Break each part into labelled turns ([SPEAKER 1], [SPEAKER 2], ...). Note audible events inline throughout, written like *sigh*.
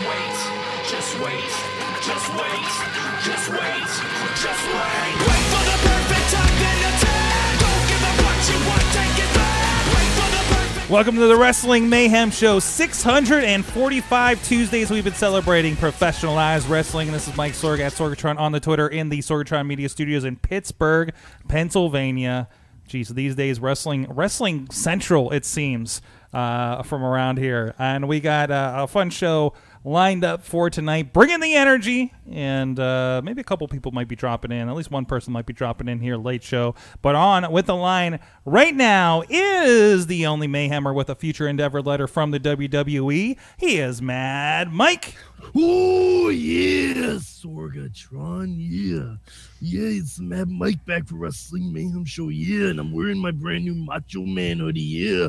[SPEAKER 1] wait, just wait, just wait, just wait, just wait. Wait for the perfect time then attack. Don't give up what you want, take it back. Wait for the perfect.
[SPEAKER 2] Welcome to the Wrestling Mayhem Show. 645 Tuesdays we've been celebrating professionalized wrestling. And this is Mike Sorg at Sorgatron on the Twitter in the Sorgatron Media Studios in Pittsburgh, Pennsylvania. Geez, these days wrestling wrestling central it seems uh, from around here, and we got uh, a fun show lined up for tonight. Bring in the energy, and uh, maybe a couple people might be dropping in. At least one person might be dropping in here late show. But on with the line right now is the only Mayhemmer with a future endeavor letter from the WWE. He is Mad Mike.
[SPEAKER 3] Oh yeah, Sorgatron, yeah, yeah. It's Mad Mike back for Wrestling Mayhem Show, yeah. And I'm wearing my brand new Macho Man hoodie, yeah.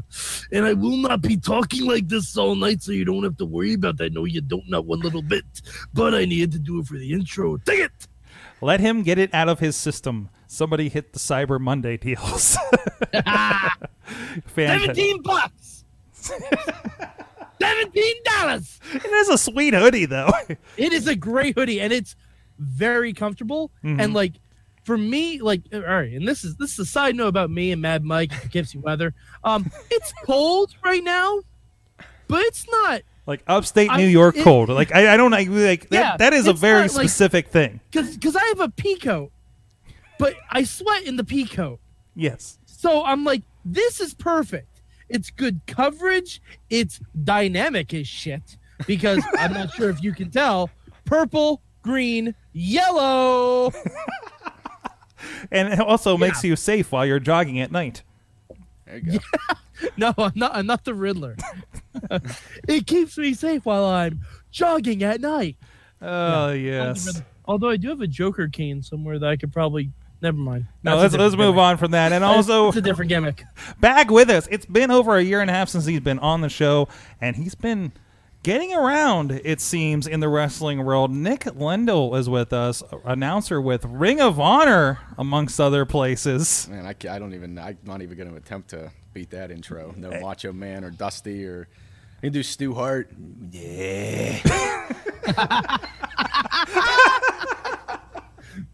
[SPEAKER 3] And I will not be talking like this all night, so you don't have to worry about that. No, you don't, not one little bit. But I needed to do it for the intro. Dang it!
[SPEAKER 2] Let him get it out of his system. Somebody hit the Cyber Monday deals. *laughs* Fantastic.
[SPEAKER 3] Seventeen bucks. Seventeen dollars.
[SPEAKER 2] It is a sweet hoodie though. *laughs*
[SPEAKER 4] It is a great hoodie, and it's very comfortable.
[SPEAKER 3] Mm-hmm.
[SPEAKER 4] And like for me, like all right, and this is this is a side note about me and Mad Mike Poughkeepsie weather. Um, it's cold right now, but it's not
[SPEAKER 2] like upstate
[SPEAKER 4] I-
[SPEAKER 2] New York
[SPEAKER 4] it-
[SPEAKER 2] cold. Like I, I don't I, like that.
[SPEAKER 4] Yeah,
[SPEAKER 2] that is a
[SPEAKER 4] it's
[SPEAKER 2] very
[SPEAKER 4] not, like-
[SPEAKER 2] specific thing.
[SPEAKER 4] because because I have a pea coat, but I sweat in the pea coat,
[SPEAKER 2] Yes.
[SPEAKER 4] so I'm like, this is perfect. It's good coverage. It's dynamic as shit because I'm not sure if you can tell. Purple, green, yellow. *laughs*
[SPEAKER 2] and it also makes you safe while you're jogging at night.
[SPEAKER 4] No, I'm not. I'm not the Riddler. *laughs* it keeps me safe while I'm jogging at night.
[SPEAKER 2] Oh
[SPEAKER 4] I'm the
[SPEAKER 2] yes.
[SPEAKER 4] Riddler. Although I do have a Joker cane somewhere that I could probably. Never mind.
[SPEAKER 2] No, let's
[SPEAKER 4] That's a
[SPEAKER 2] let's
[SPEAKER 4] different
[SPEAKER 2] move on from that. And
[SPEAKER 4] gimmick.
[SPEAKER 2] also
[SPEAKER 4] it's a different gimmick.
[SPEAKER 2] back with us. It's been over a year and a half since he's been on the show, and he's been getting around. It seems in the wrestling world. Nick Lendl is with us, announcer with Ring of Honor, amongst other places.
[SPEAKER 5] Man, I, ca- I don't even. I'm not even going to attempt to beat that intro. No Macho Man or Dusty or. I can do Stu Hart. Yeah. *laughs*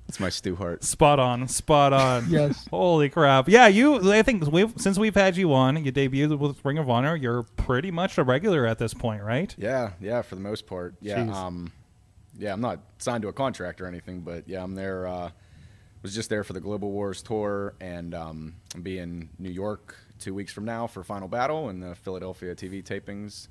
[SPEAKER 5] That's my Stu Hart.
[SPEAKER 2] Spot on, spot on.
[SPEAKER 4] *laughs* Yes.
[SPEAKER 2] Holy crap! Yeah, you. I think we've since we've had you on, you debuted with Ring of Honor. You're pretty much a regular at this point, right?
[SPEAKER 5] Yeah, yeah, for the most part. Yeah,
[SPEAKER 2] Jeez.
[SPEAKER 5] um, yeah. I'm not signed to a contract or anything, but yeah, I'm there. Uh, was just there for the Global Wars tour, and um, I'll be in New York two weeks from now for Final Battle, and the Philadelphia TV tapings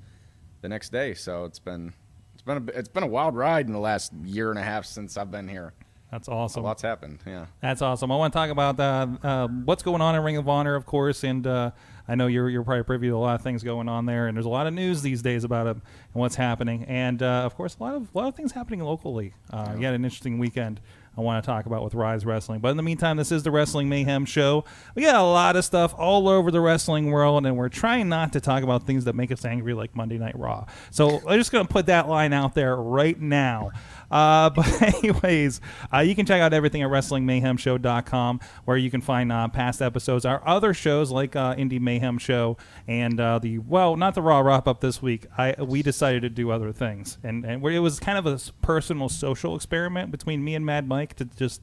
[SPEAKER 5] the next day. So it's been it's been a, bi- it's been a wild ride in the last year and a half since I've been here.
[SPEAKER 2] That's awesome.
[SPEAKER 5] Lots happened. Yeah.
[SPEAKER 2] That's awesome. I want to talk about uh, uh, what's going on in Ring of Honor, of course, and uh, I know you're you're probably privy to a lot of things going on there, and there's a lot of news these days about it and what's happening, and uh, of course a lot of a lot of things happening locally. Uh, You had an interesting weekend. I want to talk about with Rise Wrestling, but in the meantime, this is the Wrestling Mayhem Show. We got a lot of stuff all over the wrestling world, and we're trying not to talk about things that make us angry, like Monday Night Raw. So I'm just going to put that line out there right now. Uh, *laughs* but anyways, uh, you can check out everything at WrestlingMayhemShow.com, where you can find uh, past episodes, our other shows like uh, Indie Mayhem Show and uh, the well, not the Raw wrap up this week. I we decided to do other things, and and it was kind of a s- personal social experiment between me and Mad Mike to just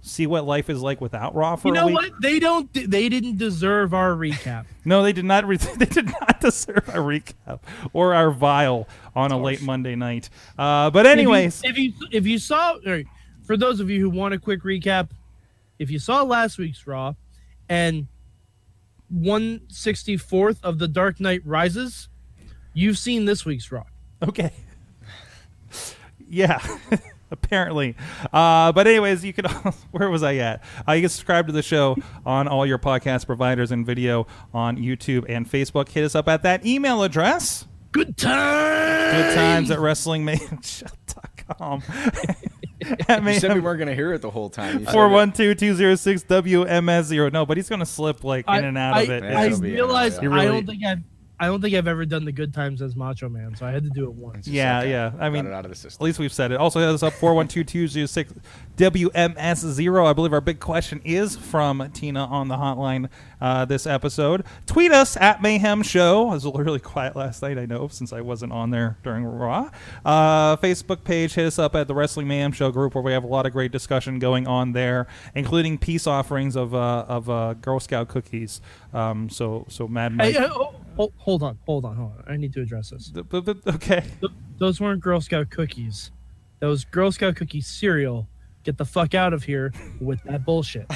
[SPEAKER 2] see what life is like without Raw for
[SPEAKER 4] You
[SPEAKER 2] a
[SPEAKER 4] know
[SPEAKER 2] week.
[SPEAKER 4] what? They don't. They didn't deserve our
[SPEAKER 2] *laughs*
[SPEAKER 4] recap.
[SPEAKER 2] No, they did not. Re- they did not deserve our recap or our vile on a late Monday night. Uh, but anyways,
[SPEAKER 4] if you if you, if you saw, all right, for those of you who want a quick recap, if you saw last week's Raw, and one sixty fourth of the Dark Knight Rises, you've seen this week's Raw.
[SPEAKER 2] *laughs* Okay. yeah. *laughs* Apparently, uh, but anyways, you can. *laughs* Where was I at? Uh, you can subscribe to the show on all your podcast providers and video on YouTube and Facebook. Hit us up at that email address.
[SPEAKER 3] Good time.
[SPEAKER 2] *laughs* Good times at wrestlingmayhem.com. com. *laughs* I
[SPEAKER 5] You
[SPEAKER 2] mean,
[SPEAKER 5] said we weren't going to hear it the
[SPEAKER 2] *laughs*
[SPEAKER 5] whole time. You said
[SPEAKER 2] four
[SPEAKER 5] that-
[SPEAKER 2] one two two zero six WMS zero. No, but he's gonna slip like in and out
[SPEAKER 4] I,
[SPEAKER 2] of it.
[SPEAKER 4] I, I
[SPEAKER 2] It's-
[SPEAKER 5] It'll be-
[SPEAKER 4] realize
[SPEAKER 5] You
[SPEAKER 4] I
[SPEAKER 2] really-
[SPEAKER 4] don't think I've I don't think I've ever done the good times as Macho Man, so I had to do it once.
[SPEAKER 5] Just
[SPEAKER 2] Yeah,
[SPEAKER 5] okay.
[SPEAKER 2] yeah. I
[SPEAKER 5] Got
[SPEAKER 2] mean,
[SPEAKER 5] it out of the
[SPEAKER 2] At
[SPEAKER 5] system.
[SPEAKER 2] least we've said it. Also, hit us up 412-206 WMS0. I believe our big question is from Tina on the hotline uh, this episode. Tweet us at Mayhem Show. I was really *laughs* quiet last night, I know, since I wasn't on there during Raw. Uh, Facebook page, hit us up at the Wrestling Mayhem Show group where we have a lot of great discussion going on there, including peace offerings of uh, of uh, Girl Scout cookies. Um, so, so Mad Mike.
[SPEAKER 4] Hey, uh, oh, oh, hold on, hold on, hold on. I need to address this.
[SPEAKER 2] Th- th- th- okay.
[SPEAKER 4] Th- those weren't Girl Scout cookies. Those Girl Scout cookie cereal. Get the fuck out of here with that bullshit.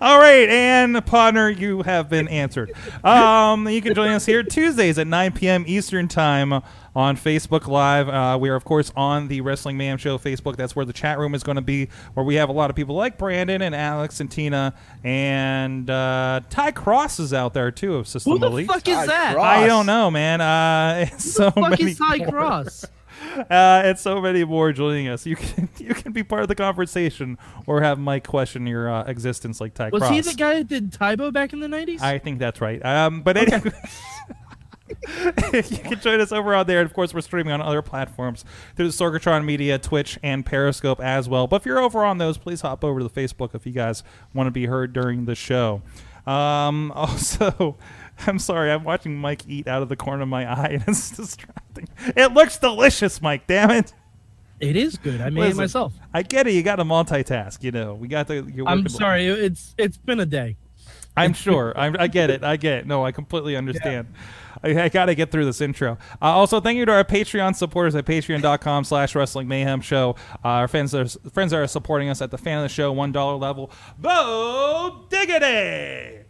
[SPEAKER 2] All right, and partner, you have been answered. Um, you can join us here Tuesdays at 9 p.m. Eastern Time on Facebook Live. Uh, we are, of course, on the Wrestling Mayhem Show Facebook. That's where the chat room is going to be, where we have a lot of people like Brandon and Alex and Tina and uh, Ty Cross is out there too of System
[SPEAKER 4] Who the
[SPEAKER 2] Elite.
[SPEAKER 4] fuck is
[SPEAKER 5] Ty
[SPEAKER 4] that? *laughs*
[SPEAKER 5] Cross.
[SPEAKER 2] I don't know, man. Uh, *laughs* it's so
[SPEAKER 4] Who the fuck
[SPEAKER 2] many
[SPEAKER 4] is Ty
[SPEAKER 2] more
[SPEAKER 4] Cross?
[SPEAKER 2] *laughs* uh, and so many more joining us. You can *laughs* you can be part of the conversation or have Mike question your uh, existence like Ty
[SPEAKER 4] *laughs* Was
[SPEAKER 2] Cross.
[SPEAKER 4] he the guy that did Tybo back in the nineties?
[SPEAKER 2] I think that's right. Um, but anyway. *laughs* you can join us over on there. And of course, we're streaming on other platforms through the Sorgatron Media, Twitch, and Periscope as well. But if you're over on those, please hop over to the Facebook if you guys want to be heard during the show. Um, *laughs* also, I'm sorry, I'm watching Mike eat out of the corner of my eye, and it's *laughs* distracting. It looks delicious, Mike, damn it.
[SPEAKER 4] It is good. I made
[SPEAKER 2] Listen,
[SPEAKER 4] it myself.
[SPEAKER 2] I get it. You got to multitask, you know. We got the. You're
[SPEAKER 4] I'm
[SPEAKER 2] working-
[SPEAKER 4] sorry. It's it's been a day.
[SPEAKER 2] I'm sure. I'm, I get it. I get it. No, I completely understand. I, I got to get through this intro. Uh, also, thank you to our Patreon supporters at patreon.com slash wrestling mayhem show. Uh, our friends are, friends are supporting us at the fan of the show $1 level. Bo Diggity!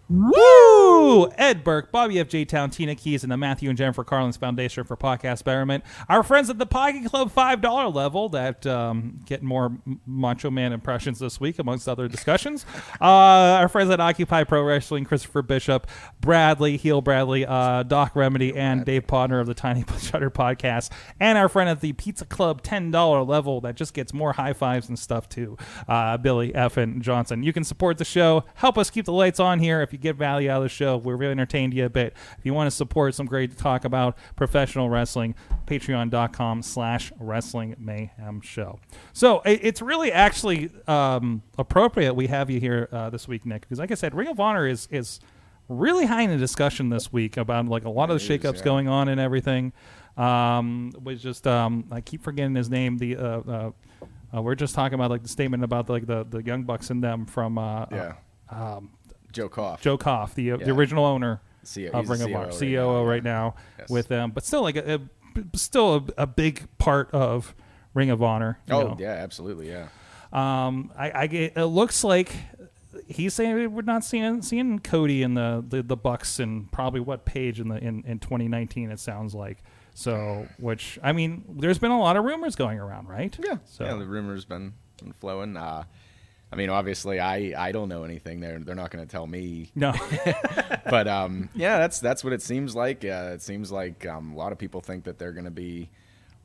[SPEAKER 2] Woo! Ed Burke, Bobby F. J. Town, Tina Keys, and the Matthew and Jennifer Carlins Foundation for Podcast Betterment. Our friends at the Pocket Club $5 level that um, get more M- Macho Man impressions this week, amongst other discussions. *laughs* Uh, our friends at Occupy Pro Wrestling, Christopher Bishop, Bradley, Heel Bradley, uh, Doc Remedy, and Dave Podner of the Tiny *laughs* Shutter Podcast. And our friend at the Pizza Club $10 level that just gets more high fives and stuff too, uh, Billy F. and Johnson. You can support the show, help us keep the lights on here. If you get value out of the show, we really entertained you a bit. If you want to support some great talk about professional wrestling, patreon.com slash wrestling mayhem show. So i- it's really actually um, appropriate we have you here uh, this week, Nick, because like I said, Ring of Honor is is really high in the discussion this week about like a lot of the shakeups going on and everything. Um, was just um, I keep forgetting his name. The uh, uh, uh, we're just talking about like the statement about like the the young bucks and them from uh, uh,
[SPEAKER 5] Yeah. Joe Koff.
[SPEAKER 2] Joe Koff, the uh, the
[SPEAKER 5] Yeah.
[SPEAKER 2] original owner
[SPEAKER 5] CEO
[SPEAKER 2] of
[SPEAKER 5] he's the
[SPEAKER 2] Ring of
[SPEAKER 5] COO
[SPEAKER 2] Honor,
[SPEAKER 5] right
[SPEAKER 2] COO
[SPEAKER 5] now,
[SPEAKER 2] right
[SPEAKER 5] yeah.
[SPEAKER 2] now
[SPEAKER 5] Yes.
[SPEAKER 2] with them, but still like a, a b- still a, a big part of Ring of Honor. you
[SPEAKER 5] Oh,
[SPEAKER 2] know.
[SPEAKER 5] yeah, absolutely, yeah.
[SPEAKER 2] Um, I, I get, it looks like he's saying we're not seeing seeing Cody in the the, the Bucks and probably what page in the in, in 2019 it sounds like. So, which I mean, there's been a lot of rumors going around, right?
[SPEAKER 5] Yeah.
[SPEAKER 2] So
[SPEAKER 5] yeah, the rumor's been, been flowing. Uh, I mean, obviously, I, I don't know anything. They're they're not going to tell me.
[SPEAKER 2] no,
[SPEAKER 5] But um, yeah, that's that's what it seems like. Uh, it seems like um, a lot of people think that they're going to be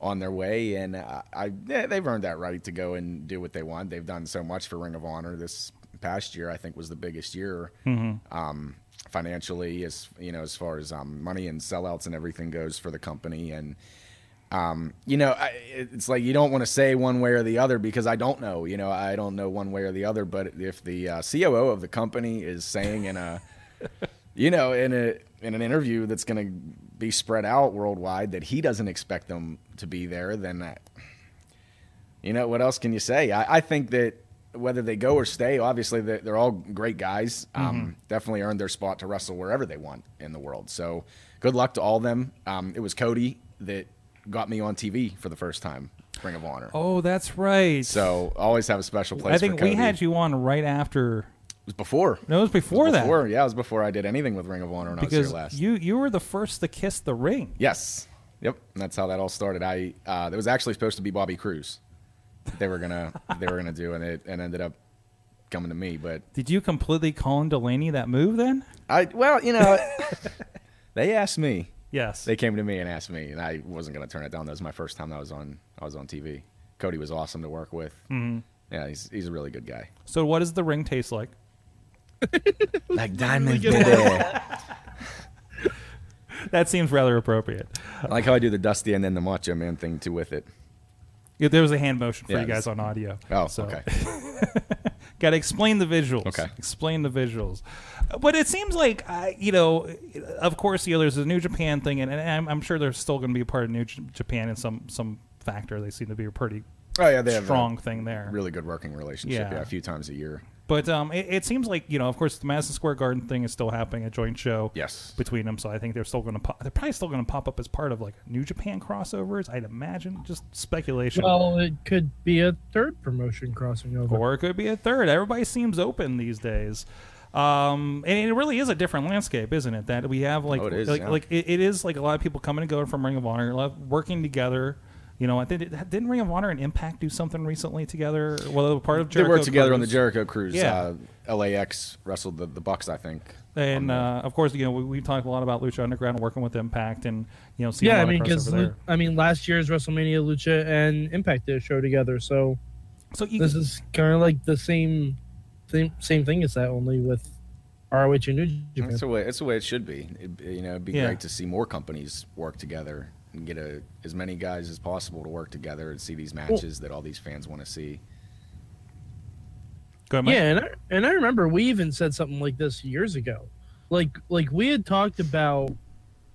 [SPEAKER 5] on their way, and I, I yeah, they've earned that right to go and do what they want. They've done so much for Ring of Honor. This past year, I think, was the biggest year um, financially, as you know, as far as um, money and sellouts and everything goes for the company, and um, you know, I, it's like you don't want to say one way or the other because I don't know. You know, I don't know one way or the other. But if the uh, COO of the company is saying in a, you know, in a in an interview that's going to be spread out worldwide that he doesn't expect them to be there, then that, you know, what else can you say? I, I think that whether they go or stay, obviously they're, they're all great guys.
[SPEAKER 2] Mm-hmm.
[SPEAKER 5] Um, definitely earned their spot to wrestle wherever they want in the world. So good luck to all of them. Um, it was Cody that got me on TV for the first time, Ring of Honor.
[SPEAKER 2] *laughs* oh, that's right.
[SPEAKER 5] So always have a special place.
[SPEAKER 2] I think
[SPEAKER 5] for Cody.
[SPEAKER 2] we had you on right after.
[SPEAKER 5] It was before.
[SPEAKER 2] No, it was before, that
[SPEAKER 5] Before, yeah, it was before I did anything with Ring of Honor when I was
[SPEAKER 2] because
[SPEAKER 5] here last.
[SPEAKER 2] you you were the first to kiss the ring.
[SPEAKER 5] Yes. Yep. And that's how that all started. I uh, there was actually supposed to be Bobby Cruz. that They were
[SPEAKER 2] *laughs*
[SPEAKER 5] gonna they were gonna do and it and ended up coming to me. But
[SPEAKER 2] Did you *laughs* completely Colin Delaney that move then?
[SPEAKER 5] I well you know they asked me
[SPEAKER 2] Yes.
[SPEAKER 5] They came to me and asked me, and I wasn't going to turn it down. That was my first time I was on I was on TV. Cody was awesome to work with.
[SPEAKER 2] Mm-hmm.
[SPEAKER 5] mm Yeah, he's he's a really good guy.
[SPEAKER 2] so what does the ring taste like?
[SPEAKER 5] Like diamond
[SPEAKER 4] good
[SPEAKER 2] That seems rather appropriate.
[SPEAKER 5] I like how I do the Dusty and then the Macho Man thing too with it.
[SPEAKER 2] Yeah, There was a hand motion for
[SPEAKER 5] Yeah,
[SPEAKER 2] you guys on audio.
[SPEAKER 5] Oh,
[SPEAKER 2] So- *laughs*
[SPEAKER 5] okay.
[SPEAKER 2] Got to explain the visuals.
[SPEAKER 5] Okay.
[SPEAKER 2] Explain the visuals. But it seems like, I, you know, of course, you know, there's a New Japan thing, and, and I'm, I'm sure they're still going to be a part of New J- Japan in some some factor. They seem to be a pretty
[SPEAKER 5] Oh yeah, they have a
[SPEAKER 2] strong thing there.
[SPEAKER 5] really good working relationship.
[SPEAKER 2] Yeah.
[SPEAKER 5] yeah, a few times a year.
[SPEAKER 2] But um, it, it seems like, you know, of course, the Madison Square Garden thing is still happening, a joint show
[SPEAKER 5] Yes.
[SPEAKER 2] between them. So I think they're still going to pop, they're probably still going to pop up as part of like New Japan crossovers, I'd imagine. Just speculation.
[SPEAKER 4] Well, it could be a third promotion crossing over.
[SPEAKER 2] or it could be a third. Everybody seems open these days. Um, and it really is a different landscape, isn't it? That we have like,
[SPEAKER 5] Oh, it is,
[SPEAKER 2] like,
[SPEAKER 5] yeah.
[SPEAKER 2] like it, it is like a lot of people coming and going from Ring of Honor, a lot of working together. You know, I think it- didn't Ring of Honor and Impact do something recently together? Well, they were part of
[SPEAKER 5] they
[SPEAKER 2] Jericho
[SPEAKER 5] worked together on the
[SPEAKER 2] Cruise.
[SPEAKER 5] Jericho Cruise.
[SPEAKER 2] Yeah.
[SPEAKER 5] Uh, LAX wrestled the, the Bucks, I think.
[SPEAKER 2] and uh, of course, you know, we, we've talked a lot about Lucha Underground and working with Impact, and you know, seeing a
[SPEAKER 4] Yeah,
[SPEAKER 2] lot
[SPEAKER 4] I
[SPEAKER 2] of
[SPEAKER 4] mean, because
[SPEAKER 2] crossover there.
[SPEAKER 4] I mean, last year's WrestleMania Lucha and Impact did a show together, so
[SPEAKER 2] So you,
[SPEAKER 4] this is kind of like the same, same, same thing as that, only with ROH and New Japan.
[SPEAKER 5] That's the way. That's the way it should be. It, you know, it'd be
[SPEAKER 2] Yeah.
[SPEAKER 5] great to see more companies work together and get a, as many guys as possible to work together and see these matches that all these fans want to see.
[SPEAKER 2] go ahead, Mike.
[SPEAKER 4] yeah, and I, and I remember we even said something like this years ago, like like we had talked about,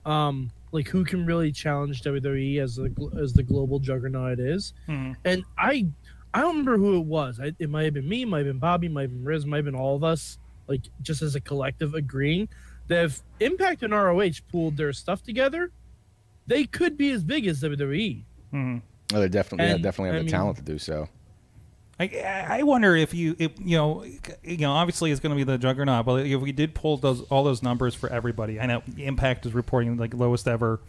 [SPEAKER 4] um, like who can really challenge WWE as the gl- as the global juggernaut it is,
[SPEAKER 2] Mhm.
[SPEAKER 4] and I I don't remember who it was. I, it might have been me, might have been Bobby, might have been Riz, might have been all of us, like just as a collective agreeing that if Impact and ROH pooled their stuff together, they could be as big as E. WWE.
[SPEAKER 2] Mhm.
[SPEAKER 5] Oh, they definitely, yeah,
[SPEAKER 4] And,
[SPEAKER 5] definitely have
[SPEAKER 4] I
[SPEAKER 5] the
[SPEAKER 4] mean-
[SPEAKER 5] talent to do so.
[SPEAKER 2] I- I, I wonder if you, if, you know, you know, obviously it's going to be the juggernaut, but if we did pull those all those numbers for everybody, I know Impact is reporting like lowest ever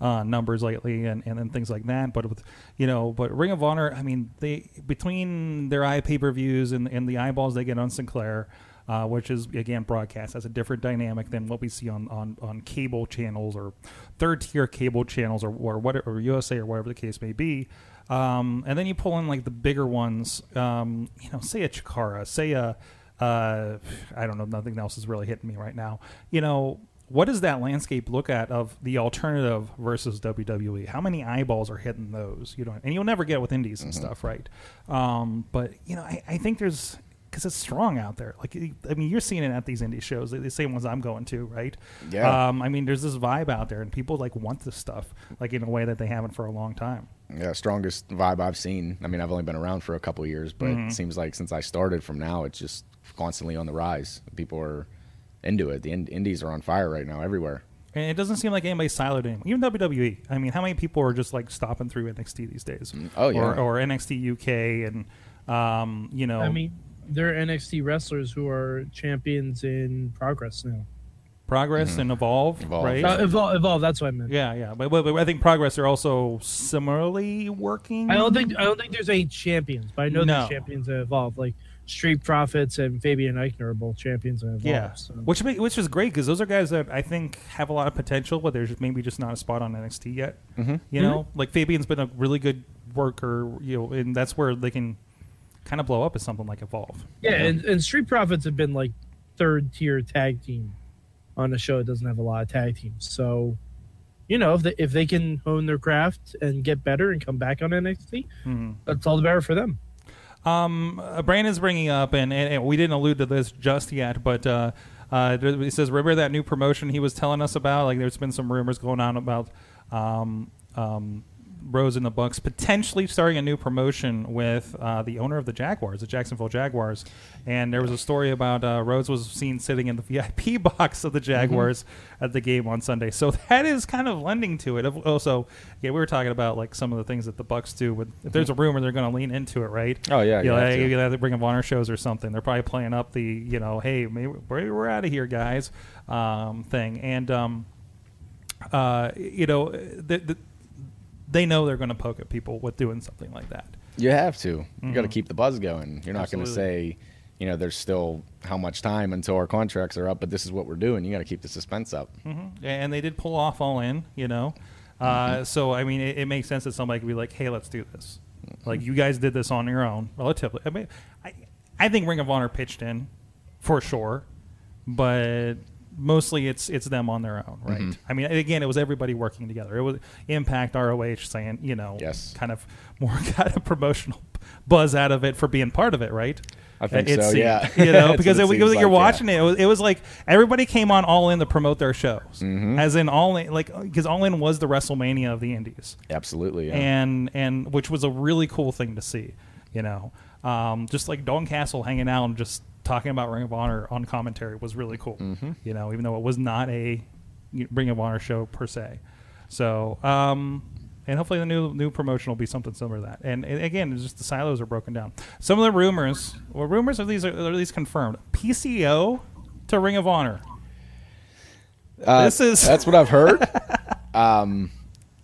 [SPEAKER 2] uh, numbers lately, and, and and things like that. But with you know, but Ring of Honor, I mean, they between their eye pay per views and and the eyeballs they get on Sinclair. Uh, which is again broadcast has a different dynamic than what we see on, on, on cable channels or third tier cable channels or or, what, or USA or whatever the case may be. Um, and then you pull in like the bigger ones, um, you know, say a Chikara, say a, uh, I don't know, nothing else is really hitting me right now. You know, what does that landscape look at of the alternative versus WWE? How many eyeballs are hitting those? You know, and you'll never get with indies and stuff, right? Um, but you know, I, I think there's because it's strong out there. Like, I mean, you're seeing it at these indie shows, the same ones I'm going to, right?
[SPEAKER 5] Yeah.
[SPEAKER 2] Um, I mean, there's this vibe out there, and people like want this stuff, like in a way that they haven't for a long time.
[SPEAKER 5] Yeah, strongest vibe I've seen. I mean, I've only been around for a couple of years, but
[SPEAKER 2] Mm-hmm.
[SPEAKER 5] it seems like since I started from now, it's just constantly on the rise. People are into it. The ind- indies are on fire right now everywhere.
[SPEAKER 2] And it doesn't seem like anybody's siloed anymore. Even WWE. I mean, how many people are just like stopping through NXT these days?
[SPEAKER 5] Oh, yeah.
[SPEAKER 2] Or, or NXT UK and um, you know
[SPEAKER 4] I mean, they're NXT wrestlers who are champions in progress now.
[SPEAKER 2] Progress and Evolve,
[SPEAKER 5] Mm-hmm. Evolve,
[SPEAKER 2] right?
[SPEAKER 5] yeah.
[SPEAKER 4] Uh, evolve, evolve. That's what I meant.
[SPEAKER 2] yeah, yeah. But, but, but I think Progress are also similarly working.
[SPEAKER 4] I don't think I don't think there's any champions, but I know
[SPEAKER 2] No.
[SPEAKER 4] the champions that evolve. Like Street Profits and Fabian Eichner are both champions and evolve.
[SPEAKER 2] yeah,
[SPEAKER 4] so.
[SPEAKER 2] which ma- which is great because those are guys that I think have a lot of potential, but there's maybe just not a spot on NXT yet. Mm-hmm. You know, like Fabian's been a really good worker, you know, and that's where they can kind of blow up as something like Evolve.
[SPEAKER 4] yeah, and, and Street Profits have been like third tier tag team on a show that doesn't have a lot of tag teams. So, you know, if they, if they can hone their craft and get better and come back on NXT, that's all the better for them.
[SPEAKER 2] uh, Brandon's bringing up, and, and, and we didn't allude to this just yet, but uh, uh, there- he says, remember that new promotion he was telling us about? Like, there's been some rumors going on about um, um, Rose and the Bucks potentially starting a new promotion with uh, the owner of the Jaguars, the Jacksonville Jaguars. And there was a story about uh, Rose was seen sitting in the *laughs* VIP box of the
[SPEAKER 5] Mm-hmm.
[SPEAKER 2] Jaguars at the game on Sunday. So that is kind of lending to it. Also, yeah, we were talking about like some of the things that the Bucks do. With, if there's a rumor, they're going to lean into it, right?
[SPEAKER 5] Mm-hmm. Oh, yeah,
[SPEAKER 2] you
[SPEAKER 5] you
[SPEAKER 2] know,
[SPEAKER 5] have
[SPEAKER 2] hey,
[SPEAKER 5] to.
[SPEAKER 2] you know, the Ring of Honor shows or something. They're probably playing up the you know, hey, maybe we're, we're out of here, guys, um, thing. And um, uh, you know, the, the, they know they're going to poke at people with doing something like that.
[SPEAKER 5] You have to. You got to keep the buzz going. You're not going to
[SPEAKER 2] Mm-hmm. Absolutely.
[SPEAKER 5] say, you know, there's still how much time until our contracts are up, but this is what we're doing. You got to keep the suspense up.
[SPEAKER 2] Hmm. and they did pull off all in, you know. Uh, So I mean, it, it makes sense that somebody could be like, "Hey, let's do this." Like you guys did this on your own, relatively. I mean, I, I think Ring of Honor pitched in for sure, but mostly it's it's them on their own, right? I mean, again, it was everybody working together. It was Impact ROH saying, you know,
[SPEAKER 5] Yes.
[SPEAKER 2] kind of *laughs* more kind of promotional buzz out of it for being part of it, right?
[SPEAKER 5] I think
[SPEAKER 2] it
[SPEAKER 5] so,
[SPEAKER 2] seemed,
[SPEAKER 5] yeah.
[SPEAKER 2] you
[SPEAKER 5] *laughs* That's
[SPEAKER 2] know,
[SPEAKER 5] what
[SPEAKER 2] because
[SPEAKER 5] it
[SPEAKER 2] it, was you're
[SPEAKER 5] seems like, yeah.
[SPEAKER 2] watching it. It was, it was like everybody came on All In to promote their shows,
[SPEAKER 5] Mm-hmm.
[SPEAKER 2] as in All In, like because All In was the WrestleMania of the Indies,
[SPEAKER 5] Absolutely. Yeah.
[SPEAKER 2] and and which was a really cool thing to see. You know, um, just like Don Castle hanging out and just talking about Ring of Honor on commentary was really cool.
[SPEAKER 5] Mm-hmm.
[SPEAKER 2] You know, even though it was not a Ring of Honor show per se. So, um, and hopefully the new new promotion will be something similar to that. And, and again, it's just the silos are broken down. Some of the rumors, well, rumors are these are, are these confirmed? PCO to Ring of Honor.
[SPEAKER 5] Uh,
[SPEAKER 2] This is-
[SPEAKER 5] *laughs* that's what I've heard.
[SPEAKER 2] *laughs*
[SPEAKER 5] um,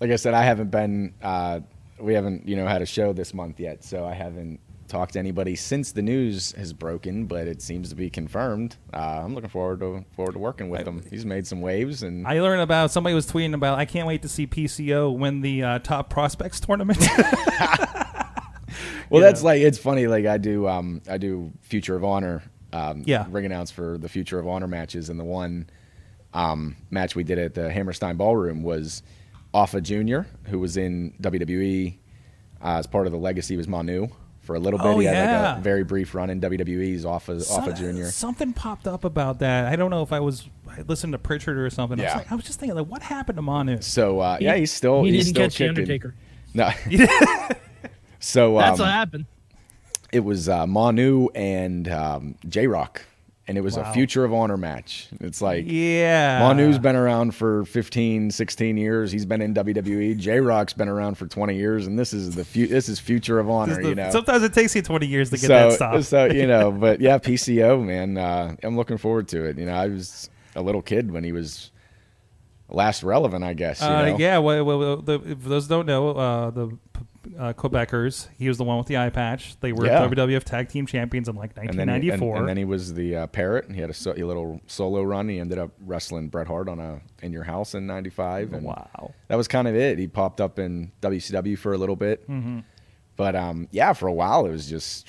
[SPEAKER 5] like I said, I haven't been. Uh, we haven't, you know, had a show this month yet, so I haven't talked to anybody since the news has broken. But it seems to be confirmed. Uh, I'm looking forward to forward to working with him. He's made some waves, and
[SPEAKER 2] I learned about somebody was tweeting about. I can't wait to see PCO win the uh, top prospects
[SPEAKER 5] *laughs*
[SPEAKER 2] tournament.
[SPEAKER 5] well,
[SPEAKER 2] you
[SPEAKER 5] that's
[SPEAKER 2] know.
[SPEAKER 5] like it's funny. Like I do, um, I do Future of Honor, um,
[SPEAKER 2] Yeah.
[SPEAKER 5] ring announce for the Future of Honor matches, and the one um, match we did at the Hammerstein Ballroom was Offa Junior, who was in WWE uh, as part of the Legacy, was Manu for a little bit.
[SPEAKER 2] Oh,
[SPEAKER 5] he had like
[SPEAKER 2] yeah.
[SPEAKER 5] a very brief run in WWE's Offa Offa Junior.
[SPEAKER 2] Something popped up about that. I don't know if I was I listened to Pritchard or something. I, was
[SPEAKER 5] Yeah.
[SPEAKER 2] like, I was just thinking, like, what happened to Manu?
[SPEAKER 5] So uh, yeah, he's still
[SPEAKER 4] he
[SPEAKER 5] he's
[SPEAKER 4] didn't
[SPEAKER 5] still
[SPEAKER 4] catch the
[SPEAKER 5] kicking.
[SPEAKER 4] Undertaker.
[SPEAKER 5] No.
[SPEAKER 4] *laughs*
[SPEAKER 5] so um,
[SPEAKER 4] That's what happened.
[SPEAKER 5] it was uh, Manu and um, J Rock, and it was
[SPEAKER 2] Wow.
[SPEAKER 5] a Future of Honor match. It's like,
[SPEAKER 2] Yeah.
[SPEAKER 5] Manu's been around for 15, 16 years. He's been in WWE. J Rock's been around for 20 years, and this is the fu- this is Future of
[SPEAKER 2] This
[SPEAKER 5] Honor,
[SPEAKER 2] is the-
[SPEAKER 5] you know.
[SPEAKER 2] Sometimes it takes you 20 years to get that
[SPEAKER 5] so,
[SPEAKER 2] stop.
[SPEAKER 5] so
[SPEAKER 2] *laughs*
[SPEAKER 5] you know, but yeah, PCO man, uh, I'm looking forward to it. You know, I was a little kid when he was last relevant, I guess. You
[SPEAKER 2] uh,
[SPEAKER 5] know?
[SPEAKER 2] yeah. Well, well, well, the, if those don't know, uh, the uh, Quebecers, he was the one with the eye patch. They were
[SPEAKER 5] Yeah.
[SPEAKER 2] WWF Tag Team Champions in like
[SPEAKER 5] And then, he, and,
[SPEAKER 2] 1994.
[SPEAKER 5] and then he was the uh, parrot, and he had a, so, a little solo run. He ended up wrestling Bret Hart on a in your house in '95, and
[SPEAKER 2] Wow.
[SPEAKER 5] that was kind of it. He popped up in WCW for a little bit,
[SPEAKER 2] Mm-hmm.
[SPEAKER 5] but um, yeah, for a while it was just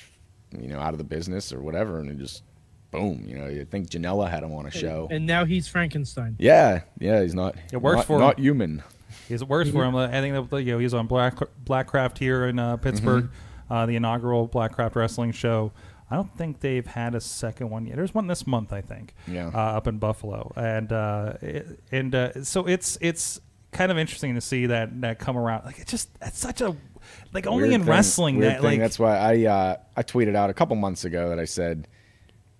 [SPEAKER 5] you know out of the business or whatever, and it just boom, you know. I think Janela had him on a show.
[SPEAKER 4] And now he's Frankenstein.
[SPEAKER 5] yeah, yeah, he's not.
[SPEAKER 2] It works
[SPEAKER 5] not-
[SPEAKER 2] for him.
[SPEAKER 5] not human.
[SPEAKER 2] It's worse for
[SPEAKER 5] Mm-hmm.
[SPEAKER 2] him. I think that you know he's on Black Blackcraft here in uh, Pittsburgh,
[SPEAKER 5] Mm-hmm.
[SPEAKER 2] uh, the inaugural Blackcraft Wrestling Show. I don't think they've had a second one yet. There's one this month, I think.
[SPEAKER 5] Yeah.
[SPEAKER 2] Uh, up in Buffalo, and uh, it- and uh, so it's it's kind of interesting to see that that come around. Like it's just it's such a like only
[SPEAKER 5] Weird
[SPEAKER 2] in
[SPEAKER 5] thing-
[SPEAKER 2] wrestling
[SPEAKER 5] weird
[SPEAKER 2] that
[SPEAKER 5] thing.
[SPEAKER 2] like
[SPEAKER 5] that's why I uh, I tweeted out a couple months ago that I said,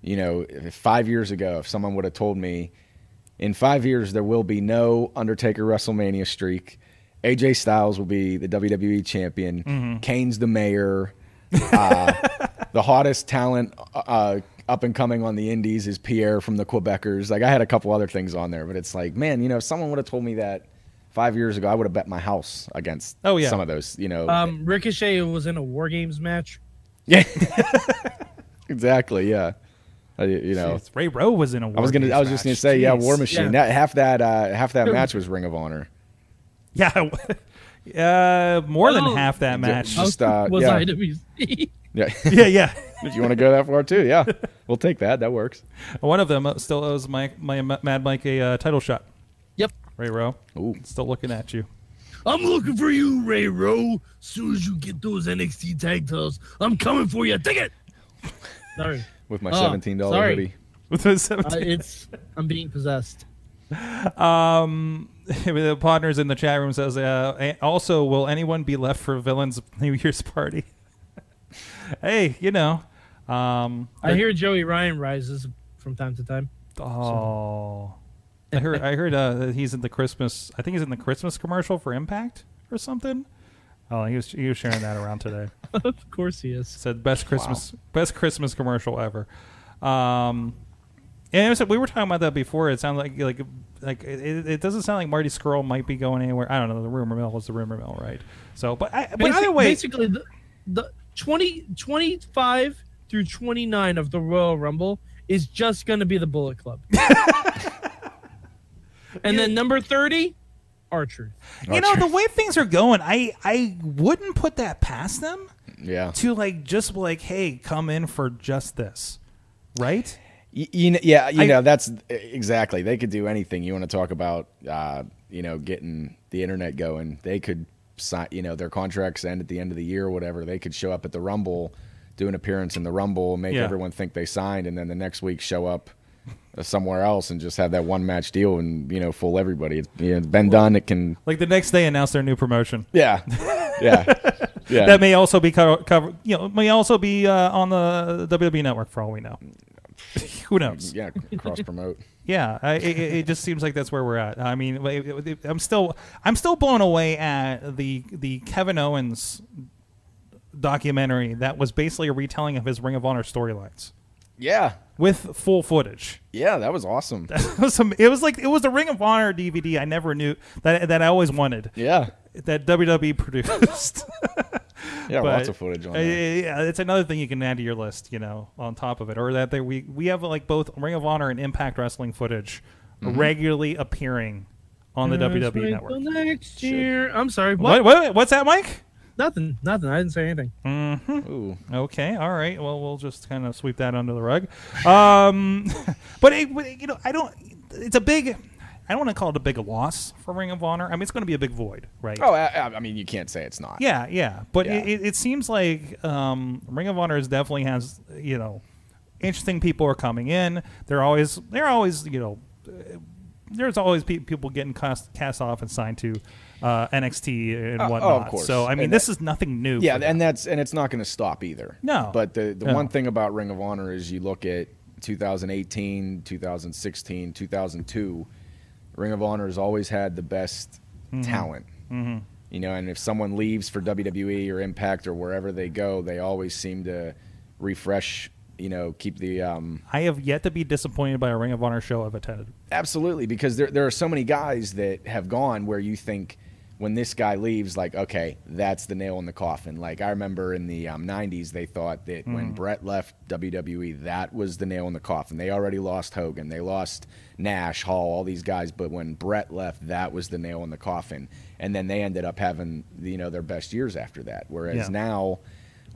[SPEAKER 5] you know, if five years ago, if someone would have told me in five years there will be no Undertaker WrestleMania streak, AJ Styles will be the WWE champion,
[SPEAKER 2] Mm-hmm.
[SPEAKER 5] Kane's the mayor, uh, *laughs* the hottest talent. Uh, up and coming on the indies is Pierre from the Quebecers. Like I had a couple other things on there, but it's like, man, you know, if someone would have told me that five years ago, I would have bet my house against
[SPEAKER 2] Oh, yeah.
[SPEAKER 5] some of those, you know,
[SPEAKER 4] Um, Ricochet was in a War Games match.
[SPEAKER 5] yeah. exactly. Yeah. I, you know,
[SPEAKER 2] it's- Ray Rowe was in a.
[SPEAKER 5] I was gonna. I was just gonna say, yeah,
[SPEAKER 2] *laughs*
[SPEAKER 5] War Machine.
[SPEAKER 4] Yeah.
[SPEAKER 5] That, half that. Uh, half that
[SPEAKER 4] Sure.
[SPEAKER 5] match was Ring of Honor.
[SPEAKER 2] Yeah. Uh, more than
[SPEAKER 4] Oh.
[SPEAKER 2] half that match.
[SPEAKER 5] Just, uh,
[SPEAKER 4] was *laughs*
[SPEAKER 5] yeah.
[SPEAKER 4] IWC.
[SPEAKER 5] Yeah. *laughs*
[SPEAKER 2] Yeah, yeah.
[SPEAKER 5] you want to go that far too? Yeah. We'll take that. That works.
[SPEAKER 2] One of them uh, still owes my my Mad Mike a uh, title shot.
[SPEAKER 4] yep.
[SPEAKER 2] Ray Rowe.
[SPEAKER 5] Ooh.
[SPEAKER 2] Still looking at you. *laughs*
[SPEAKER 3] I'm looking for you, Ray Rowe. Soon as you get those NXT tag titles, I'm coming for you. Take it.
[SPEAKER 4] *laughs* Sorry.
[SPEAKER 5] With my
[SPEAKER 4] Oh,
[SPEAKER 5] seventeen dollar
[SPEAKER 4] sorry.
[SPEAKER 5] hoodie.
[SPEAKER 2] With those
[SPEAKER 4] Uh,
[SPEAKER 2] 17.
[SPEAKER 4] it's I'm being possessed.
[SPEAKER 2] *laughs* the partners in the chat room says, uh, "A- also, will anyone be left for villains New Year's party? *laughs* hey, you know, um,
[SPEAKER 4] I hear Joey Ryan rises from time to time. *laughs*
[SPEAKER 2] oh, I heard, I heard uh, that he's in the Christmas. I think he's in the Christmas commercial for Impact or something. Oh, he was he was sharing that around today.
[SPEAKER 4] of course he is.
[SPEAKER 2] said best Christmas best Christmas commercial ever. Um, and it was, we were talking about that before. It sounds like like like it, it doesn't sound like Marty Skrull might be going anywhere. I don't know. The rumor mill is the rumor mill, right? So, but I, but
[SPEAKER 4] Basi-
[SPEAKER 2] either way,
[SPEAKER 4] basically the, the 20, 25 through 29 of the Royal Rumble is just going to be the Bullet Club. and then number 30, R Truth.
[SPEAKER 2] you know the way things are going, I I wouldn't put that past them
[SPEAKER 5] Yeah.
[SPEAKER 2] to like just like hey, come in for just this, right?
[SPEAKER 5] Y- You know, yeah, you
[SPEAKER 2] I-
[SPEAKER 5] know that's e-, exactly. They could do anything. You want to talk about, uh, you know, getting the internet going. They could sign. You know, their contracts end at the end of the year, or whatever. They could show up at the Rumble, do an appearance in the Rumble, make
[SPEAKER 2] Yeah.
[SPEAKER 5] everyone think they signed, and then the next week show up uh, somewhere else and just have that one match deal and you know fool everybody. It's, you know, it's been done. It can.
[SPEAKER 2] Like the next day, announce their new promotion.
[SPEAKER 5] Yeah,
[SPEAKER 2] *laughs*
[SPEAKER 5] yeah, yeah.
[SPEAKER 2] That may also be cover, cover you know, may also be uh, on the WWE network for all we know. *laughs* Who knows?
[SPEAKER 5] yeah, cross promote.
[SPEAKER 2] Yeah, I, it, it it just seems like that's where we're at. I mean, it- it- it- I'm still I'm still blown away at the the Kevin Owens documentary that was basically a retelling of his Ring of Honor storylines
[SPEAKER 5] Yeah,
[SPEAKER 2] with full footage. *laughs*
[SPEAKER 5] yeah, that was awesome.
[SPEAKER 2] It was some, it was like it was the Ring of Honor DVD I never knew that that I always wanted
[SPEAKER 5] Yeah,
[SPEAKER 2] that WWE produced. *laughs*
[SPEAKER 5] yeah,
[SPEAKER 2] But,
[SPEAKER 5] lots of footage on
[SPEAKER 2] uh,
[SPEAKER 5] that.
[SPEAKER 2] yeah, it's another thing you can add to your list, you know, on top of it, or that they, we we have like both Ring of Honor and Impact Wrestling footage regularly appearing on the WWE
[SPEAKER 4] Wait
[SPEAKER 2] network.
[SPEAKER 4] till Next year. I'm sorry.
[SPEAKER 2] What, Hmm.
[SPEAKER 4] What?
[SPEAKER 2] what what's that, Mike?
[SPEAKER 4] Nothing. Nothing. I didn't say anything.
[SPEAKER 2] e-,
[SPEAKER 5] Ooh,
[SPEAKER 2] Okay, all right. Well, we'll just kind of sweep that under the rug. Um, *laughs* but it, but, you know, I don't. It's a big. I don't want to call it a big loss for Ring of Honor. I mean, it's going to be a big void, right?
[SPEAKER 5] Oh, I, I I mean, you can't say it's not.
[SPEAKER 2] Yeah, yeah, but
[SPEAKER 5] Yeah.
[SPEAKER 2] It, it, it seems like um, Ring of Honor is definitely has you know interesting people are coming in. They're always they're always you know uh, there's always pe- people getting cast, cast off and signed to uh, NXT and
[SPEAKER 5] Uh, oh, of
[SPEAKER 2] whatnot.
[SPEAKER 5] course.
[SPEAKER 2] So I mean,
[SPEAKER 5] And
[SPEAKER 2] this
[SPEAKER 5] that-
[SPEAKER 2] is nothing new.
[SPEAKER 5] Yeah,
[SPEAKER 2] for them.
[SPEAKER 5] and that's and it's not going to stop either.
[SPEAKER 2] No.
[SPEAKER 5] But the the
[SPEAKER 2] No.
[SPEAKER 5] one thing about Ring of Honor is you look at 2018, 2016, 2002. Ring of Honor has always had the best talent. Mm-hmm. You know, and if someone leaves for WWE or Impact or wherever they go, they always seem to refresh. You know, keep the um,
[SPEAKER 2] I have yet to be disappointed by a Ring of Honor show I've attended.
[SPEAKER 5] Absolutely, because there there are so many guys that have gone where you think when this guy leaves, like okay, that's the nail in the coffin. Like I remember in the um, '90s, they thought that when Brett left WWE, that was the nail in the coffin. They already lost Hogan, they lost Nash, Hall, all these guys, but when Brett left, that was the nail in the coffin. And then they ended up having you know their best years after that. Whereas
[SPEAKER 2] Yeah.
[SPEAKER 5] now.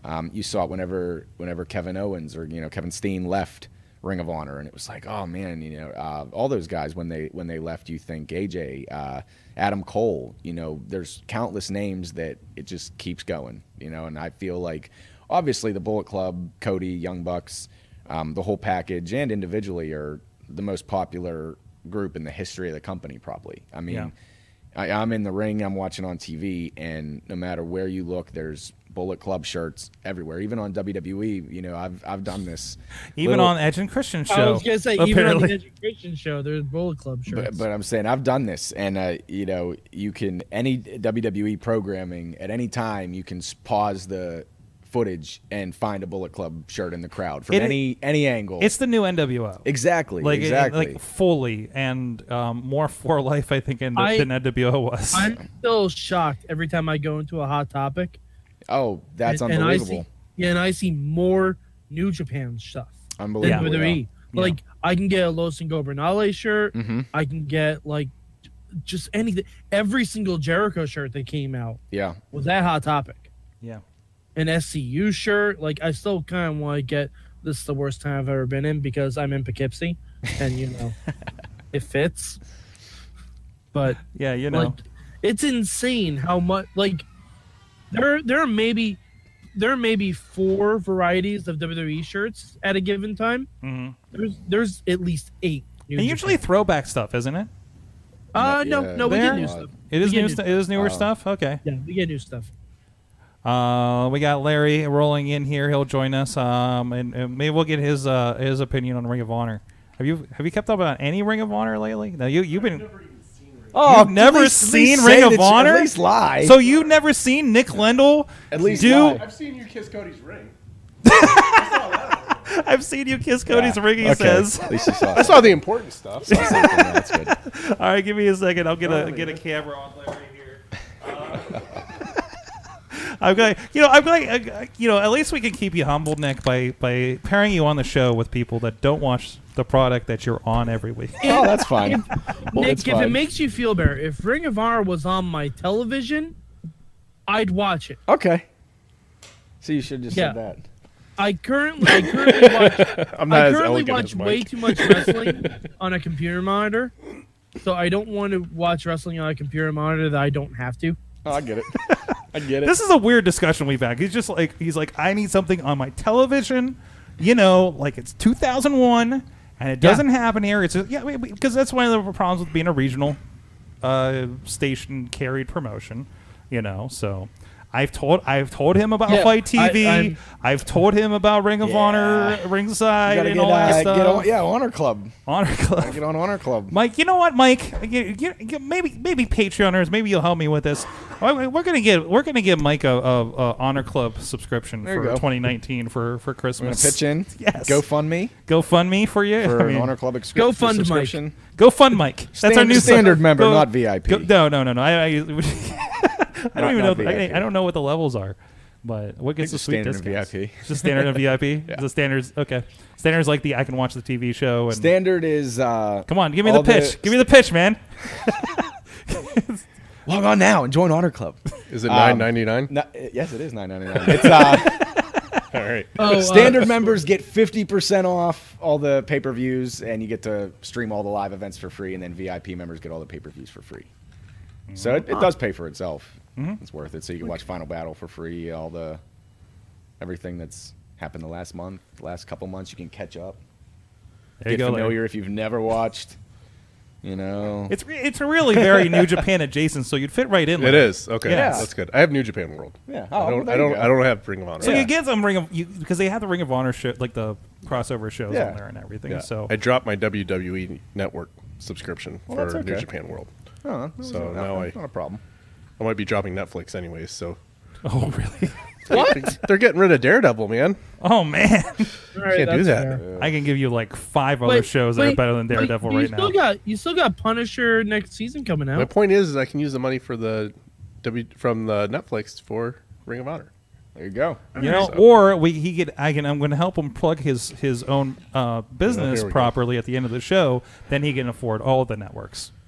[SPEAKER 5] Um, you saw it whenever whenever Kevin Owens or you know Kevin Steen left Ring of Honor, and it was like, oh man, you know, uh, all those guys when they when they left, you think AJ, uh, Adam Cole, you know, there's countless names that it just keeps going, you know, and I feel like obviously the Bullet Club, Cody, Young Bucks, um, the whole package and individually are the most popular group in the history of the company, probably. I mean.
[SPEAKER 2] Yeah.
[SPEAKER 5] I, I'm in the ring, I'm watching on TV, and no matter where you look, there's Bullet Club shirts everywhere. Even on WWE, you know, I've I've
[SPEAKER 2] *laughs*
[SPEAKER 5] done this.
[SPEAKER 2] Even
[SPEAKER 5] little-
[SPEAKER 2] on Edge and Christian show.
[SPEAKER 4] I was going to say, even on
[SPEAKER 2] apparently.
[SPEAKER 4] the education show, there's Bullet Club shirts.
[SPEAKER 5] But, but I'm saying I've done this, and uh, you know, you can any WWE programming at any time, you can s- pause the footage and find a Bullet Club shirt in the crowd from
[SPEAKER 2] It-
[SPEAKER 5] any any angle.
[SPEAKER 2] *laughs* it's the new NWO.
[SPEAKER 5] exactly
[SPEAKER 2] Like, it-
[SPEAKER 5] exactly.
[SPEAKER 2] like fully and um, more for life, I think, in the,
[SPEAKER 4] I-
[SPEAKER 2] than NWO was.
[SPEAKER 4] I'm still shocked every time I go into a hot topic.
[SPEAKER 5] oh, that's
[SPEAKER 4] and, and I
[SPEAKER 5] unbelievable.
[SPEAKER 4] see, yeah, and I see more New Japan stuff than
[SPEAKER 5] unbelievable. Oh, yeah.
[SPEAKER 4] WWE.
[SPEAKER 2] Yeah.
[SPEAKER 4] Like I can get a Los Ingobernales shirt.
[SPEAKER 5] Mhm.
[SPEAKER 4] I can get like j- just anything. Every single Jericho shirt that came out
[SPEAKER 5] yeah.
[SPEAKER 4] was that hot topic.
[SPEAKER 2] yeah.
[SPEAKER 4] An SCU shirt. Like I still kind of want to get. This is the worst time I've ever been in because I'm in Poughkeepsie, and you
[SPEAKER 5] *laughs*
[SPEAKER 4] know, it fits. But
[SPEAKER 2] *laughs* Yeah, you know.
[SPEAKER 4] like, it's insane how much like there there are maybe there are maybe four varieties of WWE shirts at a given time.
[SPEAKER 2] Mhm.
[SPEAKER 4] There's there's at least eight. New
[SPEAKER 2] And usually
[SPEAKER 4] Japan.
[SPEAKER 2] throwback stuff, isn't it?
[SPEAKER 4] uh no
[SPEAKER 5] Yeah.
[SPEAKER 4] no we
[SPEAKER 2] There-
[SPEAKER 4] get new stuff.
[SPEAKER 2] It is
[SPEAKER 4] We get
[SPEAKER 2] new.
[SPEAKER 4] new
[SPEAKER 2] St- it is newer
[SPEAKER 5] Oh.
[SPEAKER 2] stuff. Okay.
[SPEAKER 4] Yeah, we get new stuff.
[SPEAKER 2] Uh, we got Larry rolling in here. He'll join us. Um, and, and maybe we'll get his uh his opinion on Ring of Honor. Have you have you kept up on any Ring of Honor lately? No, you you've been.
[SPEAKER 5] Oh,
[SPEAKER 2] You've never
[SPEAKER 5] at least- at
[SPEAKER 2] seen
[SPEAKER 5] least
[SPEAKER 2] Ring
[SPEAKER 5] say
[SPEAKER 2] of
[SPEAKER 5] that you-
[SPEAKER 2] Honor?
[SPEAKER 5] At least lie.
[SPEAKER 2] So you've never seen Nick Lendl?
[SPEAKER 5] At least
[SPEAKER 2] do.
[SPEAKER 5] lie.
[SPEAKER 6] I've seen you kiss Cody's ring.
[SPEAKER 2] I've seen you kiss Cody's
[SPEAKER 5] Yeah.
[SPEAKER 2] ring. He
[SPEAKER 5] Okay.
[SPEAKER 2] says. *laughs*
[SPEAKER 5] At least you saw
[SPEAKER 6] I saw the important stuff.
[SPEAKER 5] something.
[SPEAKER 4] *laughs*
[SPEAKER 5] That's good.
[SPEAKER 2] All right, *laughs*
[SPEAKER 5] Oh,
[SPEAKER 2] give me a second. I'll get a get a camera on Larry here. Uh, I'm glad, you know, I'm glad, uh, you know, at least we can keep you humble, Nick, by by pairing you on the show with people that don't watch the product that you're on every week.
[SPEAKER 5] Oh, that's fine.
[SPEAKER 4] Nick,
[SPEAKER 5] it's
[SPEAKER 4] if it
[SPEAKER 5] fine.
[SPEAKER 4] makes you feel better, if Ring of Honor was on my television, I'd watch it.
[SPEAKER 5] Okay. So you should have just
[SPEAKER 4] Yeah.
[SPEAKER 5] said
[SPEAKER 4] I currently,
[SPEAKER 2] *laughs*
[SPEAKER 4] I currently watch,
[SPEAKER 7] I'm not
[SPEAKER 4] I
[SPEAKER 7] as
[SPEAKER 4] currently
[SPEAKER 7] elegant
[SPEAKER 4] watch
[SPEAKER 7] as Mike.
[SPEAKER 4] way too much wrestling
[SPEAKER 7] *laughs*
[SPEAKER 4] on a computer monitor, so I don't want to watch wrestling on a computer monitor that I don't have to.
[SPEAKER 5] that. Oh, I *laughs* get it. I get it.
[SPEAKER 2] This is a weird discussion we've had. He's just like he's like, I need something on my television, you know, like it's 2001, and it
[SPEAKER 4] Yeah.
[SPEAKER 2] doesn't happen here. It's just, yeah, because that's one of the problems with being a regional uh, station carried promotion, you know. So. I've told I've told him about
[SPEAKER 4] Yeah,
[SPEAKER 2] Fight
[SPEAKER 4] I-
[SPEAKER 2] TV.
[SPEAKER 4] I'm-
[SPEAKER 2] I, have told him about Ring of
[SPEAKER 5] Yeah.
[SPEAKER 2] Honor,
[SPEAKER 5] You
[SPEAKER 2] Ringside,
[SPEAKER 5] gotta
[SPEAKER 2] and
[SPEAKER 5] get,
[SPEAKER 2] all that
[SPEAKER 5] uh,
[SPEAKER 2] stuff.
[SPEAKER 5] get on, yeah, Honor Club.
[SPEAKER 2] Honor Club.
[SPEAKER 5] Get on Honor Club.
[SPEAKER 2] Mike, you know what, Mike? You- you- you- Maybe, maybe Patreoners, maybe you'll help me with this. I- We're gonna get, we're gonna give Mike a, a, a honor club subscription
[SPEAKER 5] There you
[SPEAKER 2] for
[SPEAKER 5] go.
[SPEAKER 2] 2019 for for
[SPEAKER 5] I'm gonna
[SPEAKER 2] Christmas.
[SPEAKER 5] pitch in.
[SPEAKER 2] *laughs* Yes.
[SPEAKER 5] Go fund me
[SPEAKER 2] GoFundMe for you.
[SPEAKER 5] for
[SPEAKER 2] I mean,
[SPEAKER 5] an Honor Club excu-
[SPEAKER 4] Go fund Mike.
[SPEAKER 5] subscription.
[SPEAKER 2] Go fund Mike. That's our
[SPEAKER 5] Stand-
[SPEAKER 2] new sub-
[SPEAKER 5] standard member,
[SPEAKER 2] go-
[SPEAKER 5] not VIP.
[SPEAKER 2] go- no, no, no, no. I, I, *laughs* I don't even know.
[SPEAKER 5] not
[SPEAKER 2] I,
[SPEAKER 5] VIP.
[SPEAKER 2] I don't know what the levels are. But what gets the
[SPEAKER 5] it's
[SPEAKER 2] sweet
[SPEAKER 5] standard and
[SPEAKER 2] discounts?
[SPEAKER 5] VIP.
[SPEAKER 2] It's just standard and
[SPEAKER 5] *laughs*
[SPEAKER 2] VIP.
[SPEAKER 5] Yeah.
[SPEAKER 2] The standards, okay. Standards like the I can watch the TV show and
[SPEAKER 5] Standard is. Uh,
[SPEAKER 2] come on, give me
[SPEAKER 5] all
[SPEAKER 2] the pitch. give me the pitch, man.
[SPEAKER 5] Log on now and join
[SPEAKER 2] *laughs*
[SPEAKER 5] Honor Club.
[SPEAKER 7] Is it
[SPEAKER 5] Um,
[SPEAKER 7] nine ninety nine?
[SPEAKER 5] No, yes, it is nine ninety nine. It's uh,
[SPEAKER 7] All right.
[SPEAKER 4] Oh, uh,
[SPEAKER 5] standard members get fifty percent off all the pay per views, and you get to stream all the live events for free. And then VIP members get all the pay per views for free. So it, it does pay for itself.
[SPEAKER 2] Mm-hmm.
[SPEAKER 5] It's worth it. So you can watch Final Battle for free. All the everything that's happened the last month, last couple months, you can catch up.
[SPEAKER 2] There you
[SPEAKER 5] get
[SPEAKER 2] go. Larry.
[SPEAKER 5] familiar if you've never watched. You know,
[SPEAKER 2] It's re- it's really very
[SPEAKER 7] *laughs*
[SPEAKER 2] New Japan adjacent, so you'd fit right in.
[SPEAKER 7] It
[SPEAKER 2] there.
[SPEAKER 7] is okay.
[SPEAKER 2] Yeah.
[SPEAKER 7] That's good. I have New Japan World.
[SPEAKER 5] Yeah.
[SPEAKER 7] I
[SPEAKER 5] Oh,
[SPEAKER 7] don't.
[SPEAKER 5] well, there
[SPEAKER 7] I
[SPEAKER 5] you
[SPEAKER 7] don't.
[SPEAKER 5] go.
[SPEAKER 7] I don't have Ring of Honor.
[SPEAKER 2] So
[SPEAKER 7] Yeah.
[SPEAKER 2] you get some Ring of you because they have the Ring of Honor show, like the crossover shows
[SPEAKER 5] Yeah.
[SPEAKER 2] on there and everything.
[SPEAKER 7] Yeah.
[SPEAKER 2] So
[SPEAKER 7] I dropped my WWE Network subscription
[SPEAKER 5] Well, that's
[SPEAKER 7] for New
[SPEAKER 5] okay.
[SPEAKER 7] Japan World.
[SPEAKER 5] Oh, no, no,
[SPEAKER 7] So now I-
[SPEAKER 5] not a problem.
[SPEAKER 7] I might be dropping Netflix anyways. So
[SPEAKER 2] *laughs* oh
[SPEAKER 7] *laughs*
[SPEAKER 2] really?
[SPEAKER 4] What?
[SPEAKER 7] they're getting rid of Daredevil, man.
[SPEAKER 2] Oh man,
[SPEAKER 4] All right,
[SPEAKER 7] Can't do
[SPEAKER 4] that's
[SPEAKER 7] that.
[SPEAKER 4] fair.
[SPEAKER 2] I can give you like five other shows that are
[SPEAKER 4] wait,
[SPEAKER 2] better than
[SPEAKER 4] wait,
[SPEAKER 2] Daredevil
[SPEAKER 4] you
[SPEAKER 2] right
[SPEAKER 4] still
[SPEAKER 2] now.
[SPEAKER 4] Got, you still got Punisher next season coming
[SPEAKER 7] My
[SPEAKER 4] out.
[SPEAKER 7] point is, is I can use the money for the W from the Netflix for Ring of Honor.
[SPEAKER 5] There you go.
[SPEAKER 2] you know, or we he could I can I'm going to help him plug his his own uh, business
[SPEAKER 7] we go.
[SPEAKER 2] properly at the end of the show. Then he can afford all the networks. *laughs*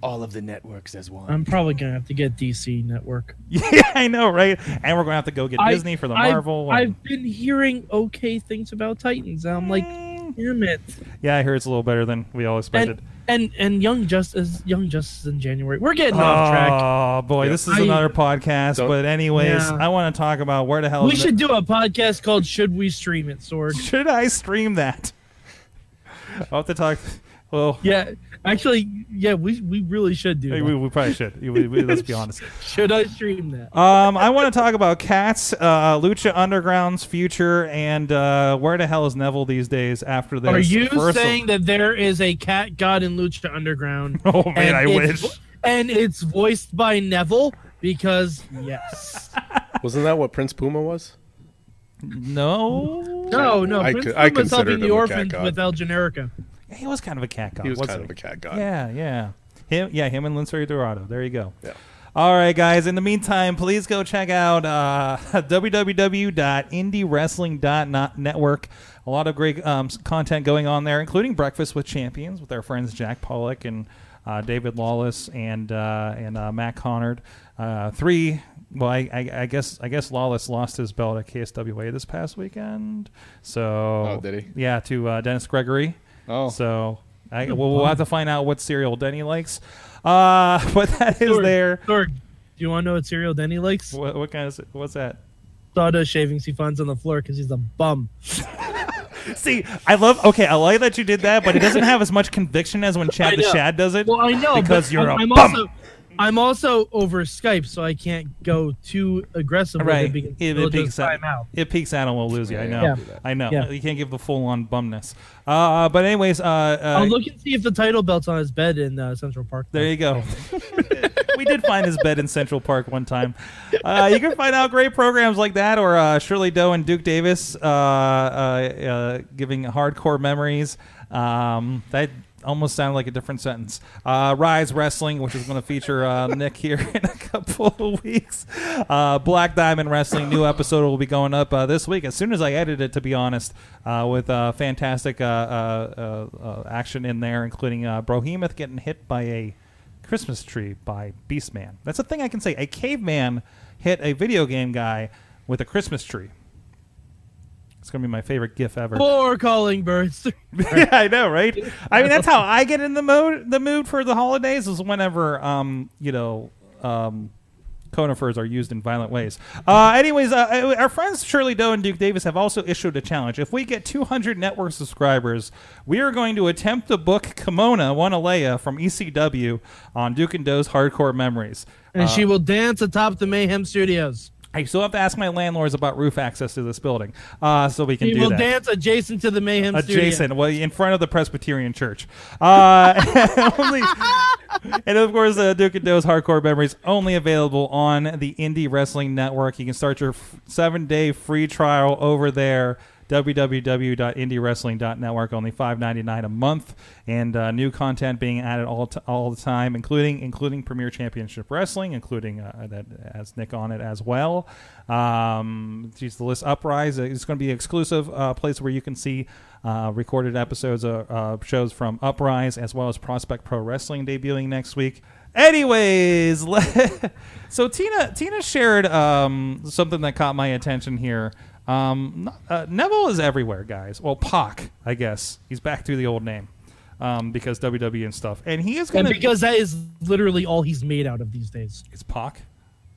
[SPEAKER 5] All of the networks as one.
[SPEAKER 4] I'm probably gonna have to get DC Network.
[SPEAKER 2] yeah, I know, right? And we're going to have to go get
[SPEAKER 4] I-
[SPEAKER 2] Disney for the
[SPEAKER 4] I've-
[SPEAKER 2] Marvel.
[SPEAKER 4] I've,
[SPEAKER 2] and-
[SPEAKER 4] been hearing okay things about Titans. and I'm like,
[SPEAKER 2] Mm.
[SPEAKER 4] damn it.
[SPEAKER 2] yeah, I hear it's a little better than we all expected.
[SPEAKER 4] And and and Young Justice, Young Justice in January. We're getting off track.
[SPEAKER 2] Oh boy, this is
[SPEAKER 4] I-
[SPEAKER 2] another podcast.
[SPEAKER 7] Don't-
[SPEAKER 2] but anyways,
[SPEAKER 4] Yeah.
[SPEAKER 2] I want to talk about where Oh, the hell
[SPEAKER 4] We
[SPEAKER 2] is *laughs*
[SPEAKER 4] should do a podcast called "Should We Stream It?" Sword.
[SPEAKER 2] it- should I stream that? I'll have to talk. Well,
[SPEAKER 4] Yeah, actually, yeah, we we really should do.
[SPEAKER 2] we,
[SPEAKER 4] that.
[SPEAKER 2] we probably should. We- we- let's be honest.
[SPEAKER 4] Should I stream that?
[SPEAKER 2] Um, I want to talk about cats, uh, Lucha Underground's future, and uh, where the hell is Neville these days after this?
[SPEAKER 4] Are you
[SPEAKER 2] reversal?
[SPEAKER 4] saying that there is a cat god in Lucha Underground?
[SPEAKER 2] *laughs* Oh, man,
[SPEAKER 4] and
[SPEAKER 2] I
[SPEAKER 4] it's-
[SPEAKER 2] wish.
[SPEAKER 4] And it's voiced by Neville because
[SPEAKER 2] *laughs*
[SPEAKER 4] yes.
[SPEAKER 7] Wasn't that what Prince Puma was?
[SPEAKER 2] no?
[SPEAKER 4] No, no.
[SPEAKER 7] I
[SPEAKER 4] Prince
[SPEAKER 7] co- I
[SPEAKER 4] Puma's
[SPEAKER 7] considered
[SPEAKER 4] helping the
[SPEAKER 7] him a cat
[SPEAKER 4] orphans
[SPEAKER 7] god.
[SPEAKER 4] with El Generico.
[SPEAKER 2] He was kind of a cat guy.
[SPEAKER 7] He was
[SPEAKER 2] Uh, wasn't
[SPEAKER 7] kind of a cat guy.
[SPEAKER 2] Yeah, yeah. Him, yeah, him and Lincery Dorado. There you go.
[SPEAKER 7] Yeah.
[SPEAKER 2] All right, guys. In the meantime, please go check out uh, *laughs* www.indiewrestling.network. A lot of great um, s- content going on there, including Breakfast with Champions with our friends Jack Pollock and uh, David Lawless and uh, and uh, Matt Connard. Uh, three. Well, I, I, I guess I guess Lawless lost his belt at KSWA this past weekend. So
[SPEAKER 5] Oh, did he?
[SPEAKER 2] Yeah, to uh, Dennis Gregory.
[SPEAKER 5] Oh.
[SPEAKER 2] so I, we'll, we'll have to find out what cereal Denny likes. Uh, *laughs* but that is
[SPEAKER 4] Sorg,
[SPEAKER 2] there.
[SPEAKER 4] Sorg, do you want to know what cereal Denny likes?
[SPEAKER 2] What, what kind of what's that?
[SPEAKER 4] Sawdust shavings he finds on the floor because he's a bum.
[SPEAKER 2] See, I love. Okay, I like that you did that, but it doesn't have as much conviction as
[SPEAKER 4] *laughs*
[SPEAKER 2] when Chad the
[SPEAKER 4] know.
[SPEAKER 2] Shad does it.
[SPEAKER 4] Well, I know
[SPEAKER 2] because
[SPEAKER 4] but
[SPEAKER 2] you're
[SPEAKER 4] I'm,
[SPEAKER 2] a *laughs*
[SPEAKER 4] I'm
[SPEAKER 2] bum.
[SPEAKER 4] Also, I'm also over Skype, so I can't go too aggressive.
[SPEAKER 2] right,
[SPEAKER 4] With it
[SPEAKER 2] it,
[SPEAKER 4] because
[SPEAKER 2] it
[SPEAKER 4] it
[SPEAKER 2] peaks out.
[SPEAKER 4] time out.
[SPEAKER 2] It peaks out and we'll lose you. I know.
[SPEAKER 4] Yeah.
[SPEAKER 2] I know.
[SPEAKER 4] Yeah.
[SPEAKER 2] You can't give the full on bumness. Uh, but anyways, uh, uh
[SPEAKER 4] I'll look and see if the title belt's on his bed in uh, Central Park.
[SPEAKER 2] There you go. we did find his bed in Central Park one time. Uh, you can find out great programs like that, or uh, Shirley Doe and Duke Davis uh, uh, uh, giving hardcore memories. Um, that almost sounded like a different sentence. Uh, Rise Wrestling, which is going to feature uh, Nick here in a couple of weeks. Uh, Black Diamond Wrestling, new episode will be going up uh, this week. As soon as I edit it, to be honest, uh, with uh, fantastic uh, uh, uh, uh, action in there, including uh, Brohemoth getting hit by a Christmas tree by Beastman. That's a thing I can say. A caveman hit a video game guy with a Christmas tree. It's gonna be my favorite GIF ever.
[SPEAKER 4] Four calling birds. *laughs*
[SPEAKER 2] *laughs* yeah, I know, right? I mean, that's how I get in the mode the mood for the holidays is whenever um you know um conifers are used in violent ways. Uh, anyways, uh, our friends Shirley Doe and Duke Davis have also issued a challenge. If we get 200 network subscribers, we are going to attempt to book Kimona Wanalea from ECW on Duke and Doe's Hardcore Memories.
[SPEAKER 4] and she
[SPEAKER 2] Uh,
[SPEAKER 4] will dance atop the Mayhem Studios.
[SPEAKER 2] I still have to ask my landlords about roof access to this building, uh, so we can
[SPEAKER 4] She
[SPEAKER 2] do
[SPEAKER 4] will
[SPEAKER 2] that.
[SPEAKER 4] dance adjacent to the Mayhem
[SPEAKER 2] adjacent, well, in front of the Presbyterian Church. Uh, *laughs* only- and of course, uh, Duke and Doe's Hardcore Memories only available on the Indie Wrestling Network. You can start your f- seven day free trial over there www.indiewrestling.network only $5.99 a month and uh, new content being added all t- all the time including including premier championship wrestling including uh, that has nick on it as well um geez, the list uprise is going to be an exclusive uh, place where you can see uh, recorded episodes of uh, shows from Uprise as well as Prospect Pro Wrestling debuting next week. Anyways, *laughs* le- so Tina Tina shared um, something that caught my attention here. Um, uh, Neville is everywhere, guys. Well, Pac, I guess he's back to the old name um, because WWE and stuff. And he is going
[SPEAKER 4] And
[SPEAKER 2] to
[SPEAKER 4] because that is literally all he's made out of these days.
[SPEAKER 2] it's Pac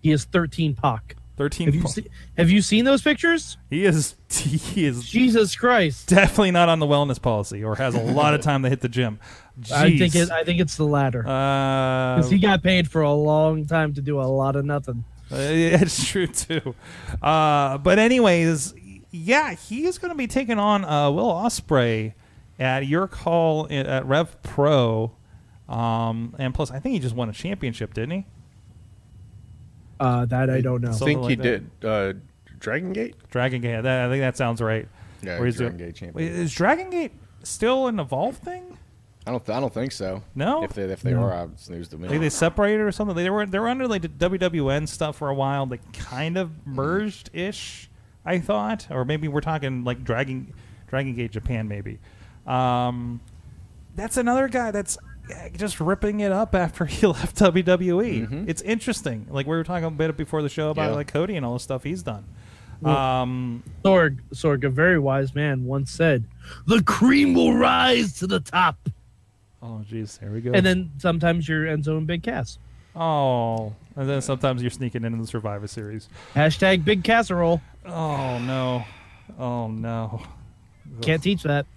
[SPEAKER 4] He has 13 Pac.
[SPEAKER 2] thirteen.
[SPEAKER 4] Have you,
[SPEAKER 2] Pac.
[SPEAKER 4] se- have you seen those pictures?
[SPEAKER 2] he is *laughs* he is
[SPEAKER 4] Jesus Christ.
[SPEAKER 2] definitely not on the wellness policy or has a lot of time to hit the gym.
[SPEAKER 4] I think
[SPEAKER 2] Jeez.
[SPEAKER 4] it, I think it's the latter.
[SPEAKER 2] Uh,
[SPEAKER 4] Because he got paid for a long time to do a lot of nothing.
[SPEAKER 2] *laughs* Uh, It's true too. Uh, but anyways, yeah, he is going to be taking on uh, Will Osprey at your call i- at Rev Pro, um, and plus I think he just won a championship, didn't he?
[SPEAKER 4] Uh, that I don't know.
[SPEAKER 2] So-
[SPEAKER 7] I think he
[SPEAKER 2] Something like
[SPEAKER 7] did uh, Dragon Gate. *laughs*
[SPEAKER 2] Dragon Gate. That, I think that sounds right.
[SPEAKER 5] Yeah,
[SPEAKER 2] Where he's
[SPEAKER 5] Dragon
[SPEAKER 2] doing-
[SPEAKER 5] Gate champion.
[SPEAKER 2] Wait, Is Dragon Gate still an Evolve thing?
[SPEAKER 5] I don't. Th- I don't think so.
[SPEAKER 2] No?
[SPEAKER 5] If they if they are, I snoozed them.
[SPEAKER 2] Like they separated or something? They were they were under like the WWN stuff for a while. They kind of merged ish, I thought, or maybe we're talking like Dragon Dragon Gate Japan, maybe. Um, that's another guy that's eh, just ripping it up after *laughs* he left WWE. It's interesting. Like we were talking a bit before the show about
[SPEAKER 5] Yeah.
[SPEAKER 2] like Cody and all the stuff he's done. Um,
[SPEAKER 4] Sorg, Sorg, a very wise man, once said, "The cream will rise to the top."
[SPEAKER 2] oh jeez, there we go.
[SPEAKER 4] And then sometimes you're Enzo and Big Cass.
[SPEAKER 2] oh, and then sometimes you're sneaking into the Survivor Series.
[SPEAKER 4] Hashtag Big Casserole.
[SPEAKER 2] Oh no, oh no.
[SPEAKER 4] Can't teach that.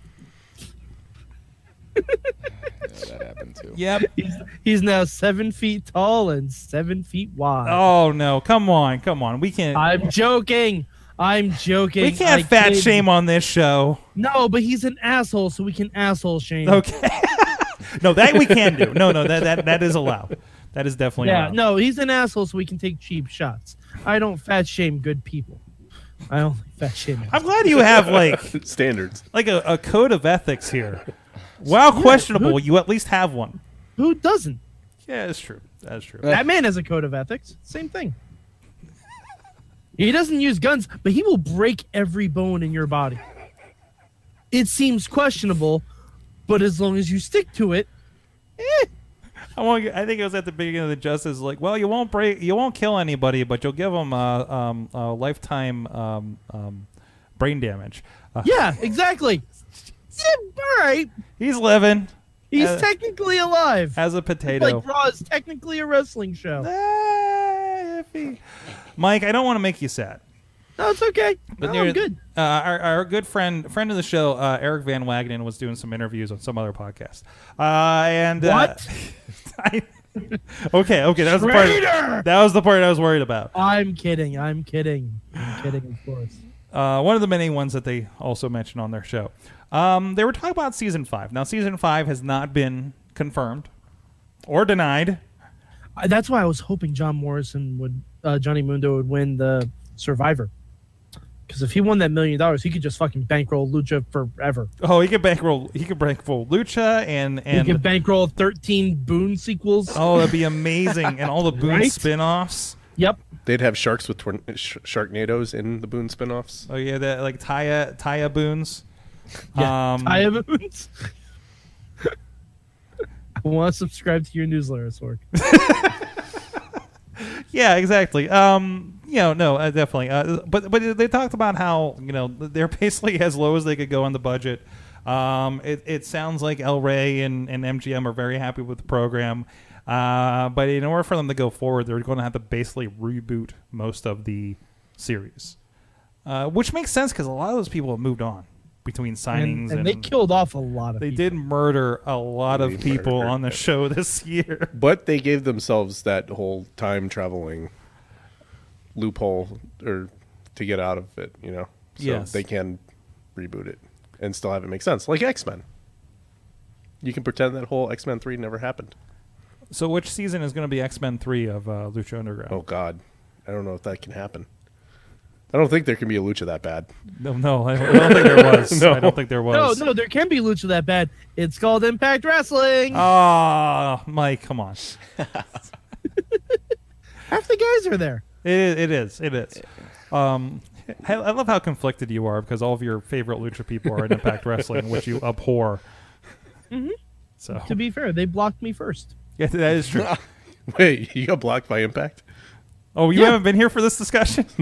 [SPEAKER 5] that happened too.
[SPEAKER 2] Yep.
[SPEAKER 4] He's, he's now seven feet tall and seven feet wide.
[SPEAKER 2] Oh no! Come on, come on. We can't.
[SPEAKER 4] I'm joking. I'm joking.
[SPEAKER 2] Oh. we can't
[SPEAKER 4] I
[SPEAKER 2] fat
[SPEAKER 4] kid-
[SPEAKER 2] shame on this show.
[SPEAKER 4] No, but he's an asshole, so we can asshole shame.
[SPEAKER 2] Okay. *laughs* no, that we can do. No, no, that that, that is allowed. That is definitely
[SPEAKER 4] Yeah,
[SPEAKER 2] allowed.
[SPEAKER 4] no, he's an asshole, so we can take cheap shots. I don't fat shame good people. I only fat shame.
[SPEAKER 2] I'm glad you have like
[SPEAKER 7] Standards.
[SPEAKER 2] like a, a code of ethics here. While questionable, you at least have one.
[SPEAKER 4] Who doesn't?
[SPEAKER 2] Yeah, that's true. That's true.
[SPEAKER 4] That man has a code of ethics. Same thing. he doesn't use guns, but he will break every bone in your body. It seems questionable, but as long as you stick to it,
[SPEAKER 2] I won't, I think it was at the beginning of the justice. Like, well, you won't break, you won't kill anybody, but you'll give them a, um, a lifetime um, um, brain damage. Uh,
[SPEAKER 4] yeah, exactly. Yeah, *laughs* all right.
[SPEAKER 2] He's living
[SPEAKER 4] He's
[SPEAKER 2] Uh,
[SPEAKER 4] technically alive.
[SPEAKER 2] as a potato.
[SPEAKER 4] Like Raw is technically a wrestling show.
[SPEAKER 2] Eh, iffy. Mike, I don't want to make you sad.
[SPEAKER 4] No, it's okay.
[SPEAKER 2] But
[SPEAKER 4] no, I'm
[SPEAKER 2] there-
[SPEAKER 4] good.
[SPEAKER 2] Uh, our, our good friend friend of the show, uh, Eric Van Wagenen, was doing some interviews on some other podcast. Uh, and
[SPEAKER 4] What?
[SPEAKER 2] Uh, *laughs* I, okay, okay, that was the part. That was the part I was worried about.
[SPEAKER 4] I'm kidding. I'm kidding. I'm kidding, of course.
[SPEAKER 2] uh, one of the many ones that they also mention on their show. Um, they were talking about season five. Now, season five has not been confirmed or denied.
[SPEAKER 4] I- That's why I was hoping John Morrison would, uh, Johnny Mundo would win the Survivor. Because if he won that million dollars, he could just fucking bankroll Lucha forever.
[SPEAKER 2] Oh, he could bankroll. He could bankroll Lucha and
[SPEAKER 4] he could
[SPEAKER 2] and
[SPEAKER 4] bankroll 13 Boone sequels.
[SPEAKER 2] oh, that'd be amazing. and all
[SPEAKER 4] *laughs*
[SPEAKER 2] the Boone
[SPEAKER 4] Right?
[SPEAKER 2] spin-offs.
[SPEAKER 4] Yep.
[SPEAKER 7] They'd have sharks with torn- sh- sharknadoes in the Boone spinoffs.
[SPEAKER 2] Oh yeah, that like Taya Taya Boone's.
[SPEAKER 4] Yeah.
[SPEAKER 2] Um,
[SPEAKER 4] I have Boons. *laughs* I want to subscribe to your newsletter, Sork.
[SPEAKER 2] Yeah, exactly. Um, you know, no, uh, definitely. Uh, but but they talked about how you know they're *laughs* basically as low as they could go on the budget. Um, it, it sounds like El Rey and, and MGM are very happy with the program, uh, but in order for them to go forward, they're going to have to basically reboot most of the series, uh, which makes sense because a lot of those people have moved on between signings
[SPEAKER 4] And, and they killed off a lot of
[SPEAKER 2] they
[SPEAKER 4] people.
[SPEAKER 2] did murder a lot of
[SPEAKER 7] They
[SPEAKER 2] people
[SPEAKER 7] murdered.
[SPEAKER 2] on the show *laughs* this year.
[SPEAKER 7] But they gave themselves that whole time traveling loophole or to get out of it, you know. So
[SPEAKER 2] Yes.
[SPEAKER 7] they can reboot it and still have it make sense. Like X Men. You can pretend that whole X Men three never happened.
[SPEAKER 2] So which season is going to be X Men three of uh, Lucha Underground?
[SPEAKER 7] Oh God. I don't know if that can happen. I don't think there can be a lucha that bad. *laughs*
[SPEAKER 2] No, no, I don't, I don't think there was. I don't think there
[SPEAKER 4] No,
[SPEAKER 2] was.
[SPEAKER 4] no, there can be Lucha that bad. It's called Impact Wrestling.
[SPEAKER 2] Ah, Mike, come on.
[SPEAKER 4] Half the guys are there.
[SPEAKER 2] It, it is. It is. Um, I, I love how conflicted you are because all of your favorite lucha people are in Impact Wrestling, which you abhor.
[SPEAKER 4] Mm-hmm.
[SPEAKER 2] So
[SPEAKER 4] To be fair, they blocked me first.
[SPEAKER 2] yeah, that is
[SPEAKER 7] *laughs*
[SPEAKER 2] true.
[SPEAKER 7] Wait, you got blocked by Impact?
[SPEAKER 2] Oh, you
[SPEAKER 4] Yeah.
[SPEAKER 2] haven't been here for this discussion?
[SPEAKER 3] *laughs*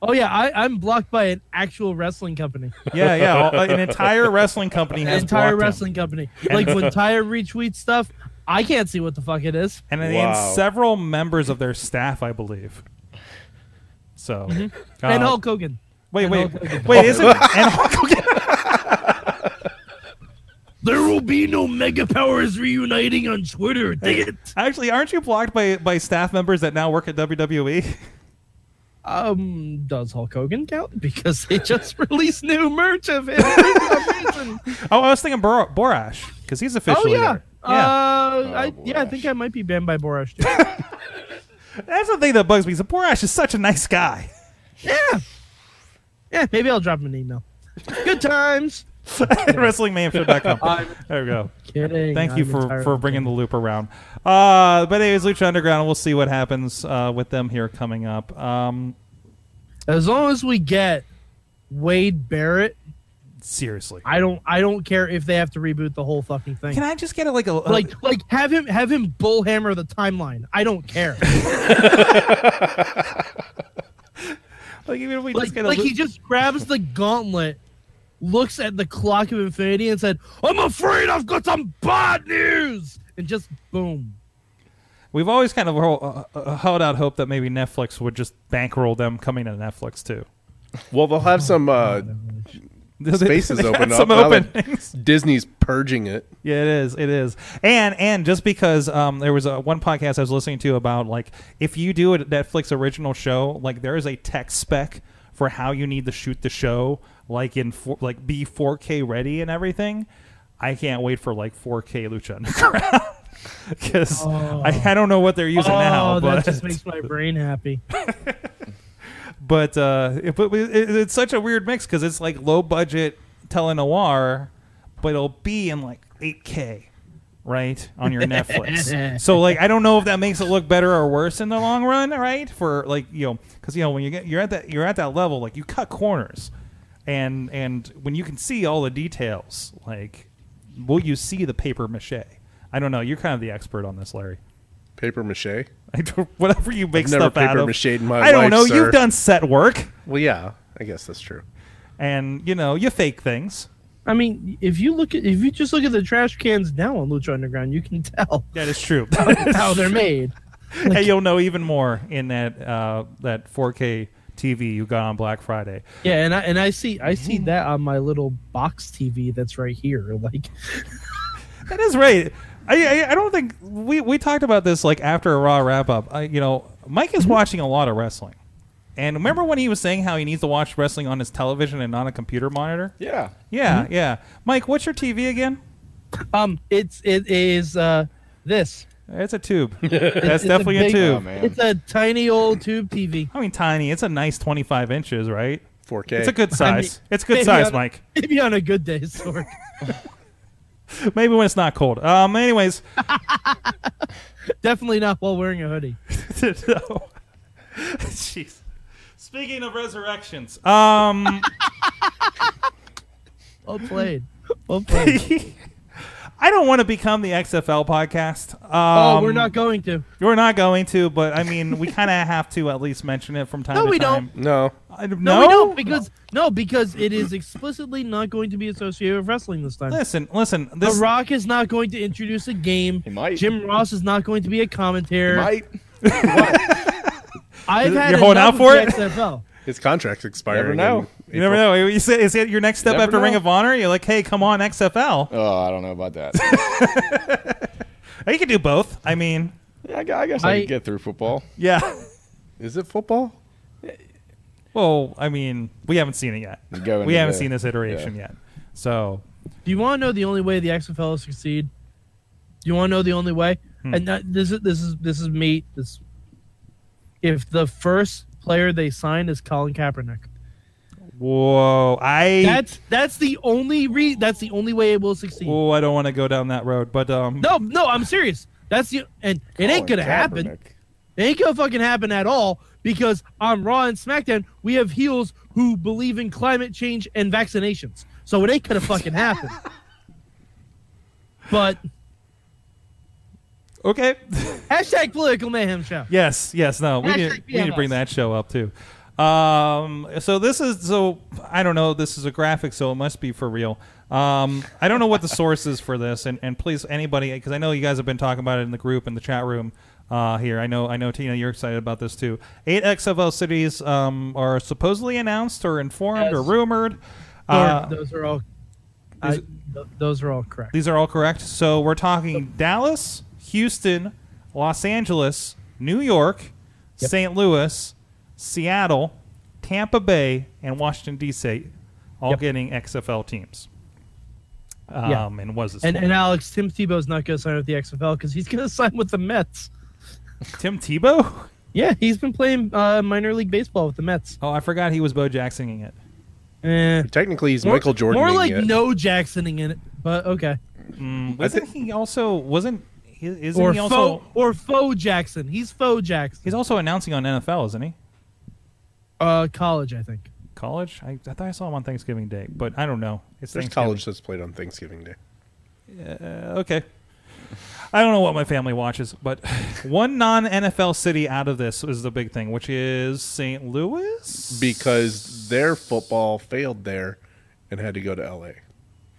[SPEAKER 4] Oh yeah, oh yeah. I, I'm blocked by an actual
[SPEAKER 3] *laughs*
[SPEAKER 4] wrestling company,
[SPEAKER 2] yeah, yeah. all- an entire wrestling company
[SPEAKER 4] an
[SPEAKER 2] has
[SPEAKER 4] entire
[SPEAKER 2] blocked him.
[SPEAKER 4] wrestling company.
[SPEAKER 3] *laughs*
[SPEAKER 4] Like when Tyre retweets stuff, I can't see what the fuck it is.
[SPEAKER 2] and, and
[SPEAKER 7] Wow.
[SPEAKER 2] several members of their staff, I believe. So,
[SPEAKER 4] and
[SPEAKER 2] uh,
[SPEAKER 4] Hulk Hogan.
[SPEAKER 2] wait,
[SPEAKER 4] and
[SPEAKER 2] wait,
[SPEAKER 4] Hulk Hogan.
[SPEAKER 2] wait, is it? And Hulk
[SPEAKER 3] There will be no mega powers reuniting on Twitter. Dang it.
[SPEAKER 2] Actually, aren't you blocked by by staff members that now work at E? WWE?
[SPEAKER 4] Um, does Hulk Hogan count? *laughs* Because
[SPEAKER 3] *laughs*
[SPEAKER 4] they just released new merch of him. for some reason.
[SPEAKER 2] *laughs* oh, I was thinking Bor- Borash because he's
[SPEAKER 4] oh
[SPEAKER 2] officially
[SPEAKER 4] yeah.
[SPEAKER 2] there. Yeah,
[SPEAKER 4] Uh, I,
[SPEAKER 5] Oh,
[SPEAKER 4] yeah, I
[SPEAKER 5] Borash.
[SPEAKER 4] think I might be banned by Borash too.
[SPEAKER 2] that's the thing that bugs me. Is that Borash is such a nice guy. *laughs*
[SPEAKER 4] yeah, yeah. Maybe I'll drop him an email. Good times.
[SPEAKER 2] WrestlingMayhemShow.com. There we go.
[SPEAKER 4] Kidding.
[SPEAKER 2] Thank you
[SPEAKER 4] I'm
[SPEAKER 2] for,
[SPEAKER 4] entirely
[SPEAKER 2] for bringing the loop around. Uh, but anyways, Lucha Underground. We'll see what happens uh, with them here coming up. Um,
[SPEAKER 4] As long as we get Wade Barrett,
[SPEAKER 2] seriously,
[SPEAKER 4] I don't I don't care if they have to reboot the whole fucking thing.
[SPEAKER 2] can I just get a, like a
[SPEAKER 4] like like have him have him bullhammer the timeline. I
[SPEAKER 2] *laughs*
[SPEAKER 4] don't care.
[SPEAKER 2] like even if we
[SPEAKER 4] Like
[SPEAKER 2] just get a
[SPEAKER 4] like
[SPEAKER 2] Lu-
[SPEAKER 4] he just grabs the gauntlet, looks at the clock of infinity and said, "I'm afraid I've got some bad news." And just boom.
[SPEAKER 2] We've always kind of hol- uh, uh, held out hope that maybe Netflix would just bankroll them coming to Netflix too. *laughs*
[SPEAKER 7] Well, they'll have some uh, Space
[SPEAKER 2] *laughs*
[SPEAKER 7] is
[SPEAKER 2] They got
[SPEAKER 7] open up
[SPEAKER 2] Some
[SPEAKER 7] now that-
[SPEAKER 2] openings.
[SPEAKER 7] *laughs* Disney's purging it.
[SPEAKER 2] Yeah, it is. It is. And and just because um, there was a, one podcast I was listening to about like if you do a Netflix original show, like there is a tech spec for how you need to shoot the show, like in four, like be 4K ready and everything. I can't wait for like 4K Lucha Underground *laughs* because I, I don't know what they're using now.
[SPEAKER 4] oh,
[SPEAKER 2] But *laughs*
[SPEAKER 4] that just makes my brain happy.
[SPEAKER 2] but uh, it, but it, it- it's such a weird mix because it's like low budget telenoir, but it'll be in like 8K, right, on your Netflix. so like I don't know if that makes it look better or worse in the long run, right? For like you know, because you know when you get you're at that you're at that level, like you cut corners, and and when you can see all the details, like will you see the paper mache? I don't know. You're kind of the expert on this, Larry. *laughs*
[SPEAKER 7] Paper mache.
[SPEAKER 2] I don't, whatever you make
[SPEAKER 7] I've never
[SPEAKER 2] stuff out
[SPEAKER 7] paper
[SPEAKER 2] of.
[SPEAKER 7] mached in my
[SPEAKER 2] I don't
[SPEAKER 7] life,
[SPEAKER 2] know.
[SPEAKER 7] sir.
[SPEAKER 2] You've done set work
[SPEAKER 7] Well, yeah, I guess that's true.
[SPEAKER 2] and you know you fake things.
[SPEAKER 4] I mean, if you look at if you just look at the trash cans now on Lucha Underground, you can tell
[SPEAKER 2] That is *laughs* true.
[SPEAKER 4] how they're made.
[SPEAKER 2] and you'll know even more in that uh, that 4K TV you got on Black Friday.
[SPEAKER 4] Yeah, and I and I see I
[SPEAKER 5] Mm-hmm.
[SPEAKER 4] see that on my little box TV that's right here. *laughs* Like
[SPEAKER 2] That is right. I, I, I don't think we, we talked about this like after a raw wrap up. I, you know, Mike is watching a lot of wrestling, and remember when he was saying how he needs to watch wrestling on his television and not a computer monitor?
[SPEAKER 5] Yeah.
[SPEAKER 2] Yeah, yeah. Mike, what's your TV again?
[SPEAKER 4] um it's it is uh this
[SPEAKER 2] *laughs* It's a tube. That's definitely a,
[SPEAKER 4] big-
[SPEAKER 2] tube.
[SPEAKER 5] Oh, man.
[SPEAKER 4] It's a tiny old tube TV.
[SPEAKER 2] I mean, tiny. It's a nice 25 inches, right?
[SPEAKER 7] 4K.
[SPEAKER 2] It's a good
[SPEAKER 4] mean,
[SPEAKER 2] size. It's good
[SPEAKER 4] maybe
[SPEAKER 2] size,
[SPEAKER 4] on-
[SPEAKER 2] Mike.
[SPEAKER 4] *laughs* Maybe on a good day,
[SPEAKER 5] *laughs*
[SPEAKER 4] Sorg.
[SPEAKER 2] Maybe when it's not cold. Um.
[SPEAKER 4] *laughs*
[SPEAKER 2] Anyways, *laughs*
[SPEAKER 4] Definitely not while wearing a hoodie.
[SPEAKER 2] no. Jeez. Speaking of resurrections, um, *laughs*
[SPEAKER 4] Well played.
[SPEAKER 5] *laughs*
[SPEAKER 4] Well played.
[SPEAKER 2] I don't want to become the XFL podcast. Um,
[SPEAKER 4] oh, we're not going to.
[SPEAKER 2] We're not going to, but I mean, we kind of *laughs* have to at least mention it from time
[SPEAKER 4] No,
[SPEAKER 2] to
[SPEAKER 4] we
[SPEAKER 2] time.
[SPEAKER 7] no.
[SPEAKER 2] I-
[SPEAKER 4] No, we don't because no. because it is explicitly not going to be associated with wrestling this time.
[SPEAKER 2] Listen, listen.
[SPEAKER 4] The
[SPEAKER 2] This
[SPEAKER 4] Rock is not going to introduce a game.
[SPEAKER 5] He might.
[SPEAKER 4] Jim Ross is not going to be a commentator.
[SPEAKER 5] Might.
[SPEAKER 4] I've had
[SPEAKER 2] You're holding
[SPEAKER 4] enough
[SPEAKER 2] out for
[SPEAKER 4] of
[SPEAKER 2] it?
[SPEAKER 4] the XFL.
[SPEAKER 7] His contract's expiring.
[SPEAKER 5] know.
[SPEAKER 7] in
[SPEAKER 2] you never
[SPEAKER 7] April.
[SPEAKER 2] know. You say, is it your next step
[SPEAKER 5] Never
[SPEAKER 2] after Ring
[SPEAKER 5] know.
[SPEAKER 2] of Honor? You're like, hey, come on, XFL.
[SPEAKER 5] Oh, I don't know about *laughs* that.
[SPEAKER 2] Or you can do both. I mean,
[SPEAKER 5] I, gu- I guess I,
[SPEAKER 4] I-
[SPEAKER 5] could get through football.
[SPEAKER 2] yeah. *laughs*
[SPEAKER 7] Is it football?
[SPEAKER 2] Well, I mean, we haven't seen it yet.
[SPEAKER 5] You go
[SPEAKER 2] we
[SPEAKER 5] into
[SPEAKER 2] haven't
[SPEAKER 5] the-
[SPEAKER 2] seen this iteration
[SPEAKER 5] yeah.
[SPEAKER 2] yet. So
[SPEAKER 4] Do you want to know the only way the XFL will succeed? Do you want to know the only way?
[SPEAKER 5] Hmm.
[SPEAKER 4] And that, this is this is this is me. This if the first player they sign is Colin Kaepernick.
[SPEAKER 2] Whoa, I
[SPEAKER 4] That's that's the only re. That's the only way it will succeed.
[SPEAKER 2] oh, I don't want to go down that road, but um,
[SPEAKER 4] No, no, I'm serious. That's the and it ain't gonna
[SPEAKER 5] Colin
[SPEAKER 4] happen.
[SPEAKER 5] Kaepernick.
[SPEAKER 4] It ain't gonna fucking happen at all because on Raw and SmackDown we have heels who believe in climate change and vaccinations. So it ain't gonna fucking
[SPEAKER 5] *laughs*
[SPEAKER 4] happen. But
[SPEAKER 2] okay, *laughs*
[SPEAKER 4] hashtag political mayhem show.
[SPEAKER 2] yes, yes, no, we
[SPEAKER 4] Hashtag
[SPEAKER 2] need, we need to bring
[SPEAKER 4] PMS.
[SPEAKER 2] that show up too. Um, so this is so I don't know. This is a graphic, so it must be for real. Um, I don't know what the source is for this, and, and please anybody, because I know you guys have been talking about it in the group in the chat room. Uh, here, I know, I know, Tina, you're excited about this too. Eight XFL cities um, are supposedly announced or informed or rumored. Uh,
[SPEAKER 4] Those- those are all. I,
[SPEAKER 2] is-
[SPEAKER 4] th- those are all correct.
[SPEAKER 2] These are all correct. So we're talking Dallas, Houston, Los Angeles, New York, St. Louis, Seattle, Tampa Bay, and Washington D.C. All
[SPEAKER 4] Yep.
[SPEAKER 2] getting XFL teams. Um,
[SPEAKER 4] Yeah.
[SPEAKER 2] and was this
[SPEAKER 4] and
[SPEAKER 2] one.
[SPEAKER 4] and Alex Tim Tebow's not gonna sign with the XFL because he's gonna *laughs* sign with the Mets.
[SPEAKER 2] Tim Tebow? *laughs*
[SPEAKER 4] Yeah, he's been playing uh, minor league baseball with the Mets.
[SPEAKER 2] Oh, I forgot he was Bo Jacksoning it.
[SPEAKER 4] Eh.
[SPEAKER 7] Technically, he's Michael Jordan.
[SPEAKER 4] More like
[SPEAKER 7] it.
[SPEAKER 4] no Jacksoning in it, but okay.
[SPEAKER 7] Mm-hmm.
[SPEAKER 2] Wasn't he also? Wasn't he? Isn't
[SPEAKER 4] Or
[SPEAKER 2] he
[SPEAKER 4] faux,
[SPEAKER 2] also?
[SPEAKER 4] or faux Jackson. He's faux Jackson.
[SPEAKER 2] He's also announcing on NFL, isn't he?
[SPEAKER 4] uh, college, I think.
[SPEAKER 2] College? I, I thought I saw him on Thanksgiving Day, but I don't know. It's
[SPEAKER 7] There's
[SPEAKER 2] Thanksgiving.
[SPEAKER 7] college that's played on Thanksgiving Day.
[SPEAKER 2] okay. I don't know what my family watches, but *laughs* one non NFL city out of this is the big thing, which is St. Louis.
[SPEAKER 7] Because their football failed there and had to go to LA.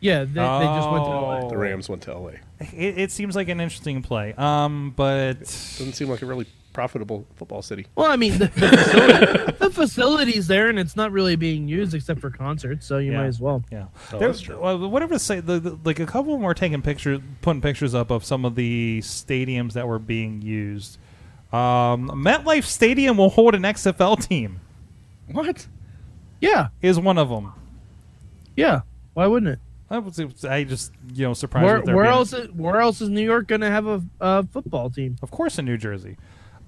[SPEAKER 4] Yeah, they, they just went to LA.
[SPEAKER 2] Oh.
[SPEAKER 7] The Rams went to LA.
[SPEAKER 2] It, it seems like an interesting play, um, but
[SPEAKER 7] Doesn't seem like a really profitable football city.
[SPEAKER 4] Well, I mean, the,
[SPEAKER 2] *laughs*
[SPEAKER 4] the, facility, the facility's there, and it's not really being used except for concerts, so you
[SPEAKER 2] Yeah.
[SPEAKER 4] might as well.
[SPEAKER 2] yeah, There- well, whatever. to Say the, the, like a couple of them were taking pictures, putting pictures up of some of the stadiums that were being used. Um, MetLife Stadium will hold an XFL team.
[SPEAKER 5] What?
[SPEAKER 4] Yeah,
[SPEAKER 2] Is one of them.
[SPEAKER 4] yeah. Why wouldn't it?
[SPEAKER 2] I, was, I just you know surprised.
[SPEAKER 4] Where,
[SPEAKER 2] with there
[SPEAKER 4] where
[SPEAKER 2] being-
[SPEAKER 4] else? is- Where else is New York going to have a, a football team?
[SPEAKER 2] of course in New Jersey.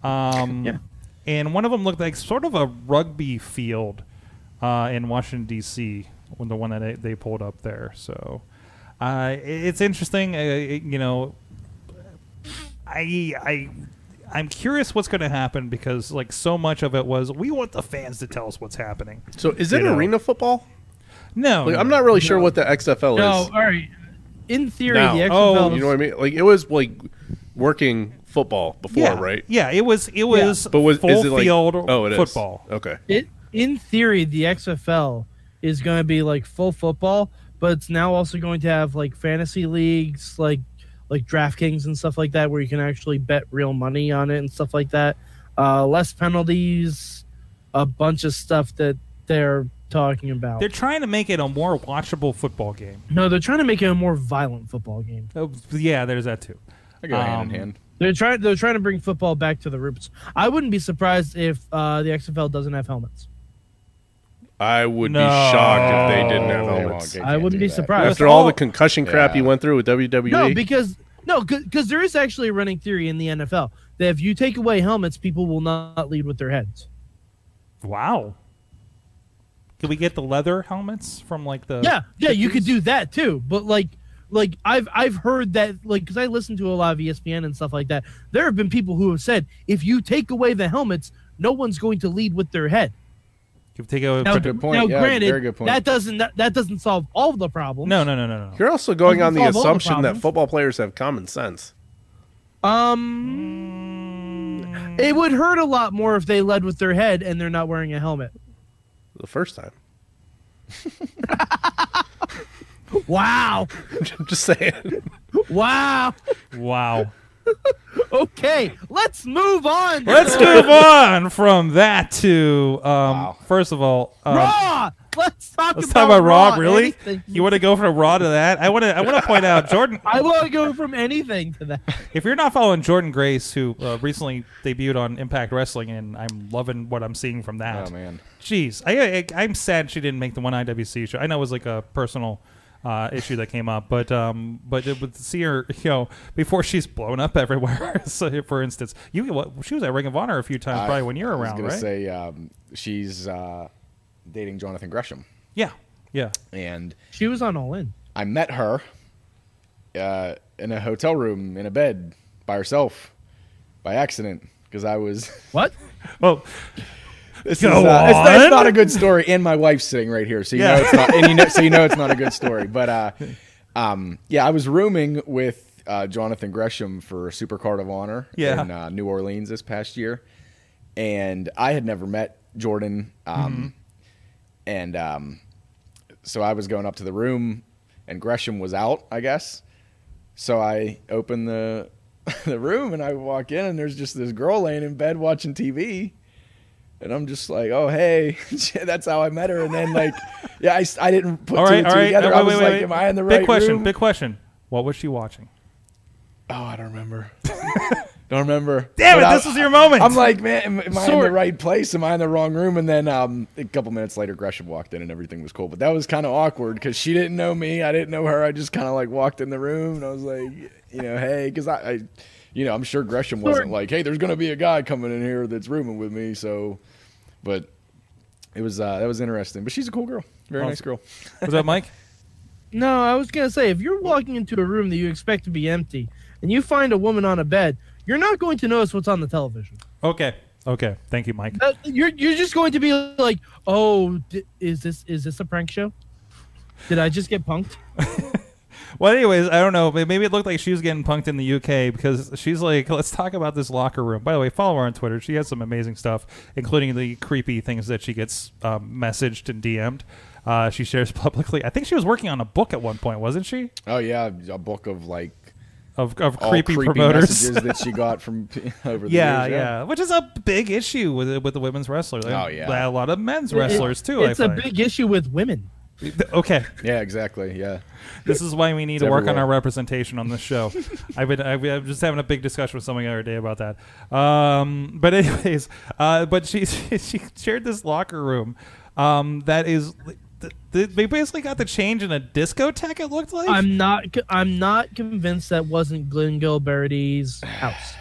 [SPEAKER 2] Um,
[SPEAKER 4] Yeah.
[SPEAKER 2] And one of them looked like sort of a rugby field uh, in Washington D.C. When the one that they, they pulled up there, so uh, i it's interesting. Uh, it- you know, I I I'm curious what's going to happen because like so much of it was we want the fans to tell us what's happening.
[SPEAKER 7] So is it
[SPEAKER 2] You know.
[SPEAKER 7] arena football?
[SPEAKER 2] Oh, No,
[SPEAKER 7] Like, I'm not really sure what the XFL
[SPEAKER 4] No,
[SPEAKER 7] is.
[SPEAKER 4] all right. In theory,
[SPEAKER 7] now.
[SPEAKER 4] the XFL.
[SPEAKER 2] Oh,
[SPEAKER 7] You know what I mean? Like it was like working football before,
[SPEAKER 2] yeah,
[SPEAKER 7] right?
[SPEAKER 2] Yeah, it was it was
[SPEAKER 7] But was
[SPEAKER 2] full
[SPEAKER 7] is it like,
[SPEAKER 2] field
[SPEAKER 7] oh, it is.
[SPEAKER 2] football.
[SPEAKER 7] Okay.
[SPEAKER 4] It in theory, the XFL is going to be like full football, but it's now also going to have like fantasy leagues, like like DraftKings and stuff like that, where you can actually bet real money on it and stuff like that. Uh, less penalties, a bunch of stuff that they're talking about.
[SPEAKER 2] They're trying to make it a more watchable football game.
[SPEAKER 4] no, they're trying to make it a more violent football game.
[SPEAKER 2] Oh, yeah, there's that too.
[SPEAKER 5] I go
[SPEAKER 2] Um,
[SPEAKER 5] hand in hand.
[SPEAKER 4] They're trying they're trying to bring football back to the roots. I wouldn't be surprised if uh, the XFL doesn't have helmets.
[SPEAKER 7] I would
[SPEAKER 2] No.
[SPEAKER 7] be shocked if they didn't have
[SPEAKER 5] They won't
[SPEAKER 7] helmets.
[SPEAKER 5] get-
[SPEAKER 4] I
[SPEAKER 5] can't
[SPEAKER 4] wouldn't
[SPEAKER 5] do
[SPEAKER 4] be
[SPEAKER 5] that.
[SPEAKER 4] surprised.
[SPEAKER 7] After all the
[SPEAKER 2] That's all-
[SPEAKER 7] concussion crap
[SPEAKER 5] Yeah.
[SPEAKER 7] you went through with E, WWE,
[SPEAKER 4] No, because No, because there is actually a running theory in the NFL that if you take away helmets, people will not lead with their heads.
[SPEAKER 2] Wow. Could we get the leather helmets from like the?
[SPEAKER 5] Uh,
[SPEAKER 4] yeah, yeah, you could do that too. But like, like I've I've heard that like because I listen to a lot of E ESPN and stuff like that. There have been people who have said if you take away the helmets, no one's going to lead with their head.
[SPEAKER 2] Could we take a?
[SPEAKER 4] Now,
[SPEAKER 5] good point.
[SPEAKER 4] now
[SPEAKER 5] Yeah,
[SPEAKER 4] granted,
[SPEAKER 5] very good point.
[SPEAKER 4] that doesn't that, that doesn't solve all the problems.
[SPEAKER 2] no, no, no, no,
[SPEAKER 7] You're also going
[SPEAKER 4] can
[SPEAKER 7] on the
[SPEAKER 4] solve all the
[SPEAKER 7] assumption that
[SPEAKER 4] problems.
[SPEAKER 7] football players have common sense.
[SPEAKER 4] Um,
[SPEAKER 2] no.
[SPEAKER 4] it would hurt a lot more if they led with their head and they're not wearing a helmet.
[SPEAKER 7] The first time, *laughs*
[SPEAKER 4] Wow,
[SPEAKER 7] I'm just saying.
[SPEAKER 4] wow.
[SPEAKER 2] Wow.
[SPEAKER 4] Okay, let's move on.
[SPEAKER 2] Let's move on from that to um, first of all, um,
[SPEAKER 4] Raw. Let's talk
[SPEAKER 2] let's
[SPEAKER 4] about
[SPEAKER 2] talk about Raw.
[SPEAKER 4] Raw,
[SPEAKER 2] really,
[SPEAKER 4] anything.
[SPEAKER 2] you want to go from Raw to that? I want to. I want to point out Jordan.
[SPEAKER 4] *laughs* I want to go from anything to that.
[SPEAKER 2] if you're not following Jordan Grace, who uh, recently debuted on Impact Wrestling, and I'm loving what I'm seeing from that.
[SPEAKER 5] Oh man,
[SPEAKER 2] Jeez, I, I I'm sad she didn't make the one IWC show. I know it was like a personal uh, issue that came up, but um, but it, but to see her, you know, before she's blown up *laughs* everywhere. so for instance, you what, she was at Ring of Honor a few times,
[SPEAKER 5] I-
[SPEAKER 2] probably when you're
[SPEAKER 5] I was
[SPEAKER 2] around,
[SPEAKER 5] gonna
[SPEAKER 2] right?
[SPEAKER 5] say um, she's uh, dating Jonathan Gresham,
[SPEAKER 2] yeah, yeah.
[SPEAKER 5] and
[SPEAKER 4] She was on All In.
[SPEAKER 5] I met her uh, in a hotel room in a bed by herself by accident because I was.
[SPEAKER 4] What?
[SPEAKER 2] Well,
[SPEAKER 5] This
[SPEAKER 2] Go
[SPEAKER 5] is, uh, It's, not,
[SPEAKER 2] on.
[SPEAKER 5] it's not a good story, and my wife's sitting right here, so you
[SPEAKER 2] Yeah.
[SPEAKER 5] know it's not. And you know, so you know it's not a
[SPEAKER 2] *laughs*
[SPEAKER 5] good story. But uh, um, yeah, I was rooming with uh, Jonathan Gresham for Super Card of Honor
[SPEAKER 2] Yeah.
[SPEAKER 5] in uh, New Orleans this past year, and I had never met Jordan, um,
[SPEAKER 2] Mm-hmm.
[SPEAKER 5] and um, so I was going up to the room, and Gresham was out, I guess. So I open the *laughs* the room and I walk in, and there's just this girl laying in bed watching TV. And I'm just like, oh hey, *laughs* that's how I met her. And then like, yeah, I, s- I didn't put
[SPEAKER 2] all
[SPEAKER 5] two
[SPEAKER 2] right,
[SPEAKER 5] and
[SPEAKER 2] all
[SPEAKER 5] two
[SPEAKER 2] right.
[SPEAKER 5] together.
[SPEAKER 2] Uh,
[SPEAKER 5] I
[SPEAKER 2] wait,
[SPEAKER 5] was
[SPEAKER 2] wait,
[SPEAKER 5] like,
[SPEAKER 2] wait.
[SPEAKER 5] am I in the
[SPEAKER 2] big
[SPEAKER 5] right
[SPEAKER 2] question?
[SPEAKER 5] room?
[SPEAKER 2] Big question. What was she watching?
[SPEAKER 5] *laughs* Oh, I don't remember. *laughs* don't remember.
[SPEAKER 2] Damn
[SPEAKER 5] But
[SPEAKER 2] it!
[SPEAKER 5] I-
[SPEAKER 2] This was your moment.
[SPEAKER 5] I'm like, man, am, am I in the
[SPEAKER 4] Sort.
[SPEAKER 5] right place? Am I in the wrong room? And then um, a couple minutes later, Gresham walked in and everything was cool. But that was kind of awkward because she didn't know me. I didn't know her. I just kind of like walked in the room and I was like, you know, hey, because I, I, you know, I'm sure Gresham wasn't like, hey, there's going to be a guy coming in here that's rooming with me. So, but it was, uh, that was interesting. But she's a cool girl. Very nice
[SPEAKER 2] Awesome.
[SPEAKER 5] girl.
[SPEAKER 2] was that Mike?
[SPEAKER 4] No, I was gonna say if you're walking into a room that you expect to be empty and you find a woman on a bed, you're not going to notice what's on the television.
[SPEAKER 2] Okay, okay. Thank you, Mike.
[SPEAKER 4] That- Uh, You're you're just going to be like, oh, d- is this is this a prank show? Did I just get punked?
[SPEAKER 2] Well, anyways, I don't know. May- Maybe it looked like she was getting punked in the UK because she's like, let's talk about this locker room. By the way, follow her on Twitter. She has some amazing stuff, including the creepy things that she gets um, messaged and DM'd. Uh, she shares *laughs* publicly. I think she was working on a book at one point, wasn't she?
[SPEAKER 5] Oh, yeah. A book of like
[SPEAKER 2] Of, of
[SPEAKER 5] all
[SPEAKER 2] creepy,
[SPEAKER 5] creepy
[SPEAKER 2] promoters. *laughs*
[SPEAKER 5] messages that she got from *laughs* p- over the
[SPEAKER 2] yeah,
[SPEAKER 5] years.
[SPEAKER 2] yeah, which is a big issue with with the women's wrestlers.
[SPEAKER 5] Oh, yeah.
[SPEAKER 2] By a lot of men's wrestlers too.
[SPEAKER 4] It's
[SPEAKER 2] I
[SPEAKER 4] a
[SPEAKER 2] find.
[SPEAKER 4] big issue with women.
[SPEAKER 2] okay.
[SPEAKER 5] Yeah, exactly. Yeah.
[SPEAKER 2] This is why we need
[SPEAKER 5] It's
[SPEAKER 2] to work on
[SPEAKER 5] everywhere.
[SPEAKER 2] our representation on this
[SPEAKER 5] *laughs*
[SPEAKER 2] show. I've been I've, I'm just having a big discussion with someone the other day about that. Um, but *laughs* anyways, uh, but she, *laughs* she she shared this locker room um, that is th- th- they basically got the change in a discotheque. It looked like
[SPEAKER 4] I'm not co- I'm not convinced that wasn't Glenn
[SPEAKER 2] *laughs*
[SPEAKER 4] Gilberty's house.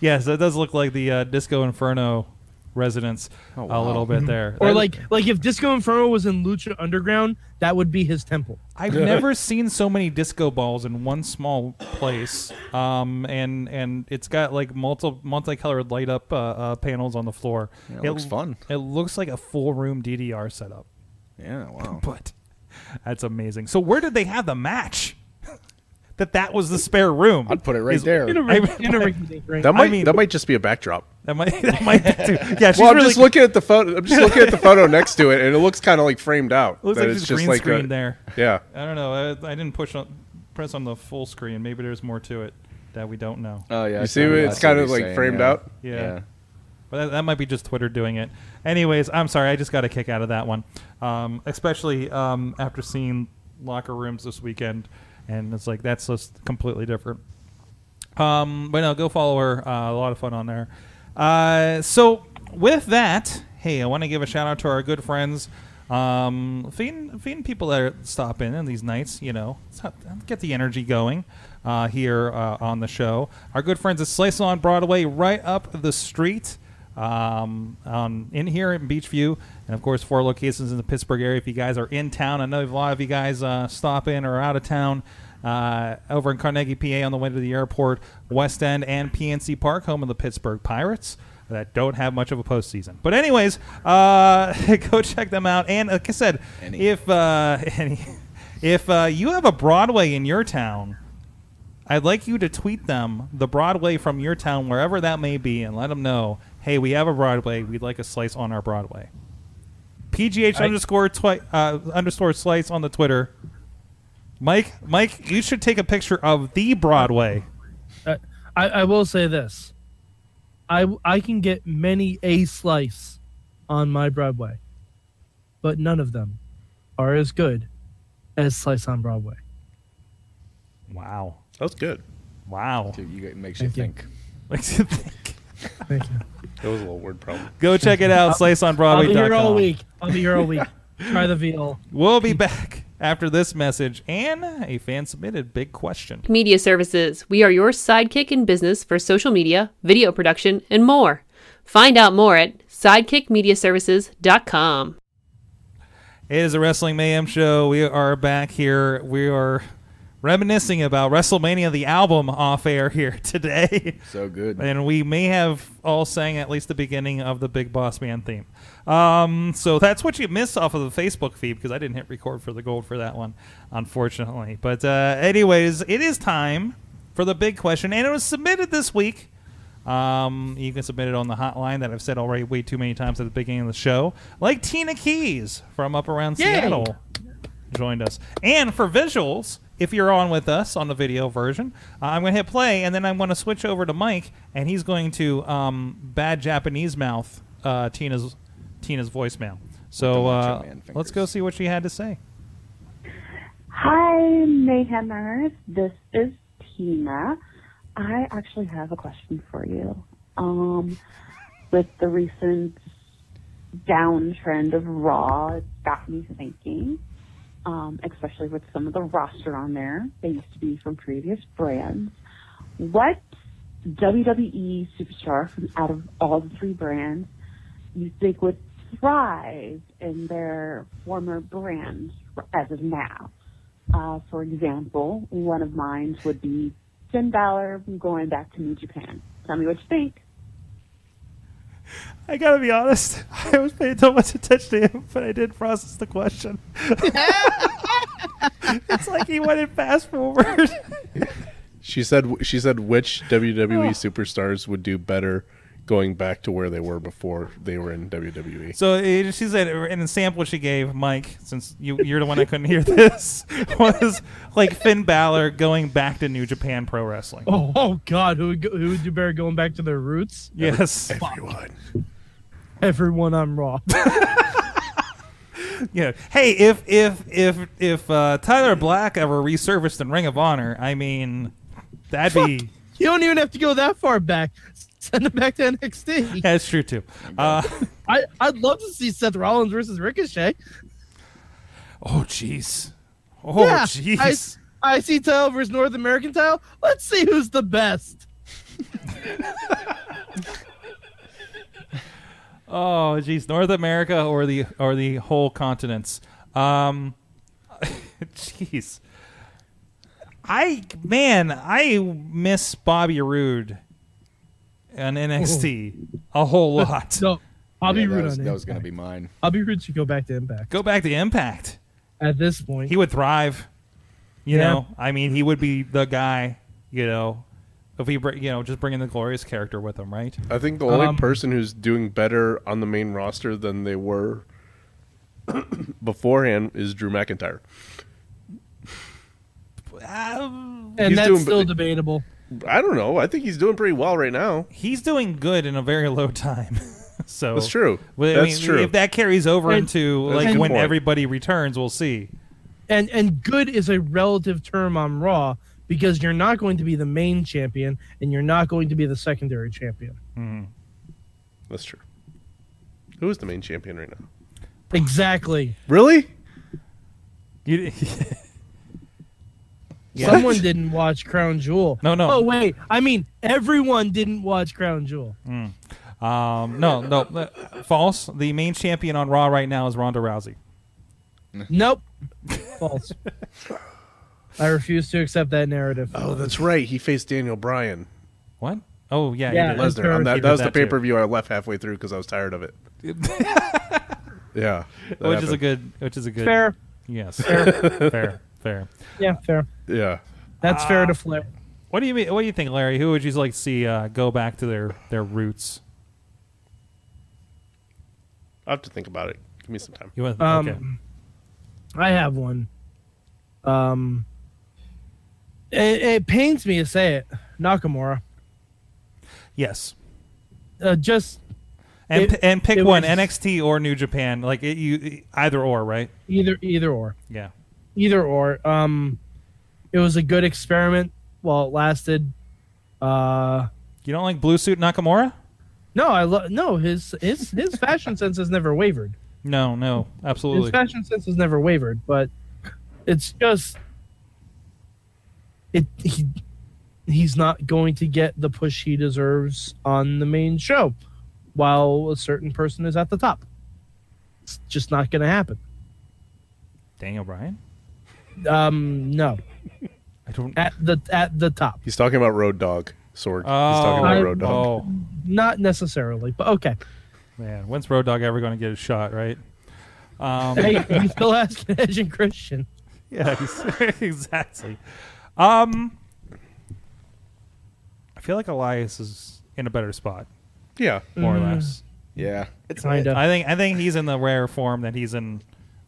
[SPEAKER 2] yes, that does look like the uh, Disco Inferno residence
[SPEAKER 5] Oh,
[SPEAKER 2] a little bit there.
[SPEAKER 4] Mm-hmm. or
[SPEAKER 2] That-
[SPEAKER 4] like like if Disco Inferno was in Lucha Underground, that would be his temple.
[SPEAKER 2] I've never seen so many disco balls in one small place, um, and and it's got like multi multicolored light up uh, uh, panels on the floor.
[SPEAKER 5] Yeah, it looks fun.
[SPEAKER 2] It looks like a full room DDR setup,
[SPEAKER 5] Yeah. Wow.
[SPEAKER 2] but that's amazing. So where did they have the match? *laughs* that that was the spare room.
[SPEAKER 5] I'd put it right
[SPEAKER 2] Is-
[SPEAKER 5] there.
[SPEAKER 4] In a, *laughs*
[SPEAKER 2] I-
[SPEAKER 4] in a rinky-dink ring.
[SPEAKER 7] That might
[SPEAKER 2] mean-
[SPEAKER 7] that might just be a backdrop.
[SPEAKER 2] *laughs* That might that might be too. Yeah, she's
[SPEAKER 7] well, I'm
[SPEAKER 2] really
[SPEAKER 7] just looking at the photo. I'm just looking at the photo next to it, and it looks kind of like framed out.
[SPEAKER 2] looks
[SPEAKER 7] that
[SPEAKER 2] like
[SPEAKER 7] it's
[SPEAKER 2] just green
[SPEAKER 7] like
[SPEAKER 2] screen
[SPEAKER 7] a-
[SPEAKER 2] there.
[SPEAKER 7] Yeah,
[SPEAKER 2] I don't know. I, I didn't push on press on the full screen. Maybe there's more to it that we don't know.
[SPEAKER 5] Oh yeah.
[SPEAKER 7] you see, what- it's kind of like framed out.
[SPEAKER 2] Yeah. But that, that might be just Twitter doing it. Anyways, I'm sorry. I just got a kick out of that one, um, especially um, after seeing locker rooms this weekend, and it's like that's just completely different. Um, but no, go follow her. Uh, a lot of fun on there. Uh, so with that, hey, I want to give a shout out to our good friends Um, feeding, feeding people that are stopping in these nights, you know, it's not- get the energy going uh, here uh, on the show. Our good friends at Slice on Broadway, right up the street um, um, in here in Beachview, and of course four locations in the Pittsburgh area. If you guys are in town, I know a lot of you guys uh, stop in or out of town. Uh, over in Carnegie, PA, on the way to the airport, West End, and PNC Park, home of the Pittsburgh Pirates, that don't have much of a postseason. But anyways, uh, *laughs* go check them out. And like I said,
[SPEAKER 5] Any.
[SPEAKER 2] if uh, *laughs* any, if uh, you have a Broadway in your town, I'd like you to tweet them the Broadway from your town, wherever that may be, and let them know, hey, we have a Broadway. We'd like a slice on our Broadway. PGH underscore twi- uh, underscore slice on the Twitter. Mike, Mike, you should take a picture of the Broadway.
[SPEAKER 4] Uh, I, I will say this. I I can get many a slice on my Broadway, but none of them are as good as slice on Broadway.
[SPEAKER 2] Wow,
[SPEAKER 7] That was good.
[SPEAKER 2] wow. *laughs*
[SPEAKER 5] Dude, you, it makes you
[SPEAKER 4] Thank you.
[SPEAKER 5] think.
[SPEAKER 2] Makes you think.
[SPEAKER 4] Thank you.
[SPEAKER 7] That was a little word problem.
[SPEAKER 2] Go check it out,
[SPEAKER 4] I'll be here all
[SPEAKER 2] sliceonbroadway.com.
[SPEAKER 4] week. I'll be here all *laughs* week. Try the veal.
[SPEAKER 2] We'll be back after this message and a fan submitted big question.
[SPEAKER 8] Media Services. We are your sidekick in business for social media, video production, and more. Find out more at sidekickmediaservices.com.
[SPEAKER 2] It is a Wrestling Mayhem show. We are back here. We are reminiscing about WrestleMania, the album, off air here *laughs* today.
[SPEAKER 5] So good.
[SPEAKER 2] And we may have all sang at least the beginning of the Big Boss Man theme. Um, so that's what you missed off of the Facebook feed because I didn't hit record for the gold for that one, unfortunately. But, uh, anyways, it is time for the big question. And it was submitted this week. Um, you can submit it on the hotline that I've said already way too many times at the beginning of the show. Like Tina Keys from up around Seattle joined us. And for visuals, if you're on with us on the video version, uh, I'm going to hit play, and then I'm going to switch over to Mike, and he's going to um, bad Japanese mouth uh, Tina's Tina's voicemail. So
[SPEAKER 5] With the Macho
[SPEAKER 2] uh,
[SPEAKER 5] Man fingers.
[SPEAKER 2] let's go see what she had to say.
[SPEAKER 9] Hi, Mayhemers. This is Tina. I actually have a question for you. Um, with the recent downtrend of Raw, it's got me thinking, um, especially with some of the roster on there. They used to be from previous brands. What WWE superstar from out of all the three brands you think would thrive in their former brand as of now? Uh, for example, one of mine would be Finn Balor going back to New Japan. Tell me what you think.
[SPEAKER 2] I gotta be honest. *laughs* I was paying so much attention to him, but I didn't process the question. *laughs* it's like he went in fast forward. *laughs*
[SPEAKER 7] She said she said which
[SPEAKER 4] Oh.
[SPEAKER 7] WWE superstars would do better going back to where they were before they were in E? WWE.
[SPEAKER 2] So uh, she said, in the sample she gave Mike, since you, you're the one that couldn't hear this, *laughs* was like Finn Balor going back to New Japan Pro Wrestling.
[SPEAKER 4] Oh, oh God, who would go, who would do better going back to their roots?
[SPEAKER 2] yes,
[SPEAKER 7] Everyone.
[SPEAKER 4] Everyone on Raw. *laughs*
[SPEAKER 2] yeah. Hey, if if if if uh, Tyler Black ever resurfaced in Ring of Honor, I mean, that'd be
[SPEAKER 4] you don't even have to go that far back. Send them back to NXT.
[SPEAKER 2] that's true too. Uh, *laughs*
[SPEAKER 4] I I'd love to see Seth Rollins versus Ricochet.
[SPEAKER 2] oh jeez, oh
[SPEAKER 4] Yeah, I,
[SPEAKER 2] jeez.
[SPEAKER 4] I see tile versus North American tile. Let's see who's the best.
[SPEAKER 2] Oh, geez, North America or the or the whole continents. Um, *laughs* jeez, I man, I miss Bobby Roode and NXT a whole
[SPEAKER 7] *laughs*
[SPEAKER 2] lot.
[SPEAKER 4] So I'll be
[SPEAKER 5] Yeah, that
[SPEAKER 4] rude
[SPEAKER 5] was,
[SPEAKER 4] on
[SPEAKER 5] that was going
[SPEAKER 4] Impact.
[SPEAKER 5] to be mine.
[SPEAKER 4] I'll be rude to go back to Impact
[SPEAKER 2] Go back to Impact.
[SPEAKER 4] at this point.
[SPEAKER 2] He would thrive. You
[SPEAKER 4] Yeah.
[SPEAKER 2] know, I mean, he would be the guy. You know, if he br- you know just bringing the glorious character with him, right?
[SPEAKER 7] I think the only
[SPEAKER 4] Um,
[SPEAKER 7] person who's doing better on the main roster than they were *coughs* beforehand is Drew McIntyre.
[SPEAKER 4] and
[SPEAKER 7] he's
[SPEAKER 4] that's
[SPEAKER 7] doing-
[SPEAKER 4] still debatable.
[SPEAKER 7] I don't know. I think he's doing pretty well right now.
[SPEAKER 2] He's doing good in a very low *laughs* time. so
[SPEAKER 7] That's true.
[SPEAKER 2] Well, I
[SPEAKER 7] That's
[SPEAKER 2] mean,
[SPEAKER 7] true.
[SPEAKER 2] If that carries over
[SPEAKER 4] And-
[SPEAKER 2] into
[SPEAKER 7] That's a
[SPEAKER 2] like
[SPEAKER 7] good
[SPEAKER 2] when
[SPEAKER 7] point.
[SPEAKER 2] everybody returns, we'll see.
[SPEAKER 4] And and good is a relative term on Raw because you're not going to be the main champion and you're not going to be the secondary champion.
[SPEAKER 7] That's true. Who is the main champion right now?
[SPEAKER 4] Exactly.
[SPEAKER 7] Really?
[SPEAKER 2] You, *laughs*
[SPEAKER 4] Someone didn't watch Crown Jewel.
[SPEAKER 2] No, no.
[SPEAKER 4] Oh wait, I mean everyone didn't watch Crown Jewel.
[SPEAKER 2] Mm. Um, no, no, uh, false. The main champion on Raw right now is Ronda Rousey.
[SPEAKER 4] Nope. False. I refuse to accept that narrative.
[SPEAKER 7] Oh, that's right. He faced Daniel Bryan.
[SPEAKER 2] What? Oh yeah,
[SPEAKER 4] Yeah,
[SPEAKER 2] he did.
[SPEAKER 7] Lesnar. Um,
[SPEAKER 2] He
[SPEAKER 7] that,
[SPEAKER 2] did
[SPEAKER 7] that was
[SPEAKER 2] that
[SPEAKER 7] the
[SPEAKER 2] too.
[SPEAKER 7] pay per view I left halfway through because I was tired
[SPEAKER 2] *laughs*
[SPEAKER 7] of it. yeah,
[SPEAKER 2] which is a good, which is a good.
[SPEAKER 4] Fair.
[SPEAKER 2] Yes.
[SPEAKER 4] Fair.
[SPEAKER 2] *laughs* fair. Fair.
[SPEAKER 4] Yeah, fair.
[SPEAKER 7] Yeah.
[SPEAKER 4] That's fair to flip.
[SPEAKER 2] What do you mean? What do you think, Larry? Who would you like to see uh, go back to their their roots?
[SPEAKER 7] I have to think about it. Give me some time.
[SPEAKER 2] You want?
[SPEAKER 4] Um,
[SPEAKER 2] okay.
[SPEAKER 4] I have one. Um, it, it pains me to say it, Nakamura.
[SPEAKER 2] Yes.
[SPEAKER 4] Uh, just
[SPEAKER 2] And
[SPEAKER 4] it-
[SPEAKER 2] p- and pick
[SPEAKER 4] it
[SPEAKER 2] one
[SPEAKER 4] was-
[SPEAKER 2] NXT or New Japan. Like it, you either or, right?
[SPEAKER 4] either either or.
[SPEAKER 2] Yeah.
[SPEAKER 4] either or. Um, it was a good experiment while it lasted. Uh,
[SPEAKER 2] You don't like blue suit Nakamura?
[SPEAKER 4] no, I lo- no his his his fashion sense has never wavered.
[SPEAKER 2] No, no, absolutely.
[SPEAKER 4] His fashion sense has never wavered, but it's just it he he's not going to get the push he deserves on the main show while a certain person is at the top. It's just not going to happen.
[SPEAKER 2] Daniel Bryan.
[SPEAKER 4] Um, no,
[SPEAKER 2] I don't.
[SPEAKER 4] at the at the top,
[SPEAKER 7] He's talking about Road Dog Sorg. He's
[SPEAKER 2] Oh,
[SPEAKER 7] talking about Road Dog.
[SPEAKER 2] oh
[SPEAKER 4] not necessarily, but okay.
[SPEAKER 2] man, when's Road Dog ever going to get a shot?
[SPEAKER 7] *laughs*
[SPEAKER 2] Right. Um,
[SPEAKER 4] hey, he's still asking Edge and Christian.
[SPEAKER 2] Yeah, ex- *laughs* exactly. Um, I feel like Elias is in a better spot,
[SPEAKER 7] Yeah.
[SPEAKER 2] more or less.
[SPEAKER 5] Mm. Yeah, it's
[SPEAKER 4] Kinda.
[SPEAKER 2] I think I think he's in the rare form that he's in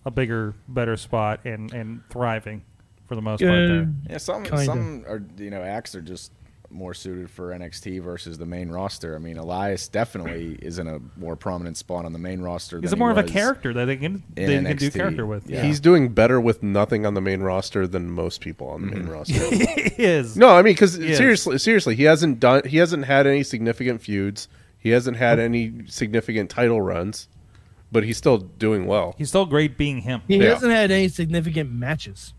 [SPEAKER 2] a bigger, better spot and and thriving for the most part. There.
[SPEAKER 5] Yeah, some
[SPEAKER 4] Kinda.
[SPEAKER 5] some are you know acts are just more suited for NXT versus the main roster. I mean, Elias definitely is in a more prominent spot on the main roster.
[SPEAKER 2] He's
[SPEAKER 5] than he
[SPEAKER 2] more of a
[SPEAKER 5] was.
[SPEAKER 2] character that they can
[SPEAKER 5] in
[SPEAKER 2] they can do
[SPEAKER 5] NXT.
[SPEAKER 2] character with.
[SPEAKER 5] Yeah.
[SPEAKER 7] He's doing better with nothing on the main roster than most people on the main
[SPEAKER 2] *laughs* *laughs*
[SPEAKER 7] roster.
[SPEAKER 2] he is.
[SPEAKER 7] No, I mean because
[SPEAKER 2] Yes.
[SPEAKER 7] seriously, seriously, he hasn't done. He hasn't had any significant feuds. He hasn't had any significant title runs, but he's still doing well.
[SPEAKER 2] He's still great being him.
[SPEAKER 4] He
[SPEAKER 7] Yeah.
[SPEAKER 4] hasn't had any significant matches.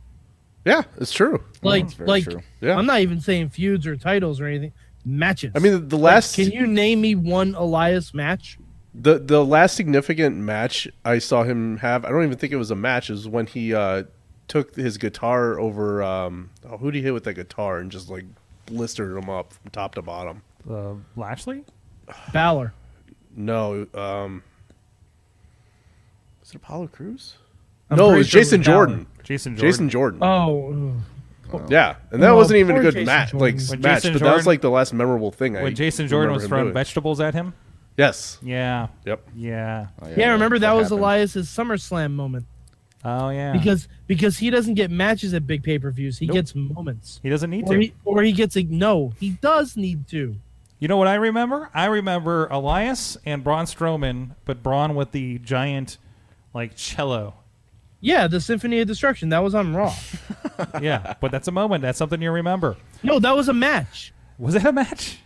[SPEAKER 7] Yeah, it's true.
[SPEAKER 4] Like,
[SPEAKER 5] very
[SPEAKER 4] like
[SPEAKER 5] true.
[SPEAKER 7] Yeah.
[SPEAKER 4] I'm not even saying feuds or titles or anything. Matches.
[SPEAKER 7] I mean, the, the last
[SPEAKER 4] can you name me one Elias match?
[SPEAKER 7] the the last significant match I saw him have, I don't even think it was a match. Is when he uh, took his guitar over. Um, oh, who did he hit with that guitar and just like blistered him up from top to bottom?
[SPEAKER 2] Uh, Lashley.
[SPEAKER 4] Balor.
[SPEAKER 7] No, um, was it Apollo Cruz?
[SPEAKER 4] I'm
[SPEAKER 7] no, it
[SPEAKER 4] pretty
[SPEAKER 7] was
[SPEAKER 4] sure it
[SPEAKER 7] Jason
[SPEAKER 4] was Balor.
[SPEAKER 7] Jordan.
[SPEAKER 2] Jason Jordan.
[SPEAKER 7] Jason Jordan.
[SPEAKER 4] Oh, ugh.
[SPEAKER 7] Yeah, and that
[SPEAKER 4] Oh,
[SPEAKER 7] wasn't even a
[SPEAKER 4] poor
[SPEAKER 7] good
[SPEAKER 4] Jason
[SPEAKER 7] match,
[SPEAKER 4] Jordan.
[SPEAKER 7] like
[SPEAKER 2] When
[SPEAKER 7] match.
[SPEAKER 2] Jason
[SPEAKER 7] but that was
[SPEAKER 2] Jordan-
[SPEAKER 7] like the last memorable thing. I
[SPEAKER 2] when Jason Jordan
[SPEAKER 7] remember
[SPEAKER 2] was
[SPEAKER 7] him
[SPEAKER 2] throwing
[SPEAKER 7] doing.
[SPEAKER 2] vegetables at him.
[SPEAKER 7] Yes.
[SPEAKER 2] Yeah.
[SPEAKER 7] Yep.
[SPEAKER 2] Yeah.
[SPEAKER 5] Oh,
[SPEAKER 4] yeah. remember that, was
[SPEAKER 5] happened.
[SPEAKER 4] Elias's SummerSlam moment
[SPEAKER 2] Oh yeah.
[SPEAKER 4] because because he doesn't get matches at big pay per views. He
[SPEAKER 2] Nope.
[SPEAKER 4] gets moments,
[SPEAKER 2] he doesn't need
[SPEAKER 4] or
[SPEAKER 2] to.
[SPEAKER 4] he, or he gets a no. He does need to.
[SPEAKER 2] You know what I remember? I remember Elias and Braun Strowman, but Braun with the giant, like cello.
[SPEAKER 4] Yeah, the Symphony of Destruction that was on
[SPEAKER 7] *laughs*
[SPEAKER 4] Raw. *laughs*
[SPEAKER 2] Yeah, but that's a moment. That's something you remember.
[SPEAKER 4] no, that was a match.
[SPEAKER 2] Was it a match?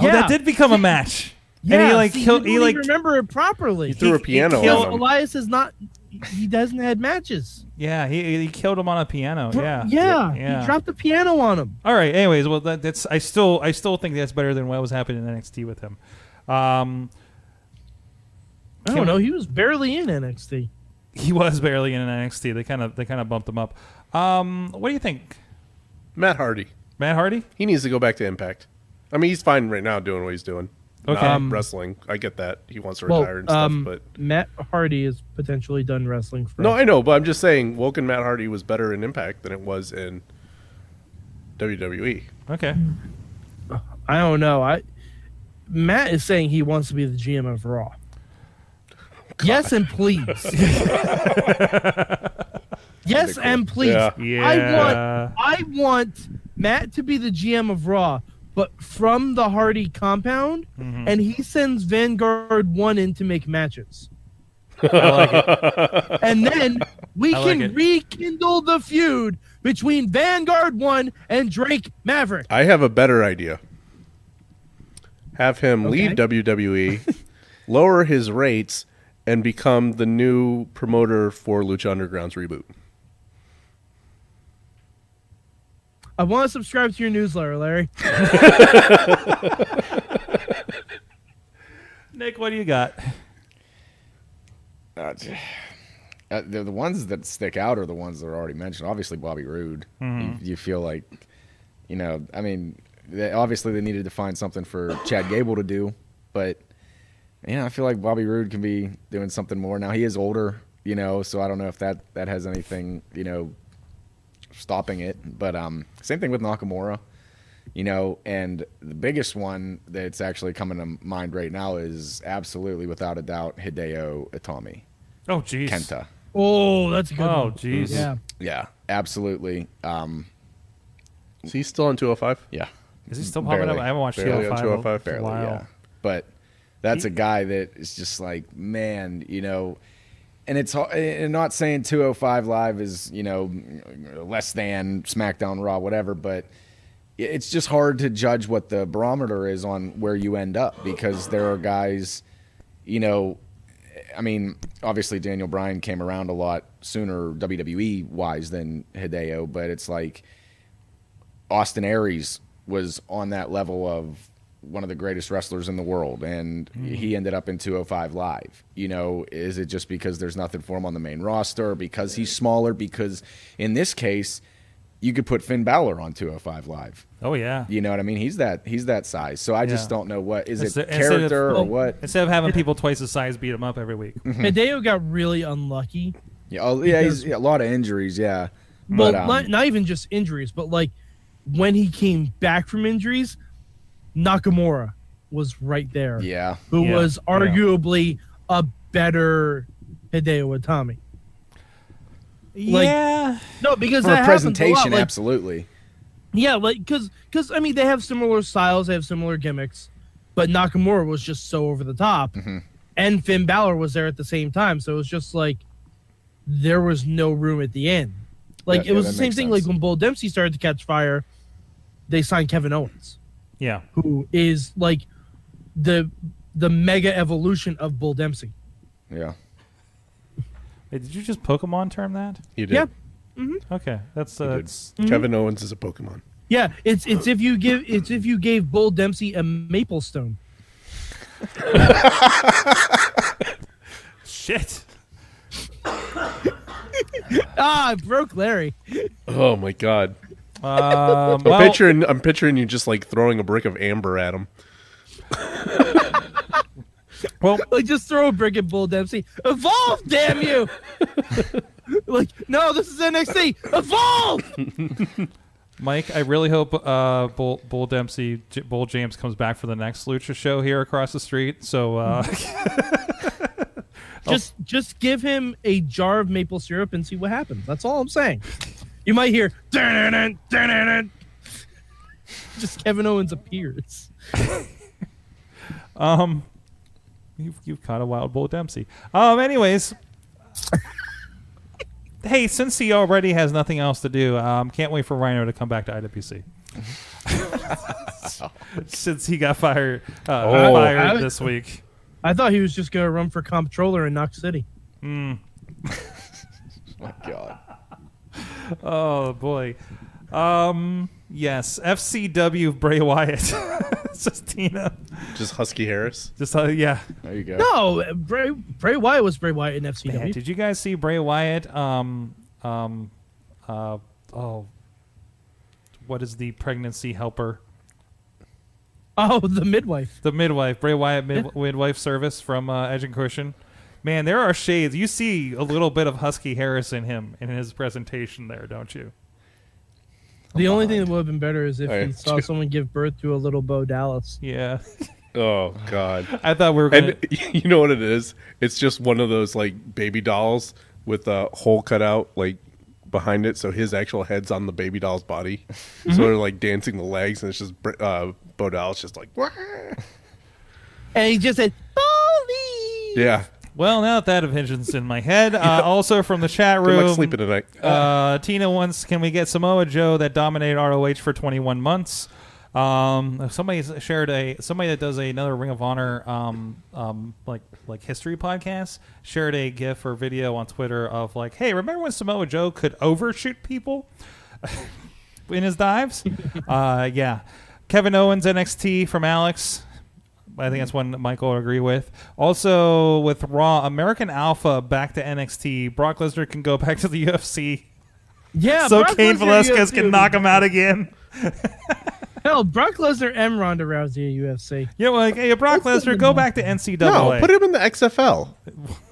[SPEAKER 2] Oh,
[SPEAKER 4] Yeah.
[SPEAKER 2] that did become a match. and he like
[SPEAKER 4] see,
[SPEAKER 2] killed.
[SPEAKER 4] you
[SPEAKER 2] He
[SPEAKER 4] don't
[SPEAKER 2] like
[SPEAKER 4] even remember it properly.
[SPEAKER 7] He threw a
[SPEAKER 2] he
[SPEAKER 7] piano at
[SPEAKER 2] killed
[SPEAKER 7] him.
[SPEAKER 4] Elias is not. He doesn't had matches.
[SPEAKER 2] yeah. He he killed him on a piano. Yeah.
[SPEAKER 4] yeah.
[SPEAKER 2] Yeah.
[SPEAKER 4] He dropped the piano on him.
[SPEAKER 2] All right. Anyways, well, that, that's I still I still think that's better than what was happening in NXT with him. Um, *laughs*
[SPEAKER 4] I
[SPEAKER 2] Can
[SPEAKER 4] don't know.
[SPEAKER 2] we-
[SPEAKER 4] He was barely in NXT.
[SPEAKER 2] he was barely in NXT. They kind of they kind of bumped him up. Um, what do you think,
[SPEAKER 7] Matt Hardy.
[SPEAKER 2] Matt Hardy?
[SPEAKER 7] He needs to go back to Impact. I mean, he's fine right now doing what he's doing. Not
[SPEAKER 2] Okay. Um,
[SPEAKER 7] wrestling. I get that he wants to
[SPEAKER 4] Well,
[SPEAKER 7] retire and stuff,
[SPEAKER 4] um,
[SPEAKER 7] but
[SPEAKER 4] Matt Hardy is potentially done wrestling for.
[SPEAKER 7] no, I know. But I'm just saying, Woken Matt Hardy was better in Impact than it was in E. WWE.
[SPEAKER 2] Okay.
[SPEAKER 4] I don't know. I Matt is saying he wants to be the GM of Raw. Yes
[SPEAKER 2] *laughs*
[SPEAKER 4] and please. yes and please.
[SPEAKER 7] Yeah.
[SPEAKER 2] Yeah.
[SPEAKER 4] I want I want Matt to be the GM of Raw, but from the Hardy compound, and he sends Vanguard One in to
[SPEAKER 2] *laughs*
[SPEAKER 4] make matches. and then we
[SPEAKER 2] I like
[SPEAKER 4] can
[SPEAKER 2] it.
[SPEAKER 4] rekindle the feud between Vanguard One and Drake Maverick.
[SPEAKER 7] I have a better idea. Have him leave
[SPEAKER 4] Okay.
[SPEAKER 7] WWE, lower his rates, and become the new promoter for Lucha Underground's reboot.
[SPEAKER 4] I want to subscribe to your newsletter, Larry.
[SPEAKER 2] Nick, what do you got?
[SPEAKER 5] Uh, j- *sighs* uh, the, the ones that stick out are the ones that are already mentioned. Obviously, Bobby Roode.
[SPEAKER 2] Mhm.
[SPEAKER 5] You, you feel like, you know, I mean, they, obviously they needed to find something for Chad Gable to do, but you know, I feel like Bobby Roode can be doing something more now. He is older, you know, so I don't know if that that has anything, you know, stopping it. But um, same thing with Nakamura, you know. And the biggest one that's actually coming to mind right now is absolutely, without a doubt, Hideo Itami.
[SPEAKER 2] Oh, jeez.
[SPEAKER 5] Kenta.
[SPEAKER 4] Oh, that's a good.
[SPEAKER 2] Oh,
[SPEAKER 4] one.
[SPEAKER 2] jeez.
[SPEAKER 5] *laughs*
[SPEAKER 4] Yeah.
[SPEAKER 5] Yeah, absolutely. Um,
[SPEAKER 7] So he's still on 205?
[SPEAKER 5] yeah,
[SPEAKER 2] Is he still popping up?
[SPEAKER 5] Barely.
[SPEAKER 2] I haven't watched
[SPEAKER 7] Barely on
[SPEAKER 2] 205.
[SPEAKER 7] 205,
[SPEAKER 5] barely.
[SPEAKER 2] Wow.
[SPEAKER 5] Yeah, but that's a guy that is just like, man, you know. And it's ho- and not saying 205 live is you know less than SmackDown Raw whatever, but it's just hard to judge what the barometer is on where you end up because there are guys, you know, I mean, obviously Daniel Bryan came around a lot sooner WWE wise than Hideo, but it's like Austin Aries was on that level of one of the greatest wrestlers in the world, and
[SPEAKER 4] Mm-hmm.
[SPEAKER 5] he ended up in 205 Live. You know, is it just because there's nothing for him on the main roster, because he's smaller? Because in this case, you could put Finn Balor on 205 Live.
[SPEAKER 2] Oh, yeah.
[SPEAKER 5] You know what I mean? He's that he's that size. So I just
[SPEAKER 2] Yeah.
[SPEAKER 5] don't know what is
[SPEAKER 2] Instead-
[SPEAKER 5] it
[SPEAKER 2] instead of-
[SPEAKER 5] character or
[SPEAKER 2] well,
[SPEAKER 5] what?
[SPEAKER 2] Instead of having people twice his size beat him up every week.
[SPEAKER 4] Hideo got really unlucky.
[SPEAKER 5] Yeah, oh, yeah,
[SPEAKER 4] Because-
[SPEAKER 5] he's, yeah, a lot of injuries. Yeah,
[SPEAKER 4] Well,
[SPEAKER 5] But, um,
[SPEAKER 4] not, not even just injuries, but like when he came back from injuries, Nakamura was right there,
[SPEAKER 5] yeah,
[SPEAKER 4] who
[SPEAKER 2] Yeah,
[SPEAKER 4] was
[SPEAKER 2] yeah.
[SPEAKER 4] arguably a better Hideo Itami. Like-
[SPEAKER 2] yeah.
[SPEAKER 4] No, because
[SPEAKER 5] from
[SPEAKER 4] that
[SPEAKER 5] a
[SPEAKER 4] happens a lot,
[SPEAKER 5] presentation,
[SPEAKER 4] like-
[SPEAKER 5] absolutely.
[SPEAKER 4] yeah, like because because I mean they have similar styles, they have similar gimmicks, but Nakamura was just so over the top,
[SPEAKER 5] Mhm.
[SPEAKER 4] and Finn Balor was there at the same time, so it was just like there was no room at the end. Like
[SPEAKER 5] Yeah,
[SPEAKER 4] it
[SPEAKER 5] yeah,
[SPEAKER 4] was
[SPEAKER 5] that
[SPEAKER 4] the same
[SPEAKER 5] makes
[SPEAKER 4] thing.
[SPEAKER 5] sense.
[SPEAKER 4] Like when Bull Dempsey started to catch fire, they signed Kevin Owens,
[SPEAKER 2] Yeah.
[SPEAKER 4] who is like the the mega evolution of Bull Dempsey.
[SPEAKER 5] Yeah,
[SPEAKER 2] Hey, did you just Pokemon term that?
[SPEAKER 7] He did.
[SPEAKER 4] Yeah.
[SPEAKER 2] Okay. That's. Uh,
[SPEAKER 7] did.
[SPEAKER 2] that's-
[SPEAKER 7] Kevin Owens is a Pokemon.
[SPEAKER 4] Yeah, it's it's if you give it's if you gave Bull Dempsey a maple stone.
[SPEAKER 2] shit.
[SPEAKER 4] Ah, I broke Larry.
[SPEAKER 7] Oh my god!
[SPEAKER 2] Um,
[SPEAKER 7] I'm
[SPEAKER 2] well,
[SPEAKER 7] picturing I'm picturing you just like throwing a brick of amber at him.
[SPEAKER 2] well,
[SPEAKER 4] Like, just throw a brick at Bull Dempsey. Evolve, damn
[SPEAKER 7] *laughs*
[SPEAKER 4] you! like, no, this is NXT.
[SPEAKER 7] *laughs*
[SPEAKER 4] Evolve.
[SPEAKER 7] Oh.
[SPEAKER 2] Mike, I really hope uh, Bull, Bull Dempsey, J- Bull James comes back for the next Lucha show here across the street. So, uh,
[SPEAKER 4] Just, just give him a jar of maple syrup and see what happens. That's all I'm saying. You might hear dun dun Just Kevin Owens appears.
[SPEAKER 2] um, you've, you've caught a wild Bull Dempsey. Um, anyways, hey, since he already has nothing else to do, um, can't wait for Rhino to come back to IWC. *laughs* since he got fired, uh,
[SPEAKER 7] Oh.
[SPEAKER 2] fired
[SPEAKER 4] I-
[SPEAKER 2] this week.
[SPEAKER 4] I thought he was just gonna run for comptroller in Knox City.
[SPEAKER 5] my God.
[SPEAKER 2] Oh boy. Um. Yes. FCW Bray Wyatt. *laughs* it's just Tina.
[SPEAKER 7] Just Husky Harris.
[SPEAKER 2] Just uh, yeah.
[SPEAKER 5] There you go.
[SPEAKER 4] No, Bray, Bray Wyatt was Bray Wyatt in FCW.
[SPEAKER 2] Yeah, Did you guys see Bray Wyatt? Um. Um. Uh. Oh. What is the pregnancy helper?
[SPEAKER 4] Oh, the midwife.
[SPEAKER 2] The midwife. Bray Wyatt mid-
[SPEAKER 4] Yeah.
[SPEAKER 2] midwife service from uh, Edge and Cushion. Man, there are shades. You see a little bit of Husky Harris in him in his presentation there, don't you?
[SPEAKER 4] The only thing that would have been better is if
[SPEAKER 7] All right.
[SPEAKER 4] he saw someone give birth to a little Bo Dallas.
[SPEAKER 2] Yeah.
[SPEAKER 7] Oh god!
[SPEAKER 2] I thought we were going
[SPEAKER 7] And
[SPEAKER 2] to.
[SPEAKER 7] *laughs* you know what it is? It's just one of those like baby dolls with a hole cut out like behind it, so his actual head's on the baby doll's body. So they're like dancing the legs, and it's just Br- uh, Bo Dallas just like "Wah."
[SPEAKER 4] And he just said, Holy!
[SPEAKER 7] yeah.
[SPEAKER 2] Well, now that that vengeance in my
[SPEAKER 7] *laughs*
[SPEAKER 2] head. Uh, also from the chat
[SPEAKER 7] Good
[SPEAKER 2] room.
[SPEAKER 7] luck sleeping tonight.
[SPEAKER 2] Uh, Tina wants, can we get Samoa Joe that dominated ROH for 21 months? Um, somebody shared a somebody that does another Ring of Honor um, um, like like history podcast shared a GIF or video on Twitter of like, hey, remember when Samoa Joe could overshoot people *laughs* in his dives? uh, yeah, Kevin Owens NXT from Alex. I think that's one Michael would agree with. Also, with Raw, American Alpha back to NXT. Brock Lesnar can go back to the *laughs* UFC.
[SPEAKER 4] Yeah,
[SPEAKER 2] so
[SPEAKER 4] Brock
[SPEAKER 2] Kane
[SPEAKER 4] Lesnar
[SPEAKER 2] Velasquez
[SPEAKER 4] UFC.
[SPEAKER 2] can knock him out again.
[SPEAKER 4] Hell, Brock Lesnar and Ronda Rousey at UFC.
[SPEAKER 2] Yeah, well, like, hey, Brock Lesnar, go back to NCAA.
[SPEAKER 7] No, put him in the XFL.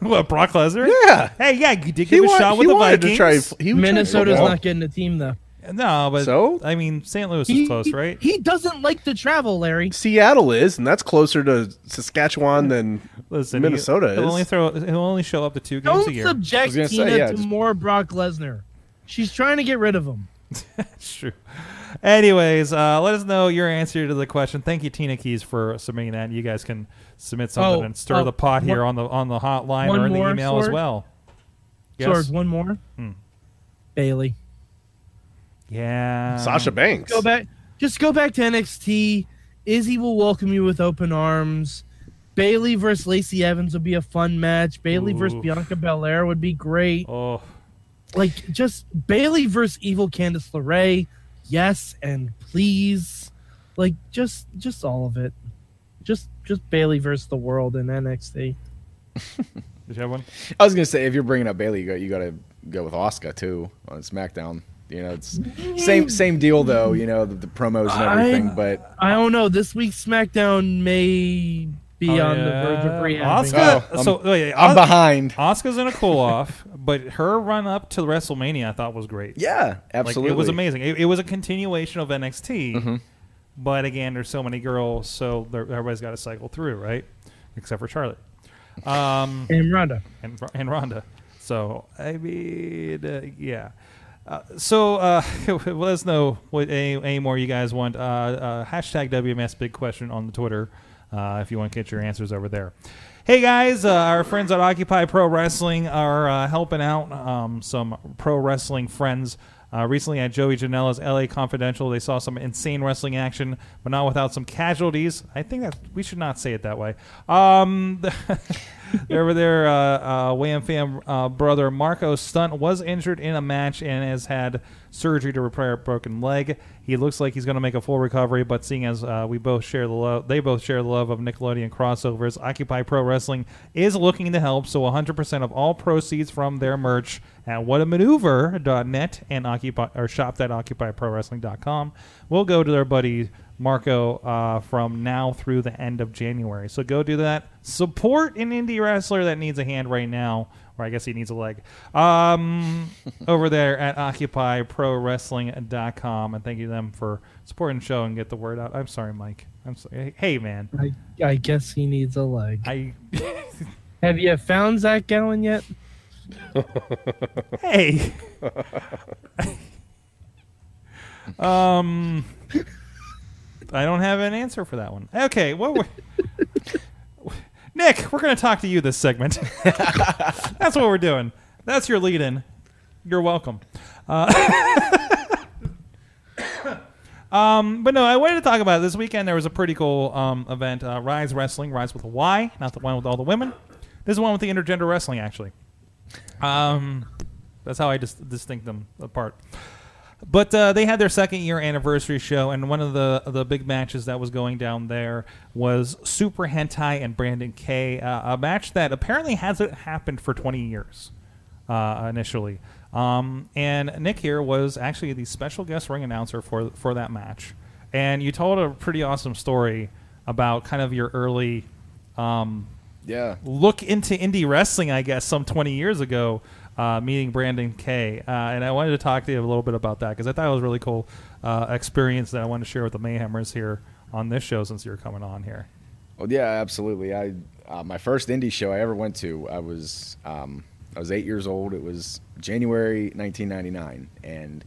[SPEAKER 2] what, Brock Lesnar?
[SPEAKER 7] Yeah.
[SPEAKER 2] Hey, yeah, you did
[SPEAKER 7] He
[SPEAKER 2] give a
[SPEAKER 7] wa-
[SPEAKER 2] shot
[SPEAKER 7] he
[SPEAKER 2] with the
[SPEAKER 7] wanted to
[SPEAKER 2] Vikings.
[SPEAKER 7] try- he would try
[SPEAKER 4] Minnesota's
[SPEAKER 7] football.
[SPEAKER 4] not getting a team though.
[SPEAKER 2] No, but
[SPEAKER 7] So?
[SPEAKER 2] I mean, St. Louis is close, right?
[SPEAKER 4] He doesn't like to travel, Larry.
[SPEAKER 7] Seattle is, and that's closer to Saskatchewan than
[SPEAKER 2] Listen, he-
[SPEAKER 7] Minnesota
[SPEAKER 2] He'll only
[SPEAKER 7] is.
[SPEAKER 2] throw. He'll only show up to two games a
[SPEAKER 4] Don't
[SPEAKER 2] year. *laughs*
[SPEAKER 4] subject
[SPEAKER 7] I
[SPEAKER 4] Tina
[SPEAKER 7] was gonna say, yeah,
[SPEAKER 4] to
[SPEAKER 7] just-
[SPEAKER 4] more Brock Lesnar. She's trying to get rid of him.
[SPEAKER 2] It's true. Anyways, uh, let us know your answer to the question. Thank you, Tina Keys, for submitting that. You guys can submit something
[SPEAKER 4] Oh,
[SPEAKER 2] and stir
[SPEAKER 4] oh,
[SPEAKER 2] the pot here
[SPEAKER 4] one-
[SPEAKER 2] on the on the hotline
[SPEAKER 4] one
[SPEAKER 2] or in the
[SPEAKER 4] more,
[SPEAKER 2] email as
[SPEAKER 4] Sorg?
[SPEAKER 2] well.
[SPEAKER 4] Sorg,
[SPEAKER 2] Yes.
[SPEAKER 4] one more.
[SPEAKER 2] Hmm.
[SPEAKER 4] Bailey.
[SPEAKER 2] Yeah.
[SPEAKER 7] Sasha Banks.
[SPEAKER 4] Go back just go back to NXT. Izzy will welcome you with open arms. Bailey versus Lacey Evans would be a fun match. Bailey versus
[SPEAKER 2] Oof.
[SPEAKER 4] Bianca Belair would be great.
[SPEAKER 2] Oh,
[SPEAKER 4] like just Bailey versus evil Candice LeRae, yes and please, like just just all of it, just just Bailey versus the world in NXT.
[SPEAKER 2] did you have one?
[SPEAKER 5] I was gonna say if you're bringing up Bailey, you got you got to go with Oscar too on SmackDown. You know, it's same same deal though. You know, the, the promos and
[SPEAKER 4] I-
[SPEAKER 5] everything, but
[SPEAKER 4] I don't know. This week's SmackDown may be
[SPEAKER 2] Oh,
[SPEAKER 4] on
[SPEAKER 2] yeah.
[SPEAKER 4] the verge of rehab.
[SPEAKER 2] Asuka.
[SPEAKER 5] Oh, I'm-
[SPEAKER 2] so wait,
[SPEAKER 5] I'm
[SPEAKER 2] Os-
[SPEAKER 5] behind.
[SPEAKER 2] Asuka's in a cool *laughs* off, but her run up to WrestleMania I thought was great.
[SPEAKER 5] Yeah, absolutely. Mm-hmm.
[SPEAKER 2] Like, it was amazing. It, it was a continuation of NXT, but again, there's so many girls, so there, everybody's got to cycle through, right? Except for Charlotte um,
[SPEAKER 4] And Ronda.
[SPEAKER 2] and and Ronda. So I mean, uh, yeah. Uh, so uh, *laughs* let us know what any, any more you guys want. Uh, uh, hashtag WMS Big Question on the Twitter uh, if you want to get your answers over there. Hey guys, uh, our friends at Occupy Pro Wrestling are uh, helping out um, some pro wrestling friends. Uh, recently at Joey Janela's LA Confidential, they saw some insane wrestling action, but not without some casualties. I think that we should not say it that way. Um, *laughs* there were their uh, uh, Wham Fam uh, brother Marco Stunt was injured in a match and has had surgery to repair a broken leg. He looks like he's going to make a full recovery, but seeing as uh, we both share the love, they both share the love of Nickelodeon crossovers. Occupy Pro Wrestling is looking to help, so 100% of all proceeds from their merch at whatamaneuver.net and occupy or shop.occupyprowrestling.com will go to their buddy Marco uh, from now through the end of January. So go do that. Support an indie wrestler that needs a hand right now, or I guess he needs a leg. Um, *laughs* over there at OccupyProWrestling.com, and thank you to them for supporting the show and get the word out. I'm sorry, Mike. I'm sorry. Hey, man.
[SPEAKER 4] I, I guess he needs a leg.
[SPEAKER 2] *laughs* I
[SPEAKER 4] Have you found Zach Gowen yet?
[SPEAKER 2] hey. *laughs* um, I don't have an answer for that one. Okay, what were *laughs* Nick? We're going to talk to you this segment. *laughs* That's what we're doing. That's your lead-in. You're welcome. Uh, *laughs* um, but no, I wanted to talk about it. this weekend. There was a pretty cool um, event, uh, Rise Wrestling, Rise with a Y, not the one with all the women. This is the one with the intergender wrestling, actually. Um, that's how I dis- distinct them apart. But uh, they had their second year anniversary show, and one of the the big matches that was going down there was Super Hentai and Brandon K, uh, a match that apparently hasn't happened for 20 years uh, initially. Um, and Nick here was actually the special guest ring announcer for for that match. And you told a pretty awesome story about kind of your early um,
[SPEAKER 5] yeah.
[SPEAKER 2] look into indie wrestling, I guess, some 20 years ago, uh, meeting Brandon Kay. Uh, and I wanted to talk to you a little bit about that because I thought it was a really cool uh, experience that I wanted to share with the Mayhemers here on this show since you're coming on here.
[SPEAKER 5] Well, Oh, yeah, absolutely. I uh, my first indie show I ever went to. I was um, I was eight years old. It was January 1999, and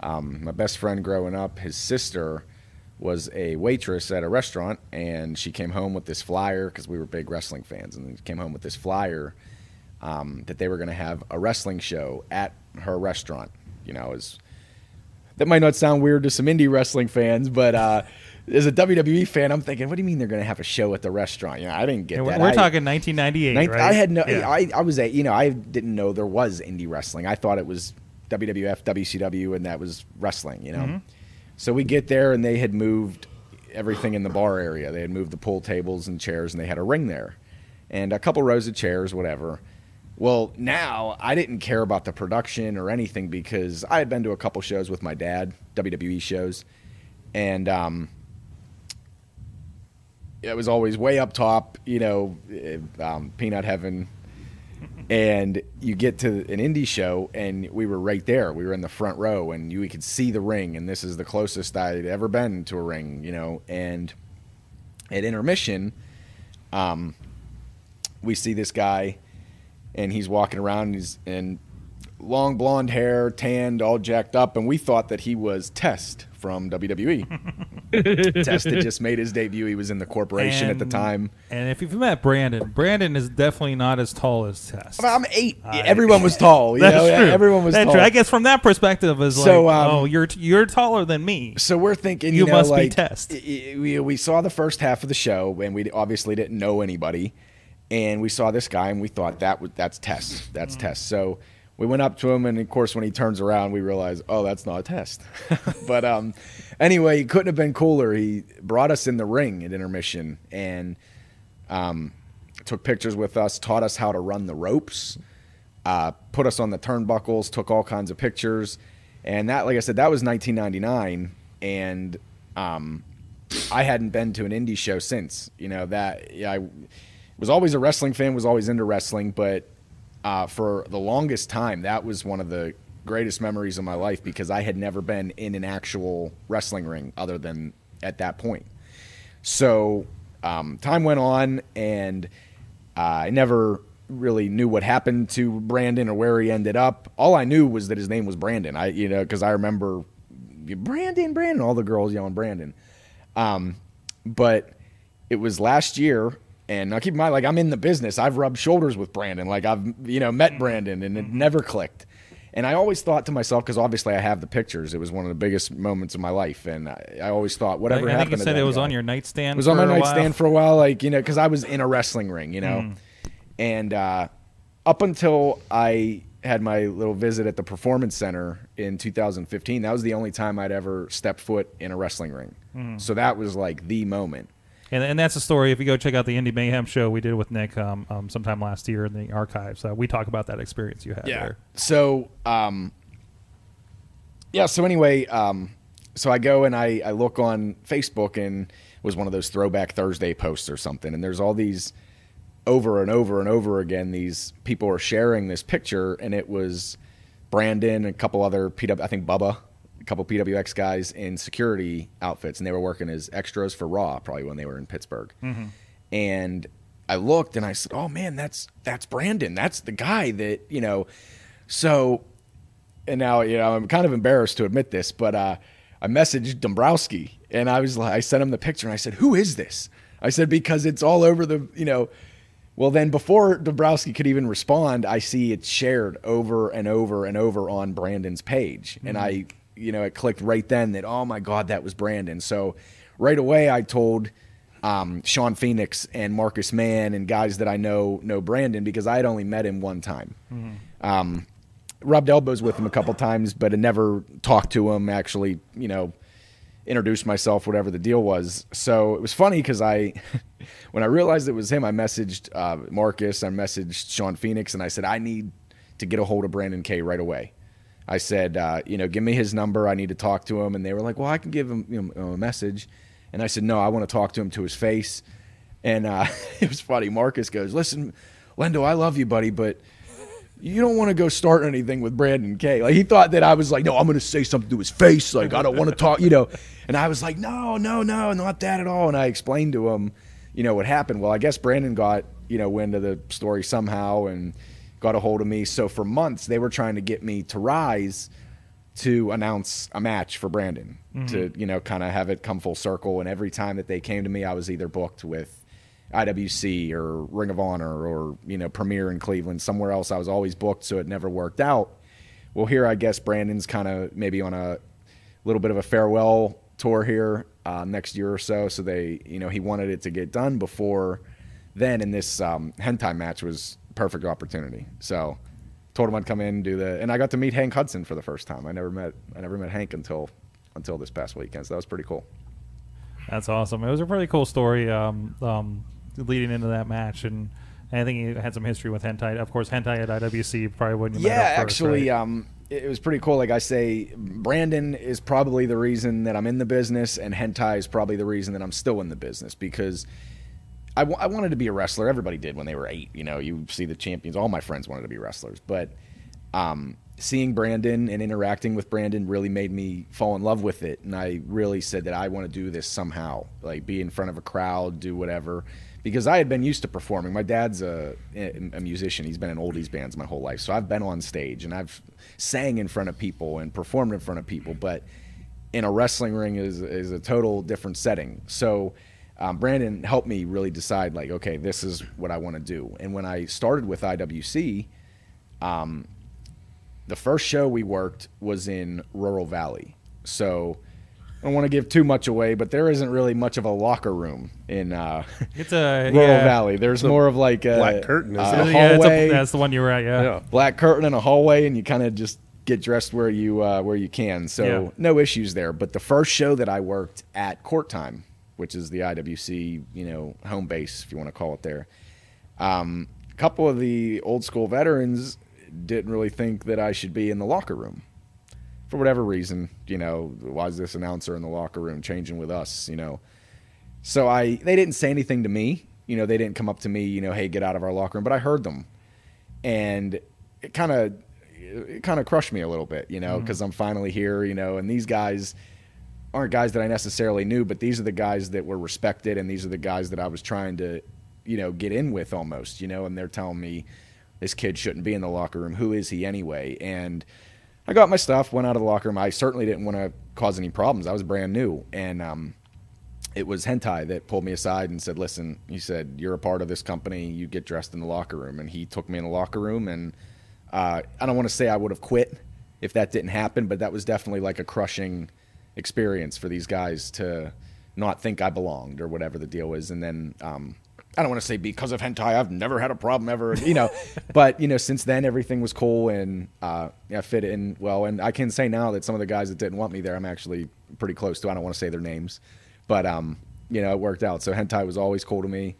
[SPEAKER 5] um, my best friend growing up, his sister was a waitress at a restaurant, and she came home with this flyer because we were big wrestling fans, and she came home with this flyer um, that they were going to have a wrestling show at her restaurant. You know, it was that might not sound weird to some indie wrestling fans, but uh, as a WWE fan, I'm thinking, what do you mean they're going to have a show at the restaurant? You know, I didn't get
[SPEAKER 2] And we're
[SPEAKER 5] that.
[SPEAKER 2] we're
[SPEAKER 5] I-
[SPEAKER 2] talking 1998,
[SPEAKER 5] Ninth-
[SPEAKER 2] right?
[SPEAKER 5] I had no.
[SPEAKER 2] Yeah.
[SPEAKER 5] I, I was at. You know, I didn't know there was indie wrestling. I thought it was WWF, WCW, and that was wrestling. You know,
[SPEAKER 2] Mhm.
[SPEAKER 5] so we get there and they had moved everything in the bar area. They had moved the pool tables and chairs, and they had a ring there, and a couple rows of chairs, whatever. Well, now I didn't care about the production or anything because I had been to a couple shows with my dad, WWE shows, and um, it was always way up top, you know, eh, um, peanut heaven. And you get to an indie show, and we were right there. We were in the front row, and you, we could see the ring. And this is the closest I'd ever been to a ring, you know. And at intermission, um, we see this guy, and he's walking around. And he's in long blonde hair, tanned, all jacked up, and we thought that he was Test from
[SPEAKER 2] *laughs*
[SPEAKER 5] WWE. Test had just made his debut. He was in the corporation at the
[SPEAKER 2] And-
[SPEAKER 5] time.
[SPEAKER 2] And if you've met Brandon, Brandon is definitely not as tall as Tess.
[SPEAKER 5] I am eight. Everyone was tall. You
[SPEAKER 2] *laughs* That's
[SPEAKER 5] know?
[SPEAKER 2] true.
[SPEAKER 5] Everyone was
[SPEAKER 2] That's
[SPEAKER 5] tall.
[SPEAKER 2] true. I guess from that perspective, is
[SPEAKER 5] So,
[SPEAKER 2] like,
[SPEAKER 5] um,
[SPEAKER 2] oh, you're you're taller than me.
[SPEAKER 5] So we're thinking,
[SPEAKER 2] you,
[SPEAKER 5] you, know,
[SPEAKER 2] must be
[SPEAKER 5] like,
[SPEAKER 2] Test.
[SPEAKER 5] i- i- We, we saw the first half of the show, and we obviously didn't know anybody, and we saw this guy, and we thought that was that's Test. That's
[SPEAKER 2] Mm-hmm.
[SPEAKER 5] Test. So we went up to him, and of course, when he turns around, we realize, oh, that's
[SPEAKER 2] *laughs*
[SPEAKER 5] not Test. but um, anyway, he couldn't have been cooler. He brought us in the ring at intermission, and um, took pictures with us, taught us how to run the ropes, uh, put us on the turnbuckles, took all kinds of pictures. And that, like I said, that was 1999. And um, I hadn't been to an indie show since. You know, that yeah, I was always a wrestling fan, was always into wrestling, but uh, for the longest time, that was one of the greatest memories of my life because I had never been in an actual wrestling ring other than at that point. So um, time went on, and uh, I never really knew what happened to Brandon or where he ended up. All I knew was that his name was Brandon. I, you know, because I remember Brandon, Brandon, all the girls yelling Brandon. Um, but it was last year, and now keep in mind, like I'm in the business. I've rubbed shoulders with Brandon, like I've you know met Brandon, and
[SPEAKER 2] Mm-hmm.
[SPEAKER 5] it never clicked. And I always thought to myself, because obviously I have the pictures. It was one of the biggest moments of my life, and I, I always thought,
[SPEAKER 2] I
[SPEAKER 5] whatever
[SPEAKER 2] think
[SPEAKER 5] happened,
[SPEAKER 2] you
[SPEAKER 5] to
[SPEAKER 2] said
[SPEAKER 5] that
[SPEAKER 2] it was
[SPEAKER 5] guy-
[SPEAKER 2] on your nightstand.
[SPEAKER 5] it was on my
[SPEAKER 2] for a
[SPEAKER 5] nightstand
[SPEAKER 2] while.
[SPEAKER 5] for a while, like you know, because I was in a wrestling ring, you know,
[SPEAKER 2] Mm.
[SPEAKER 5] and uh, up until I had my little visit at the Performance Center in 2015, that was the only time I'd ever stepped foot in a wrestling ring.
[SPEAKER 2] Mm.
[SPEAKER 5] So that was like the moment.
[SPEAKER 2] And, and that's the story. If you go check out the Indie Mayhem show we did with Nick um, um, sometime last year in the archives, uh, we talk about that experience you had there.
[SPEAKER 5] So, um, yeah. So anyway, um, so I go and I, I look on Facebook and it was one of those throwback Thursday posts or something. And there's all these over and over and over again. These people are sharing this picture, and it was Brandon and a couple other PW, I think Bubba, a couple PWX guys in security outfits, and they were working as extras for Raw probably when they were in Pittsburgh
[SPEAKER 1] Mm-hmm.
[SPEAKER 5] and I looked and I said, "Oh man, that's that's Brandon. That's the guy that you know." So, and now you know I'm kind of embarrassed to admit this, but uh, I messaged Dombrowski and I was like, I sent him the picture and I said, "Who is this?" I said because it's all over the you know. Well, then before Dombrowski could even respond, I see it's shared over and over and over on Brandon's page, and
[SPEAKER 10] Mhm.
[SPEAKER 5] I you know it clicked right then that oh my god that was Brandon. So right away I told um, Sean Phoenix and Marcus Mann and guys that I know know Brandon because I had only met him one time. Um, rubbed elbows with him a couple times, but I never talked to him. Actually, you know, introduced myself, whatever the deal was. So it was funny because I, *laughs* when I realized it was him, I messaged uh, Marcus, I messaged Sean Phoenix, and I said I need to get a hold of Brandon K right away. I said, uh, you know, give me his number. I need to talk to him. And they were like, well, I can give him you know, a message. And I said, no, I want to talk to him to his face. And uh, *laughs* it was funny. Marcus goes, listen, Lendo, I love you, buddy, but you don't want to go start anything with Brandon K. Like he thought that I was like, no, I'm going to say something to his face. Like I don't want to talk, you know. And I was like, no, no, no, not that at all. And I explained to him, you know, what happened. Well, I guess Brandon got you know wind of the story somehow and got a hold of me. So for months they were trying to get me to rise to announce a match for Brandon
[SPEAKER 10] Mhm.
[SPEAKER 5] to you know kind of have it come full circle. And every time that they came to me, I was either booked with IWC or Ring of Honor or you know Premier in Cleveland somewhere else I was always booked so it never worked out. Well here I guess Brandon's kind of maybe on a little bit of a farewell tour here uh, next year or so. So they, you know, he wanted it to get done before then, and this um, hentai match was perfect opportunity. So told him I'd come in and do the, and I got to meet Hank Hudson for the first time. I never met, I never met Hank until until this past weekend. So that was pretty cool.
[SPEAKER 2] That's awesome. It was a pretty cool story um, um, leading into that match, and, and I think he had some history with hentai. Of course, hentai at IWC probably wouldn't. have
[SPEAKER 5] yeah,
[SPEAKER 2] met up first,
[SPEAKER 5] actually,
[SPEAKER 2] right?
[SPEAKER 5] um, it, it was pretty cool. Like I say, Brandon is probably the reason that I'm in the business, and hentai is probably the reason that I'm still in the business because I wa- I wanted to be a wrestler. Everybody did when they were eight. You know, you see the champions. All my friends wanted to be wrestlers, but um, seeing Brandon and interacting with Brandon really made me fall in love with it, and I really said that I want to do this somehow, like be in front of a crowd, do whatever, because I had been used to performing. My dad's a, a musician; he's been in oldies bands my whole life, so I've been on stage and I've sang in front of people and performed in front of people, but in a wrestling ring is is a total different setting. So um, Brandon helped me really decide like, okay, this is what I want to do. And when I started with IWC, um, the first show we worked was in Rural Valley. So I don't want to give too much away, but there isn't really much of a locker room
[SPEAKER 2] *laughs*
[SPEAKER 5] in uh,
[SPEAKER 2] It's a-
[SPEAKER 5] Rural
[SPEAKER 2] yeah.
[SPEAKER 5] Valley. There's
[SPEAKER 2] It's a
[SPEAKER 5] more of like a
[SPEAKER 2] black curtain, isn't
[SPEAKER 5] a
[SPEAKER 2] it? Yeah, it's a-
[SPEAKER 5] hallway.
[SPEAKER 2] that's the one you were at, yeah. Yeah.
[SPEAKER 5] black curtain and a hallway, and you kind of just get dressed where you uh, where you can. So
[SPEAKER 2] Yeah.
[SPEAKER 5] no issues there. But the first show that I worked at Court Time, which is the IWC, you know, home base if you want to call it there. Um, a couple of the old school veterans didn't really think that I should be in the locker room for whatever reason, you know, why is this announcer in the locker room changing with us, you know? So I, they didn't say anything to me, you know, they didn't come up to me, you know, hey, get out of our locker room, but I heard them, and it kind of, it kind of crushed me a little bit, you know,
[SPEAKER 10] Mhm.
[SPEAKER 5] because I'm finally here, you know, and these guys aren't guys that I necessarily knew, but these are the guys that were respected, and these are the guys that I was trying to, you know, get in with almost, you know, and they're telling me this kid shouldn't be in the locker room. Who is he anyway? And I got my stuff, went out of the locker room. I certainly didn't want to cause any problems. I was brand new, and um, it was Hentai that pulled me aside and said, "Listen," he said, "You're a part of this company. You get dressed in the locker room." And he took me in the locker room, and uh, I don't want to say I would have quit if that didn't happen, but that was definitely like a crushing experience for these guys to not think I belonged or whatever the deal was. And then um, I don't want to say because of hentai, I've never had a problem ever, you know. but you know, since then everything was cool and uh, I fit in well. And I can say now that some of the guys that didn't want me there, I'm actually pretty close to. I don't want to say their names, but um, you know, it worked out. So hentai was always cool to me,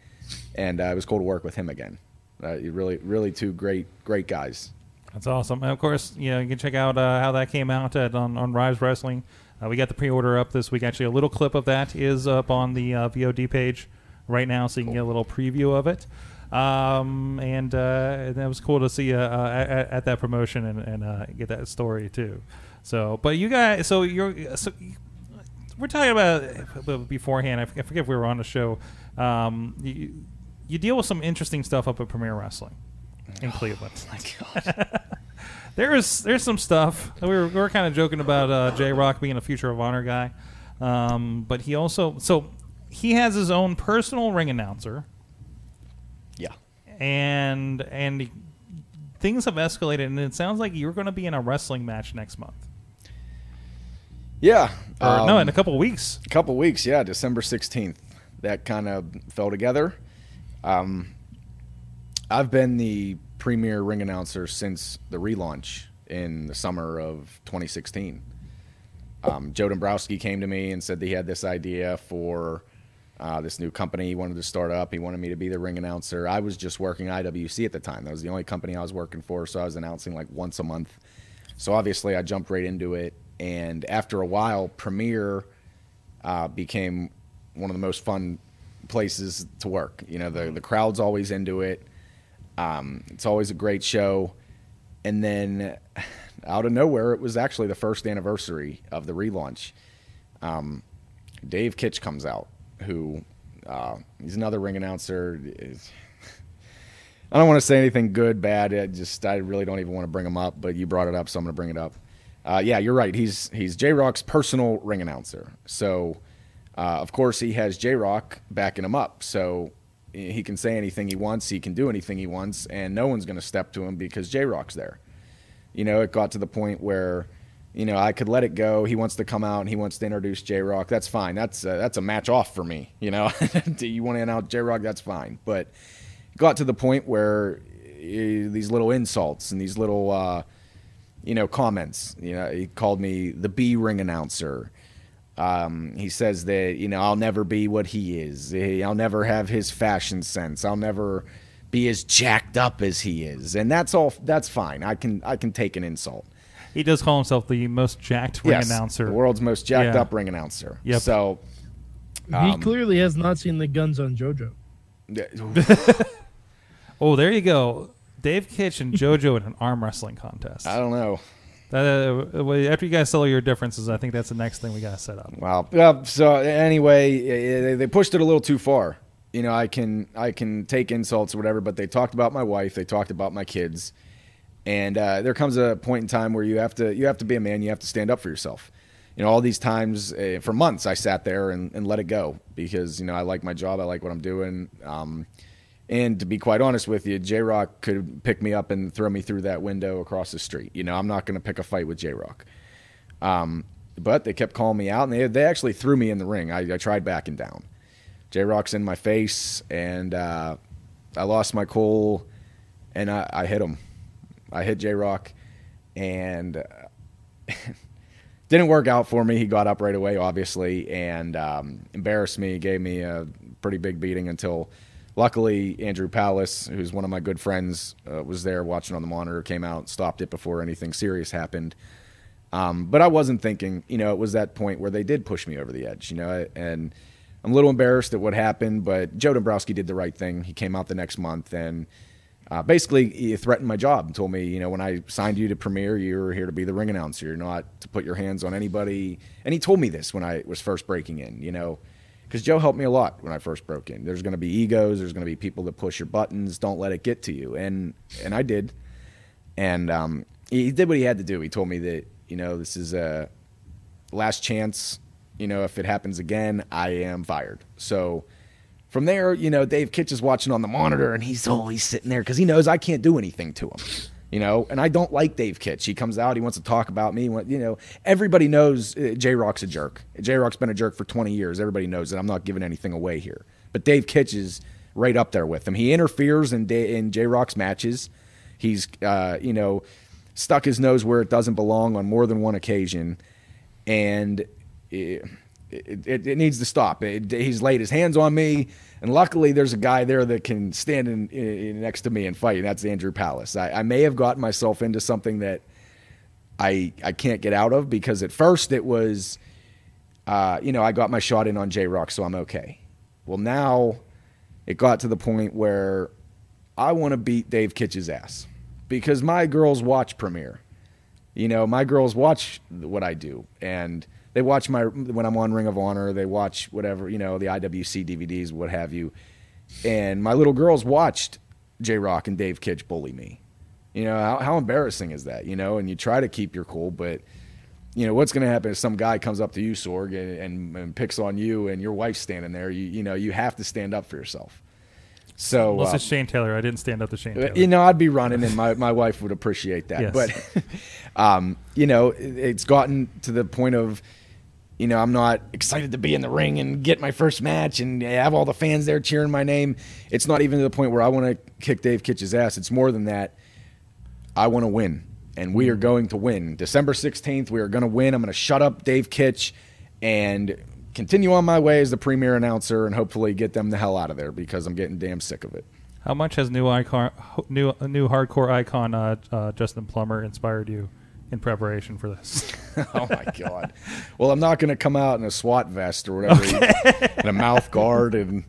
[SPEAKER 5] and uh, it was cool to work with him again. Uh, you really, really two great, great guys.
[SPEAKER 2] That's awesome. And of course, you know, you can check out uh, how that came out at, on, on Rise Wrestling. Uh, we got the pre order up this week. Actually, a little clip of that is up on the uh, VOD page right now, so you can get a little preview of it. Um, and, uh, and that was cool to see uh, uh, at, at that promotion and, and uh, get that story too. So, but you guys, so you're, so we're talking about uh, beforehand. I forget if we were on the show. Um, you, you deal with some interesting stuff up at Premier Wrestling in Cleveland. *laughs* there is there's some stuff. We were, we were kind of joking about uh, J Rock being a Future of Honor guy, um, but he also so he has his own personal ring announcer.
[SPEAKER 5] Yeah.
[SPEAKER 2] and and things have escalated, and it sounds like you're going to be in a wrestling match next month.
[SPEAKER 5] Yeah. um,
[SPEAKER 2] Or, no, in a
[SPEAKER 5] couple weeks. A couple weeks, yeah, December 16th. That kind of fell together. Um, I've been the premier ring announcer since the relaunch in the summer of 2016. Um, Joe Dombrowski came to me and said that he had this idea for uh, this new company he wanted to start up. He wanted me to be the ring announcer. I was just working IWC at the time. That was the only company I was working for, so I was announcing like once a month. So obviously, I jumped right into it. And after a while, Premiere uh, became one of the most fun places to work. You know, the the crowd's always into it. Um, it's always a great show. And then *sighs* out of nowhere, it was actually the first anniversary of the relaunch. Um, Dave Kitch comes out, who uh, he's another ring announcer. I don't want to say anything good, bad. I just I really don't even want to bring him up, but you brought it up, so I'm going to bring it up. Uh, yeah, you're right. He's he's J Rock's personal ring announcer. So, uh, of course, he has J Rock backing him up. So he can say anything he wants, he can do anything he wants, and no one's going to step to him because J Rock's there. You know, it got to the point where you know, I could let it go. He wants to come out and he wants to introduce J Rock. That's fine. That's uh, that's a match off for me. You know, *laughs* do you want to announce J Rock? That's fine. But it got to the point where uh, these little insults and these little, uh, you know, comments. You know, he called me the B ring announcer. Um, he says that you know I'll never be what he is. Eh, I'll never have his fashion sense. I'll never be as jacked up as he is, and that's all. That's fine. I can I can take an insult.
[SPEAKER 2] He does call himself the most jacked ring
[SPEAKER 5] Yes,
[SPEAKER 2] announcer.
[SPEAKER 5] the world's most jacked
[SPEAKER 2] Yeah.
[SPEAKER 5] up ring announcer.
[SPEAKER 2] Yep.
[SPEAKER 5] So *laughs*
[SPEAKER 7] Um,
[SPEAKER 4] he clearly has not seen the guns on
[SPEAKER 7] *laughs*
[SPEAKER 4] JoJo.
[SPEAKER 2] Oh, there you go. Dave Kitch and JoJo in an arm wrestling contest. I
[SPEAKER 5] don't know.
[SPEAKER 2] after you guys settle your differences, I think that's the next thing we got to set up.
[SPEAKER 5] Wow. Yeah, so anyway, eh, they- they pushed it a little too far. You know, I can I can take insults or whatever, but they talked about my wife. They talked about my kids, and uh, there comes a point in time where you have to you have to be a man. You have to stand up for yourself. You know, all these times uh, for months, I sat there and, and let it go because you know I like my job. I like what I'm doing. Um, and to be quite honest with you, J Rock could pick me up and throw me through that window across the street. You know, I'm not going to pick a fight with J Rock. Um, but they kept calling me out, and they, they actually threw me in the ring. I, I tried backing down. J Rock's in my face, and uh, I lost my cool, and I, I hit him. I hit J Rock, and uh, *laughs* didn't work out for me. He got up right away, obviously, and um, embarrassed me, gave me a pretty big beating until luckily Andrew Palace, who's one of my good friends, uh, was there watching on the monitor, came out, stopped it before anything serious happened. Um, but I wasn't thinking, you know, it was that point where they did push me over the edge, you know, and I'm a little embarrassed at what happened, but Joe Dombrowski did the right thing. He came out the next month and uh, basically he threatened my job and told me, you know, when I signed you to Premiere, you were here to be the ring announcer. You're not to put your hands on anybody. And he told me this when I was first breaking in, you know, because Joe helped me a lot when I first broke in. There's going to be egos. There's going to be people that push your buttons. Don't let it get to you. And and I did and um, he he did what he had to do. He told me that you know this is a last chance. You know, if it happens again, I am fired. So from there, you know, Dave Kitch is watching on the monitor, and he's always sitting there because he knows I can't do anything to him. You know, and I don't like Dave Kitch. He comes out, he wants to talk about me. he want- You know, everybody knows uh, J Rock's a jerk. J Rock's been a jerk for 20 years. Everybody knows that. I'm not giving anything away here. But Dave Kitch is right up there with him. He interferes in, Da- in J Rock's matches. He's, uh, you know, stuck his nose where it doesn't belong on more than one occasion, and it, it, it, it needs to stop. It- he's laid his hands on me, and luckily there's a guy there that can stand in, in, next to me and fight, and that's Andrew Palace. I, I may have gotten myself into something that I I can't get out of because at first it was, uh, you know, I got my shot in on J Rock, so I'm okay. Well, now it got to the point where I want to beat Dave Kitch's ass because my girls watch Premiere. You know, my girls watch what I do, and they watch my when I'm on Ring of Honor. They watch whatever you know, the IWC DVDs, what have you. And my little girls watched J Rock and Dave Kitch bully me. You know how, how embarrassing is that? You know, and you try to keep your cool, but you know what's going to happen if some guy comes up to you, Sorg, and, and, and picks on you, and your wife's standing there. You you know you have to stand up for yourself. So
[SPEAKER 2] Unless
[SPEAKER 5] uh,
[SPEAKER 2] it's Shane Taylor. I didn't stand up to Shane Taylor.
[SPEAKER 5] you know, I'd be running, and my, my wife would appreciate that.
[SPEAKER 2] Yes.
[SPEAKER 5] But, *laughs* um, you know, it- it's gotten to the point of, you know, I'm not excited to be in the ring and get my first match and have all the fans there cheering my name. It's not even to the point where I want to kick Dave Kitch's ass. It's more than that. I want to win, and we are going to win. December 16th, we are going to win. I'm going to shut up Dave Kitch and continue on my way as the premier announcer and hopefully get them the hell out of there because I'm getting damn sick of it.
[SPEAKER 2] How much has new icon, new uh, new hardcore icon uh, uh, Justin Plummer inspired you in preparation for
[SPEAKER 5] *laughs*
[SPEAKER 2] this?
[SPEAKER 5] oh my god. Well, I'm not going to come out in a SWAT vest or whatever, and a mouth guard, and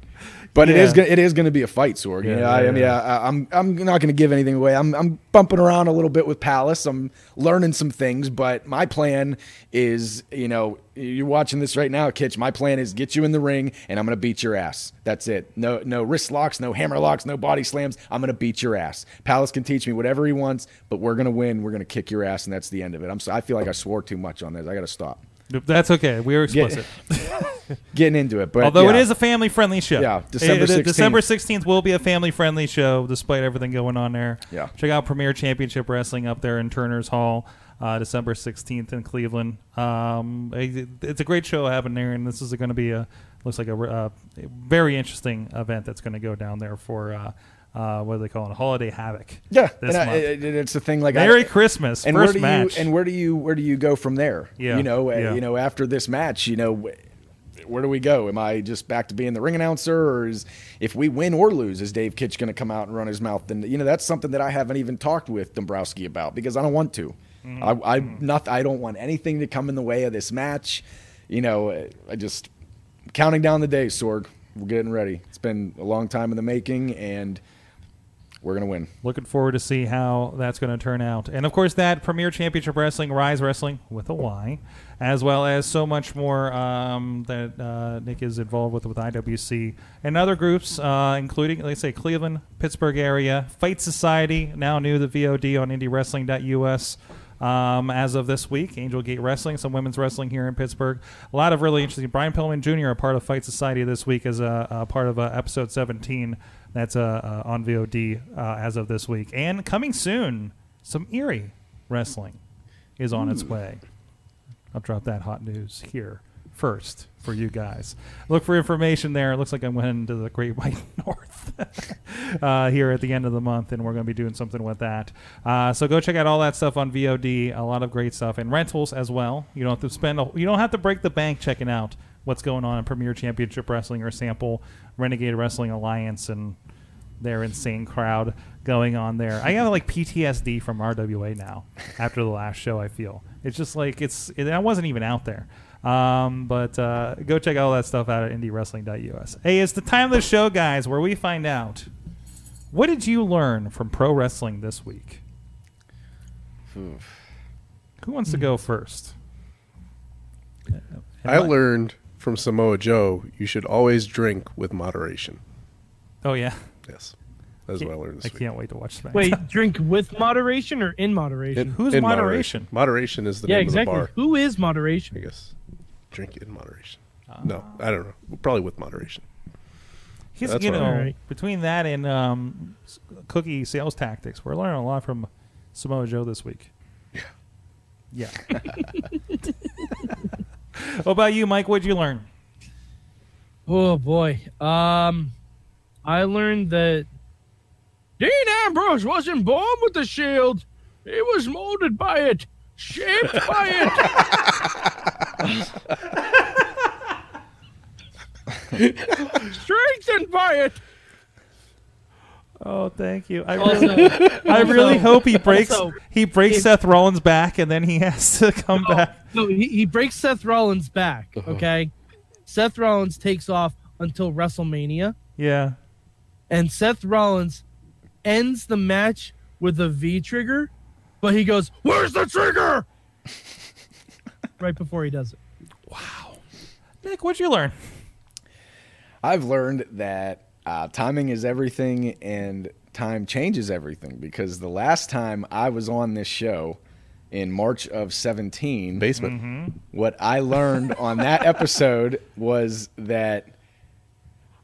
[SPEAKER 5] but it is
[SPEAKER 2] Yeah.
[SPEAKER 5] gonna, it is going to be a fight, Sorg. you
[SPEAKER 2] Yeah,
[SPEAKER 5] know, I,
[SPEAKER 2] yeah,
[SPEAKER 5] I mean,
[SPEAKER 2] yeah.
[SPEAKER 5] I, I'm I'm not going to give anything away. I'm I'm bumping around a little bit with Palace. I'm learning some things, but my plan is, you know, you're watching this right now, Kitch. My plan is get you in the ring, and I'm going to beat your ass. That's it. No no wrist locks, no hammer locks, no body slams. I'm going to beat your ass. Palace can teach me whatever he wants, but we're going to win. We're going to kick your ass, and that's the end of it. I'm so, I feel like I swore too much on this. I got to stop
[SPEAKER 2] That's okay. We are explicit.
[SPEAKER 5] getting into it. But
[SPEAKER 2] Although it
[SPEAKER 5] yeah.
[SPEAKER 2] is a family friendly show.
[SPEAKER 5] Yeah, December
[SPEAKER 2] It- it-
[SPEAKER 5] 16th.
[SPEAKER 2] December 16th will be a family friendly show despite everything going on there.
[SPEAKER 5] Yeah.
[SPEAKER 2] Check out Premier Championship Wrestling up there in Turner's Hall. uh, December 16th in Cleveland. Um, it- it's a great show happening there, and this is going to be a looks like a, re- uh, a very interesting event that's going to go down there for uh, uh, what do they call it? Holiday Havoc.
[SPEAKER 5] Yeah,
[SPEAKER 2] this
[SPEAKER 5] and I-
[SPEAKER 2] month.
[SPEAKER 5] it- it- it's the thing. Like,
[SPEAKER 2] Merry
[SPEAKER 5] I-
[SPEAKER 2] Christmas,
[SPEAKER 5] And
[SPEAKER 2] first
[SPEAKER 5] where do
[SPEAKER 2] match.
[SPEAKER 5] you and where do you where do you go from there?
[SPEAKER 2] Yeah,
[SPEAKER 5] you know, uh,
[SPEAKER 2] yeah.
[SPEAKER 5] you know, after this match, you know, wh- where do we go? Am I just back to being the ring announcer, or is if we win or lose, is Dave Kitch going to come out and run his mouth? And you know, that's something that I haven't even talked with Dombrowski about because I don't want to.
[SPEAKER 2] Mm-hmm.
[SPEAKER 5] I, I not I don't want anything to come in the way of this match. You know, uh, I just counting down the days, Sorg. We're getting ready. It's been a long time in the making, and we're gonna win.
[SPEAKER 2] Looking forward to see how that's going to turn out. And of course, that Premier Championship Wrestling, Rise Wrestling with a Y, as well as so much more um, that uh, Nick is involved with with IWC and other groups, uh, including, like I say, Cleveland, Pittsburgh area, Fight Society, now new the VOD on IndieWrestling.us. Um, as of this week, Angel Gate Wrestling, some women's wrestling here in Pittsburgh. A lot of really interesting. Brian Pillman Jr., a part of Fight Society this week, is a, a part of uh, episode 17 that's uh, uh, on VOD uh, as of this week. And coming soon, some Erie wrestling is on its way. I'll drop that hot news here first for you guys. Look for information there. It looks like I'm heading to the Great *laughs* White North uh, here at the end of the month, and we're going to be doing something with that. Uh, so go check out all that stuff on VOD. A lot of great stuff and rentals as well. You don't have to spend. A, you don't have to break the bank checking out what's going on in Premier Championship Wrestling or Sample Renegade Wrestling Alliance and their insane crowd going on there. I got like PTSD from RWA now after the last show. I feel it's just like it's. It, I wasn't even out there. Um, but uh, go check all that stuff out at indiewrestling.us. Hey, it's the time of the show, guys, where we find out what did you learn from pro wrestling this week. Who wants to go first?
[SPEAKER 7] Hmm. I learned from Samoa Joe you should always drink with moderation.
[SPEAKER 2] Oh yeah,
[SPEAKER 7] yes, that's what I learned. This
[SPEAKER 2] I
[SPEAKER 7] week.
[SPEAKER 2] can't wait to watch that.
[SPEAKER 4] Wait, drink with moderation or in moderation?
[SPEAKER 7] In- in Moderation, Moderation is the
[SPEAKER 4] yeah,
[SPEAKER 7] name
[SPEAKER 4] exactly.
[SPEAKER 7] of the bar.
[SPEAKER 4] Who is moderation?
[SPEAKER 7] I guess drink in moderation. no, I don't know. Probably with moderation.
[SPEAKER 2] He's,
[SPEAKER 7] That's
[SPEAKER 2] you
[SPEAKER 7] what
[SPEAKER 2] know,
[SPEAKER 7] I-
[SPEAKER 2] between that and um, s- cookie sales tactics, we're learning a lot from Samoa Joe this week. *laughs* Yeah. Yeah. what about you, Mike? What'd you learn?
[SPEAKER 4] Oh boy. Um, I learned that Dean Ambrose wasn't born with the shield. He was molded by it, shaped by it, strengthened by it.
[SPEAKER 2] Oh, thank you. I
[SPEAKER 4] Also-
[SPEAKER 2] really,
[SPEAKER 4] *laughs*
[SPEAKER 2] I really
[SPEAKER 4] also-
[SPEAKER 2] hope he breaks
[SPEAKER 4] also,
[SPEAKER 2] he breaks
[SPEAKER 4] if-
[SPEAKER 2] Seth Rollins back, and then he has to come back.
[SPEAKER 4] No, he, he breaks Seth Rollins' back. Okay, Seth Rollins takes off until WrestleMania.
[SPEAKER 2] Yeah.
[SPEAKER 4] and Seth Rollins ends the match with a V trigger, but he goes, "Where's the trigger?" right before he does it.
[SPEAKER 2] Nick, what'd you learn? *laughs*
[SPEAKER 5] I've learned that uh, timing is everything and time changes everything because the last time I was on this show in March of 17,
[SPEAKER 7] Basement.
[SPEAKER 5] what I learned on that episode was that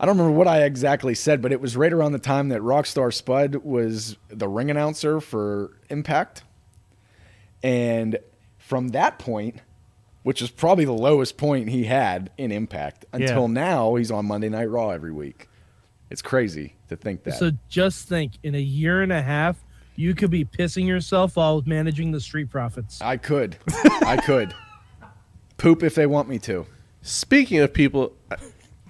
[SPEAKER 5] I don't remember what I exactly said, but it was right around the time that Rockstar Spud was the ring announcer for Impact. And from that point, which was probably the lowest point he had in Impact until now, he's on Monday Night Raw every week. It's crazy to think that.
[SPEAKER 4] So just think, in a year and a half, you could be pissing yourself while managing the street profits.
[SPEAKER 5] I could. I could. Poop if they want me to.
[SPEAKER 7] Speaking of people, I-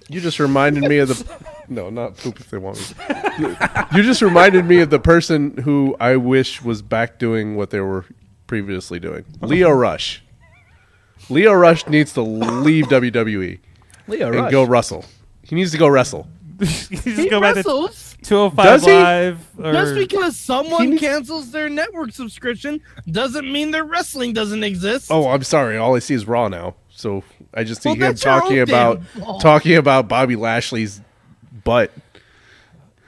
[SPEAKER 7] you just reminded me of the. No, not poop if they want me. to. You just reminded me of the person who I wish was back doing what they were previously doing. Leo Rush. Leo Rush needs to leave WWE
[SPEAKER 5] Leo
[SPEAKER 7] and go wrestle. He needs to go wrestle.
[SPEAKER 2] You just
[SPEAKER 4] He
[SPEAKER 2] go back
[SPEAKER 4] wrestles
[SPEAKER 2] to 205
[SPEAKER 7] Does he?
[SPEAKER 2] Live. Or,
[SPEAKER 4] just because someone
[SPEAKER 7] needs-
[SPEAKER 4] cancels their network subscription doesn't mean their wrestling doesn't exist.
[SPEAKER 7] Oh, I'm sorry. All I see is Raw now. So I just see
[SPEAKER 4] Well,
[SPEAKER 7] him
[SPEAKER 4] that's your
[SPEAKER 7] talking
[SPEAKER 4] own
[SPEAKER 7] about
[SPEAKER 4] damn fault.
[SPEAKER 7] talking about Bobby Lashley's butt.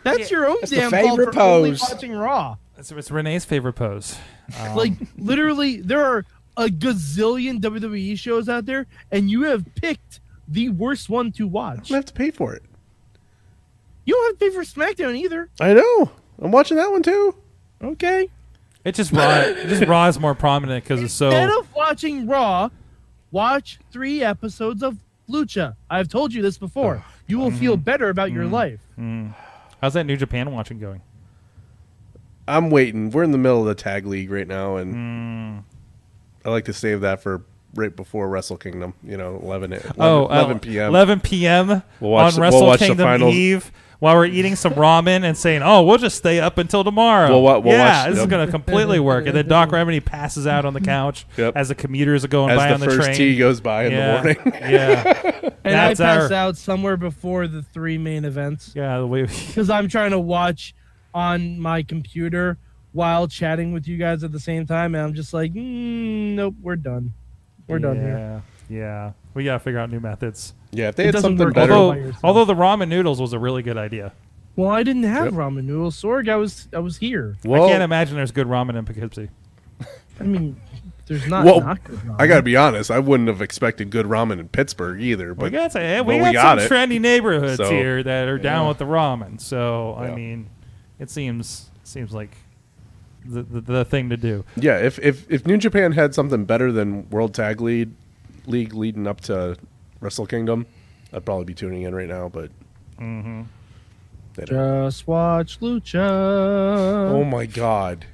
[SPEAKER 4] That's your own
[SPEAKER 5] the
[SPEAKER 4] damn fault
[SPEAKER 5] favorite
[SPEAKER 4] for only
[SPEAKER 5] pose.
[SPEAKER 4] watching Raw.
[SPEAKER 2] it's, it's Renee's favorite pose. Um,
[SPEAKER 4] Like literally, there are a gazillion WWE shows out there, and you have picked the worst one to watch.
[SPEAKER 7] I have to pay for it.
[SPEAKER 4] You don't have to pay for SmackDown either.
[SPEAKER 7] I know. I'm watching that one too.
[SPEAKER 4] Okay.
[SPEAKER 2] It's just raw. just raw is more prominent because it's so.
[SPEAKER 4] Instead of watching Raw, watch three episodes of Lucha. I've told you this before. You will feel
[SPEAKER 2] Mm-hmm.
[SPEAKER 4] better about your life.
[SPEAKER 2] Mm. How's that New Japan watching going?
[SPEAKER 7] I'm waiting. We're in the middle of the tag league right now, and
[SPEAKER 2] Hmm.
[SPEAKER 7] I like to save that for right before Wrestle Kingdom. You know, eleven at 11,
[SPEAKER 2] oh, uh,
[SPEAKER 7] 11 p.m.
[SPEAKER 2] 11 p.m.
[SPEAKER 7] We'll watch
[SPEAKER 2] on
[SPEAKER 7] the-
[SPEAKER 2] Wrestle
[SPEAKER 7] we'll watch the
[SPEAKER 2] Kingdom
[SPEAKER 7] finals.
[SPEAKER 2] Eve while we're eating some ramen and saying, "Oh, we'll just stay up until tomorrow."
[SPEAKER 7] We'll wa- we'll
[SPEAKER 2] yeah,
[SPEAKER 7] watch
[SPEAKER 2] this is
[SPEAKER 7] them.
[SPEAKER 2] going to completely work.
[SPEAKER 4] *laughs*
[SPEAKER 2] And then Doc Remedy passes out on the couch
[SPEAKER 7] Yep.
[SPEAKER 2] as the commuters are going
[SPEAKER 7] As
[SPEAKER 2] by
[SPEAKER 7] the
[SPEAKER 2] on the
[SPEAKER 7] first
[SPEAKER 2] train.
[SPEAKER 7] tea goes by in the
[SPEAKER 2] Yeah.
[SPEAKER 7] morning.
[SPEAKER 2] *laughs*
[SPEAKER 7] *laughs*
[SPEAKER 2] yeah,
[SPEAKER 4] And
[SPEAKER 2] that's
[SPEAKER 4] I pass
[SPEAKER 2] our
[SPEAKER 4] out somewhere before the three main events
[SPEAKER 2] yeah. The way
[SPEAKER 4] because I'm trying to watch on my computer while chatting with you guys at the same time, and I'm just like, mm, nope, we're done. *laughs* We're done here.
[SPEAKER 2] Yeah, yeah. We got to figure out new methods.
[SPEAKER 7] Yeah, if they
[SPEAKER 4] It
[SPEAKER 7] had
[SPEAKER 4] doesn't
[SPEAKER 7] something
[SPEAKER 4] work
[SPEAKER 7] better,
[SPEAKER 4] all by
[SPEAKER 2] Although,
[SPEAKER 4] yourself.
[SPEAKER 2] although the ramen noodles was a really good idea.
[SPEAKER 4] Well, I didn't have
[SPEAKER 7] Yep.
[SPEAKER 4] ramen noodles, Sorg. I was I was here.
[SPEAKER 2] I
[SPEAKER 7] Well,
[SPEAKER 2] can't imagine there's good ramen in Poughkeepsie.
[SPEAKER 4] I mean, there's not.
[SPEAKER 7] Well,
[SPEAKER 4] not good ramen.
[SPEAKER 7] I gotta be honest. I wouldn't have expected good ramen in Pittsburgh either.
[SPEAKER 2] We
[SPEAKER 7] But
[SPEAKER 2] got, to, eh, we
[SPEAKER 7] but we
[SPEAKER 2] got,
[SPEAKER 7] got
[SPEAKER 2] some
[SPEAKER 7] it.
[SPEAKER 2] trendy neighborhoods
[SPEAKER 7] So-
[SPEAKER 2] here that are down
[SPEAKER 7] Yeah.
[SPEAKER 2] with the ramen. So I
[SPEAKER 7] Yeah.
[SPEAKER 2] mean, it seems seems like the, the the thing to do.
[SPEAKER 7] yeah, if, if if New Japan had something better than World Tag League League leading up to Wrestle Kingdom, I'd probably be tuning in right now. But
[SPEAKER 2] Mm-hmm.
[SPEAKER 7] they don't.
[SPEAKER 4] Just watch Lucha.
[SPEAKER 7] oh my god,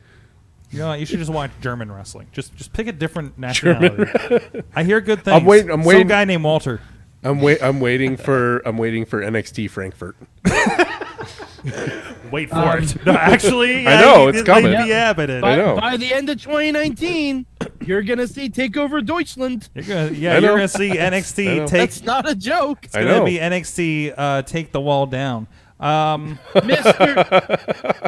[SPEAKER 2] You know, what, you should just watch German wrestling. Just just pick a different
[SPEAKER 7] *laughs* German-
[SPEAKER 2] nationality. I hear good things.
[SPEAKER 7] waiting- I'm
[SPEAKER 2] Some
[SPEAKER 7] waiting-
[SPEAKER 2] guy named Walter.
[SPEAKER 7] I'm wait. I'm waiting for. I'm waiting for NXT Frankfurt.
[SPEAKER 2] Wait for it. Um, *laughs* No, actually,
[SPEAKER 7] *laughs* I know,
[SPEAKER 2] you
[SPEAKER 7] it's
[SPEAKER 2] did
[SPEAKER 7] coming.
[SPEAKER 2] Lady Diab in it.
[SPEAKER 4] by,
[SPEAKER 7] I know.
[SPEAKER 4] by the end of 2019, you're gonna see Takeover Deutschland.
[SPEAKER 2] You're gonna, yeah,
[SPEAKER 7] *laughs* I
[SPEAKER 2] you're
[SPEAKER 7] know.
[SPEAKER 2] gonna see
[SPEAKER 7] I
[SPEAKER 2] NXT
[SPEAKER 7] know.
[SPEAKER 2] take.
[SPEAKER 4] That's not a
[SPEAKER 7] *laughs*
[SPEAKER 4] joke,
[SPEAKER 2] It's
[SPEAKER 7] I
[SPEAKER 2] gonna
[SPEAKER 7] know.
[SPEAKER 2] be NXT uh, take the wall down. Um,
[SPEAKER 4] Mister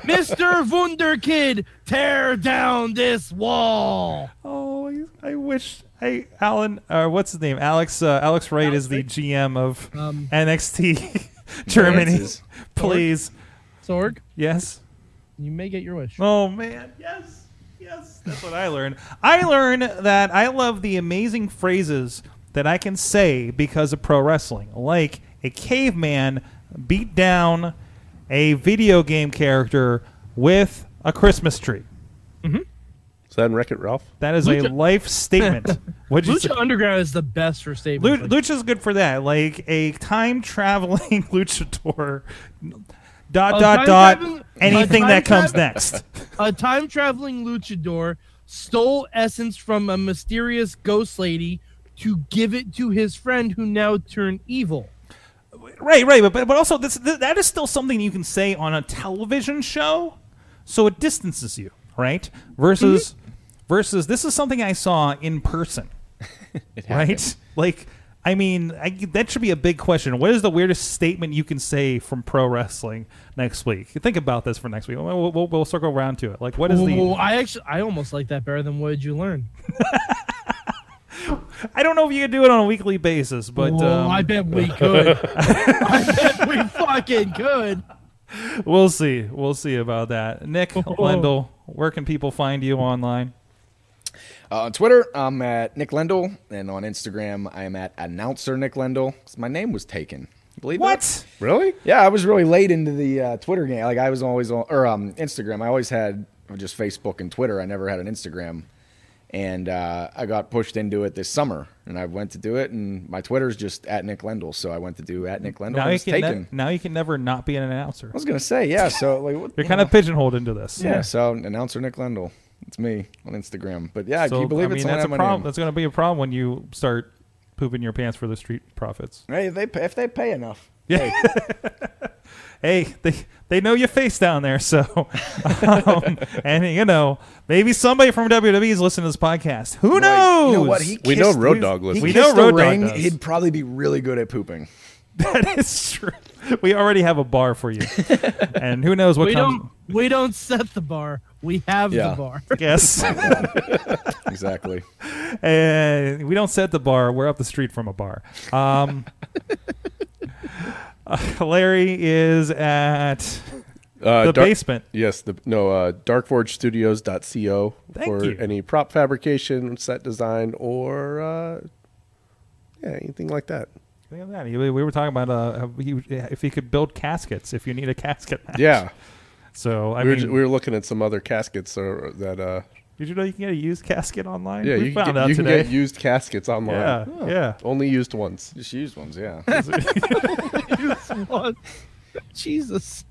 [SPEAKER 4] Mister Wunderkid. Tear down this wall.
[SPEAKER 2] oh, I I wish. Hey, Alan, or what's his name? Alex. Uh, Alex Wright is the GM of
[SPEAKER 4] Um,
[SPEAKER 2] *laughs* NXT Germany.
[SPEAKER 7] Dances.
[SPEAKER 2] Please,
[SPEAKER 4] Sorg,
[SPEAKER 2] yes.
[SPEAKER 4] you may get your wish.
[SPEAKER 2] Oh man, yes, yes. That's what I learned. I learned that I love the amazing phrases that I can say because of pro wrestling, like a caveman beat down a video game character with a Christmas tree.
[SPEAKER 7] Is that in Wreck It Ralph?
[SPEAKER 2] That is a life statement. What'd you say?
[SPEAKER 4] Lucha Underground is the best for
[SPEAKER 2] Lu-
[SPEAKER 4] statements. like
[SPEAKER 2] Lucha's good for that, like a time traveling *laughs* luchador. Dot dot
[SPEAKER 4] A Oh, time
[SPEAKER 2] dot.
[SPEAKER 4] travel-
[SPEAKER 2] anything
[SPEAKER 4] a
[SPEAKER 2] that
[SPEAKER 4] time
[SPEAKER 2] comes
[SPEAKER 4] travel-
[SPEAKER 2] next. *laughs*
[SPEAKER 4] A time traveling luchador stole essence from a mysterious ghost lady to give it to his friend who now turned evil.
[SPEAKER 2] Right, right, but but also this, th that is still something you can say on a television show, so it distances you, right? Versus
[SPEAKER 4] Mm-hmm.
[SPEAKER 2] versus this is something I saw in
[SPEAKER 4] *laughs*
[SPEAKER 2] person, right? Like, I mean, I, that should be a big question. What is the weirdest statement you can say from pro wrestling next week? Think about this for next week. We'll, we'll, we'll circle around to it. Like, what is
[SPEAKER 4] Ooh,
[SPEAKER 2] the?
[SPEAKER 4] I actually I almost like that better than what did you learn?
[SPEAKER 2] I don't know if you can do it on a weekly basis, but
[SPEAKER 4] Ooh,
[SPEAKER 2] um,
[SPEAKER 4] I bet we could.
[SPEAKER 2] *laughs*
[SPEAKER 4] I bet we fucking could.
[SPEAKER 2] we'll see. We'll see about that.
[SPEAKER 5] *laughs*
[SPEAKER 2] Nick
[SPEAKER 5] Oh.
[SPEAKER 2] Lendl, where can people find you online?
[SPEAKER 5] Uh, on Twitter, I'm at Nick Lendl, and on Instagram, I am at announcer Nick Lendl. 'cause My name was taken. You Believe that?
[SPEAKER 2] What?
[SPEAKER 7] Really?
[SPEAKER 5] Yeah, I was really late into the uh, Twitter game. Like I was always on or um, Instagram. I always had just Facebook and Twitter. I never had an Instagram, and uh, I got pushed into it this summer. And I went to do it, and my Twitter's just at Nick Lendl. So I went to do at Nick Lendl.
[SPEAKER 2] Now
[SPEAKER 5] and
[SPEAKER 2] you
[SPEAKER 5] it's
[SPEAKER 2] can
[SPEAKER 5] taken.
[SPEAKER 2] ne- now you can never not be an announcer.
[SPEAKER 5] I was gonna say yeah. So like what,
[SPEAKER 2] You're kind of pigeonholed into this.
[SPEAKER 5] yeah. So announcer Nick Lendl. It's me on Instagram. But yeah,
[SPEAKER 2] So,
[SPEAKER 5] can you believe
[SPEAKER 2] I mean,
[SPEAKER 5] it's
[SPEAKER 2] that's a
[SPEAKER 5] on my
[SPEAKER 2] problem.
[SPEAKER 5] name?
[SPEAKER 2] That's going to be a problem when you start pooping your pants for the street profits.
[SPEAKER 5] Hey, they pay, if they pay enough.
[SPEAKER 2] Yeah. Hey, they they know your face down there, so *laughs* um, and you know maybe somebody from WWE is listening to this podcast. Who knows?
[SPEAKER 5] Like, you know what? He
[SPEAKER 7] We know
[SPEAKER 5] kissed-
[SPEAKER 7] Road Dog listens.
[SPEAKER 5] He
[SPEAKER 2] We
[SPEAKER 5] kissed
[SPEAKER 2] know Road
[SPEAKER 5] the
[SPEAKER 2] Dog
[SPEAKER 5] ring,
[SPEAKER 2] does.
[SPEAKER 5] He'd probably be really good at pooping.
[SPEAKER 2] *laughs* that is true. We already have a bar for you,
[SPEAKER 4] *laughs*
[SPEAKER 2] and who knows what
[SPEAKER 4] We
[SPEAKER 2] comes?
[SPEAKER 4] don't we don't set the bar. We have
[SPEAKER 5] Yeah.
[SPEAKER 4] the bar.
[SPEAKER 2] Yes, *laughs*
[SPEAKER 5] Exactly.
[SPEAKER 2] and we don't set the bar. We're up the street from a bar. Um, *laughs* uh, Larry is at
[SPEAKER 7] *laughs* Uh,
[SPEAKER 2] the
[SPEAKER 7] Dark-
[SPEAKER 2] basement.
[SPEAKER 7] Yes, the no uh, darkforgestudios.co
[SPEAKER 2] Thank
[SPEAKER 7] for
[SPEAKER 2] you.
[SPEAKER 7] any prop fabrication, set design, or uh, yeah, anything like that.
[SPEAKER 2] Think of that. We we were talking about uh, how he- if he could build caskets, if you need a casket. Match.
[SPEAKER 7] Yeah,
[SPEAKER 2] So I
[SPEAKER 7] we were,
[SPEAKER 2] mean,
[SPEAKER 7] ju- we were looking at some other caskets or, that. Uh,
[SPEAKER 2] did you know you can get a used casket online?
[SPEAKER 7] *laughs* yeah,
[SPEAKER 2] we
[SPEAKER 7] you
[SPEAKER 2] found
[SPEAKER 7] can, get,
[SPEAKER 2] out
[SPEAKER 7] you can
[SPEAKER 2] today.
[SPEAKER 7] get used caskets online.
[SPEAKER 2] Yeah, yeah.
[SPEAKER 7] Only used ones.
[SPEAKER 5] Just used ones, yeah. *laughs*
[SPEAKER 4] What? *laughs* Jesus.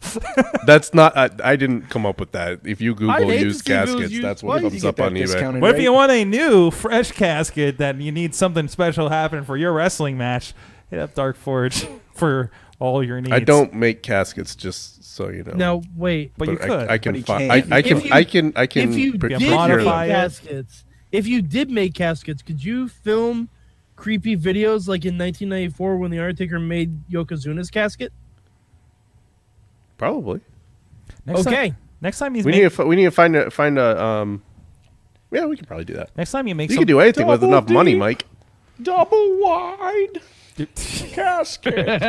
[SPEAKER 7] That's not. I, I didn't come up with that. If you
[SPEAKER 4] I'd
[SPEAKER 7] Google
[SPEAKER 4] hate to
[SPEAKER 7] used
[SPEAKER 4] see those
[SPEAKER 7] caskets,
[SPEAKER 4] used
[SPEAKER 7] that's
[SPEAKER 4] ones.
[SPEAKER 7] what
[SPEAKER 4] You
[SPEAKER 7] comes
[SPEAKER 4] get
[SPEAKER 7] up on
[SPEAKER 5] that
[SPEAKER 7] eBay.
[SPEAKER 5] discounted
[SPEAKER 2] What if
[SPEAKER 5] rate.
[SPEAKER 2] you want a new fresh casket that you need something special happen for your wrestling match? Hit up Dark Forge *laughs* for all your needs.
[SPEAKER 7] I don't make caskets, just so you know.
[SPEAKER 4] Now wait.
[SPEAKER 2] but you
[SPEAKER 7] I-
[SPEAKER 2] could.
[SPEAKER 7] I,
[SPEAKER 5] But
[SPEAKER 7] can
[SPEAKER 5] he
[SPEAKER 7] find.
[SPEAKER 5] can.
[SPEAKER 7] I, I
[SPEAKER 4] If
[SPEAKER 7] can.
[SPEAKER 4] you-
[SPEAKER 7] I can. I can.
[SPEAKER 4] if you
[SPEAKER 7] pro-
[SPEAKER 4] did
[SPEAKER 2] Yeah,
[SPEAKER 7] procure
[SPEAKER 4] make
[SPEAKER 7] them.
[SPEAKER 2] modify it.
[SPEAKER 4] caskets, if you did make caskets, could you film creepy videos like in 1994 when the Undertaker made Yokozuna's casket?
[SPEAKER 7] Probably.
[SPEAKER 2] Next
[SPEAKER 4] okay.
[SPEAKER 2] Time, next time he's
[SPEAKER 7] We
[SPEAKER 2] make,
[SPEAKER 7] need to. fi- We need to find a find a. Um, yeah, we can probably do that.
[SPEAKER 2] next time you make
[SPEAKER 7] You
[SPEAKER 2] some,
[SPEAKER 7] can do anything with
[SPEAKER 6] Double
[SPEAKER 7] enough money,
[SPEAKER 6] D.
[SPEAKER 7] Mike.
[SPEAKER 6] Double wide
[SPEAKER 2] *laughs*
[SPEAKER 6] casket.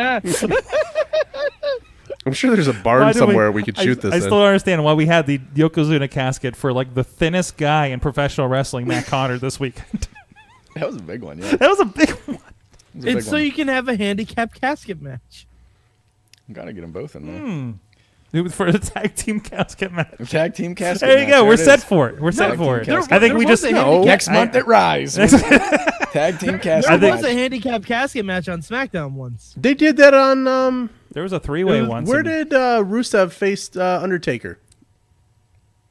[SPEAKER 7] I'm sure there's a
[SPEAKER 2] Why
[SPEAKER 7] barn
[SPEAKER 2] did
[SPEAKER 7] somewhere we, could shoot
[SPEAKER 2] I,
[SPEAKER 7] this.
[SPEAKER 2] I
[SPEAKER 7] in.
[SPEAKER 2] still don't understand why we had the Yokozuna casket for like the thinnest guy in professional wrestling,
[SPEAKER 7] *laughs*
[SPEAKER 2] Matt Connor, this weekend.
[SPEAKER 5] That was a big one,
[SPEAKER 2] *laughs*
[SPEAKER 5] yeah.
[SPEAKER 2] that was a big one. *laughs*
[SPEAKER 5] It was a big
[SPEAKER 4] It's so
[SPEAKER 5] one.
[SPEAKER 4] you can have a handicap casket match.
[SPEAKER 5] Gotta get them both in there.
[SPEAKER 2] It was for the tag team casket match.
[SPEAKER 5] Tag team casket.
[SPEAKER 2] There you
[SPEAKER 5] match,
[SPEAKER 2] go. We're
[SPEAKER 5] it
[SPEAKER 2] set
[SPEAKER 5] is.
[SPEAKER 2] for it. We're set
[SPEAKER 5] Tag
[SPEAKER 2] for it.
[SPEAKER 5] team
[SPEAKER 2] *laughs*
[SPEAKER 5] casket
[SPEAKER 2] I think
[SPEAKER 4] match.
[SPEAKER 2] we
[SPEAKER 4] There was
[SPEAKER 2] just
[SPEAKER 4] a handicap-
[SPEAKER 5] Next month at Rise. Tag team casket.
[SPEAKER 4] There
[SPEAKER 2] I think-
[SPEAKER 4] was
[SPEAKER 5] match.
[SPEAKER 4] a handicap casket match on SmackDown once.
[SPEAKER 7] They did that on. Um,
[SPEAKER 2] there was a three way
[SPEAKER 7] uh,
[SPEAKER 2] once.
[SPEAKER 7] where
[SPEAKER 2] and-
[SPEAKER 7] did uh, Rusev face uh, Undertaker?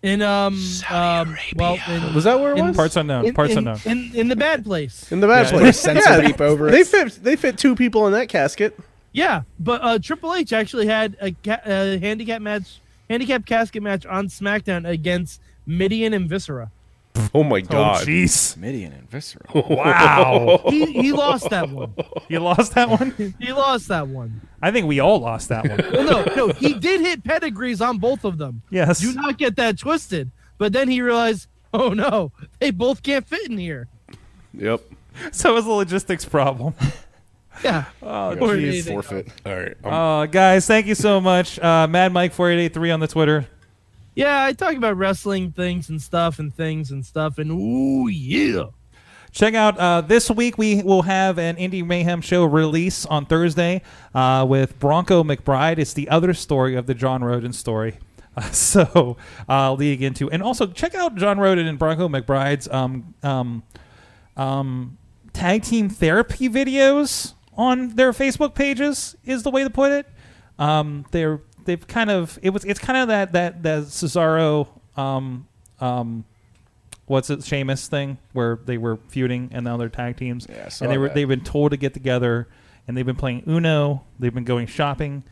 [SPEAKER 4] In um, um well, in,
[SPEAKER 7] Was that where it
[SPEAKER 4] in-
[SPEAKER 7] was?
[SPEAKER 2] parts unknown?
[SPEAKER 4] in,
[SPEAKER 2] parts
[SPEAKER 4] in,
[SPEAKER 2] unknown.
[SPEAKER 4] in, in the bad place.
[SPEAKER 7] in the bad
[SPEAKER 5] Yeah,
[SPEAKER 7] place.
[SPEAKER 5] sensor
[SPEAKER 7] Yeah,
[SPEAKER 5] beep over
[SPEAKER 7] they
[SPEAKER 5] it.
[SPEAKER 7] fit. They fit two people in that casket.
[SPEAKER 4] Yeah, but uh, Triple H actually had a, ca- a handicap match, handicap casket match on SmackDown against Midian and Viscera.
[SPEAKER 7] Oh my
[SPEAKER 2] oh *laughs*
[SPEAKER 7] god!
[SPEAKER 2] jeez!
[SPEAKER 5] Midian and Viscera.
[SPEAKER 2] Wow,
[SPEAKER 4] He, he lost that one.
[SPEAKER 2] you lost that one.
[SPEAKER 4] He lost that one.
[SPEAKER 2] I think we all lost that one.
[SPEAKER 4] Well, no, no, he did hit pedigrees on both of them.
[SPEAKER 2] *laughs* Yes.
[SPEAKER 4] Do not get that twisted. But then he realized, oh no, they both can't fit in here.
[SPEAKER 7] Yep.
[SPEAKER 2] so it was a logistics problem.
[SPEAKER 4] Yeah.
[SPEAKER 2] *laughs* Oh,
[SPEAKER 4] Or
[SPEAKER 2] jeez.
[SPEAKER 4] anything.
[SPEAKER 5] Forfeit.
[SPEAKER 7] All right. I'm-
[SPEAKER 2] Uh, guys, thank you so much. Uh, Mad Mike four eight eight three on the Twitter.
[SPEAKER 4] Yeah, I talk about wrestling things and stuff and things and stuff and ooh yeah.
[SPEAKER 2] Check out uh, this week. We will have an Indie Mayhem show release on Thursday uh, with Bronco McBride. It's the other story of the John Roden story. *laughs* Uh, so uh, leading into and also check out John Roden and Bronco McBride's um, um, um, tag team therapy videos on their Facebook pages is the way to put it. Um, they're they've kind of it was it's kind of that that that Cesaro um, um, what's it Sheamus thing where they were feuding and now they're tag teams
[SPEAKER 5] Yeah, I saw
[SPEAKER 2] and they were
[SPEAKER 5] that.
[SPEAKER 2] they've been told to get together and they've been playing Uno they've been going shopping.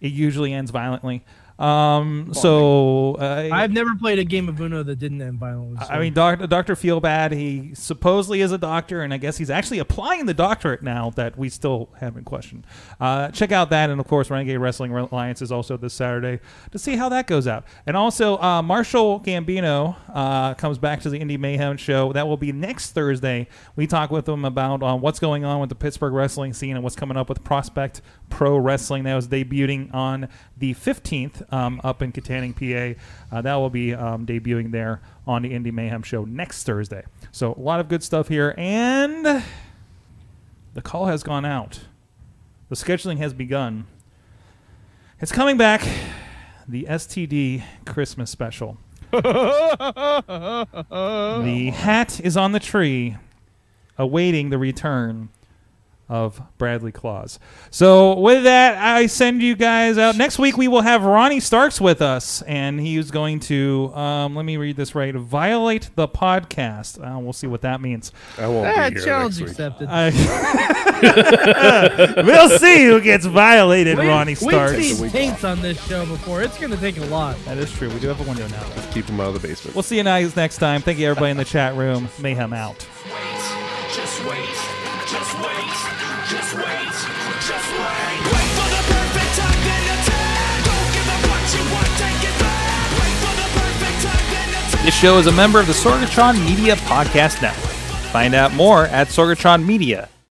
[SPEAKER 2] It usually ends violently. Um, so uh,
[SPEAKER 4] I've never played a game of Uno that didn't end violently. so-
[SPEAKER 2] I mean, Doctor Doctor Feelbad. He supposedly is a doctor, and I guess he's actually applying the doctorate now that we still haven't questioned. Uh, check out that, and of course, Renegade Wrestling Alliance is also this Saturday to see how that goes out. And also, uh, Marshall Gambino uh, comes back to the Indie Mayhem show. That will be next Thursday. We talk with him about uh, what's going on with the Pittsburgh wrestling scene and what's coming up with Prospect Pro Wrestling that was debuting on the 15th um, up in Katanning, PA. Uh, that will be um, debuting there on the Indie Mayhem show next Thursday. So a lot of good stuff here, and the call has gone out. The scheduling has begun. It's coming back, the STD Christmas special. the hat is on the tree, awaiting the return of Bradley Claus. So with that, I send you guys out. Next week we will have Ronnie Starks with us, and he is going to um, let me read this right. Violate the podcast. Uh, we'll see what that means.
[SPEAKER 7] I won't
[SPEAKER 4] Ah,
[SPEAKER 7] be here
[SPEAKER 4] challenge
[SPEAKER 7] next week.
[SPEAKER 4] accepted.
[SPEAKER 2] I- *laughs* we'll see who gets violated, Ronnie
[SPEAKER 4] we've
[SPEAKER 2] Starks.
[SPEAKER 4] seen taints on this show before. It's going to take a lot.
[SPEAKER 2] That is true. We do have a window now.
[SPEAKER 7] Keep him out of the basement.
[SPEAKER 2] We'll see you guys next time. Thank you everybody in the chat room. Mayhem out.
[SPEAKER 1] wait, just wait, just wait, just wait, just wait. Wait for the perfect time then attack. Don't give up what you want, take it back. Wait for the perfect time then attack.
[SPEAKER 2] This show is a member of the Sorgatron Media Podcast Network. Find out more at sorgatronmedia.com.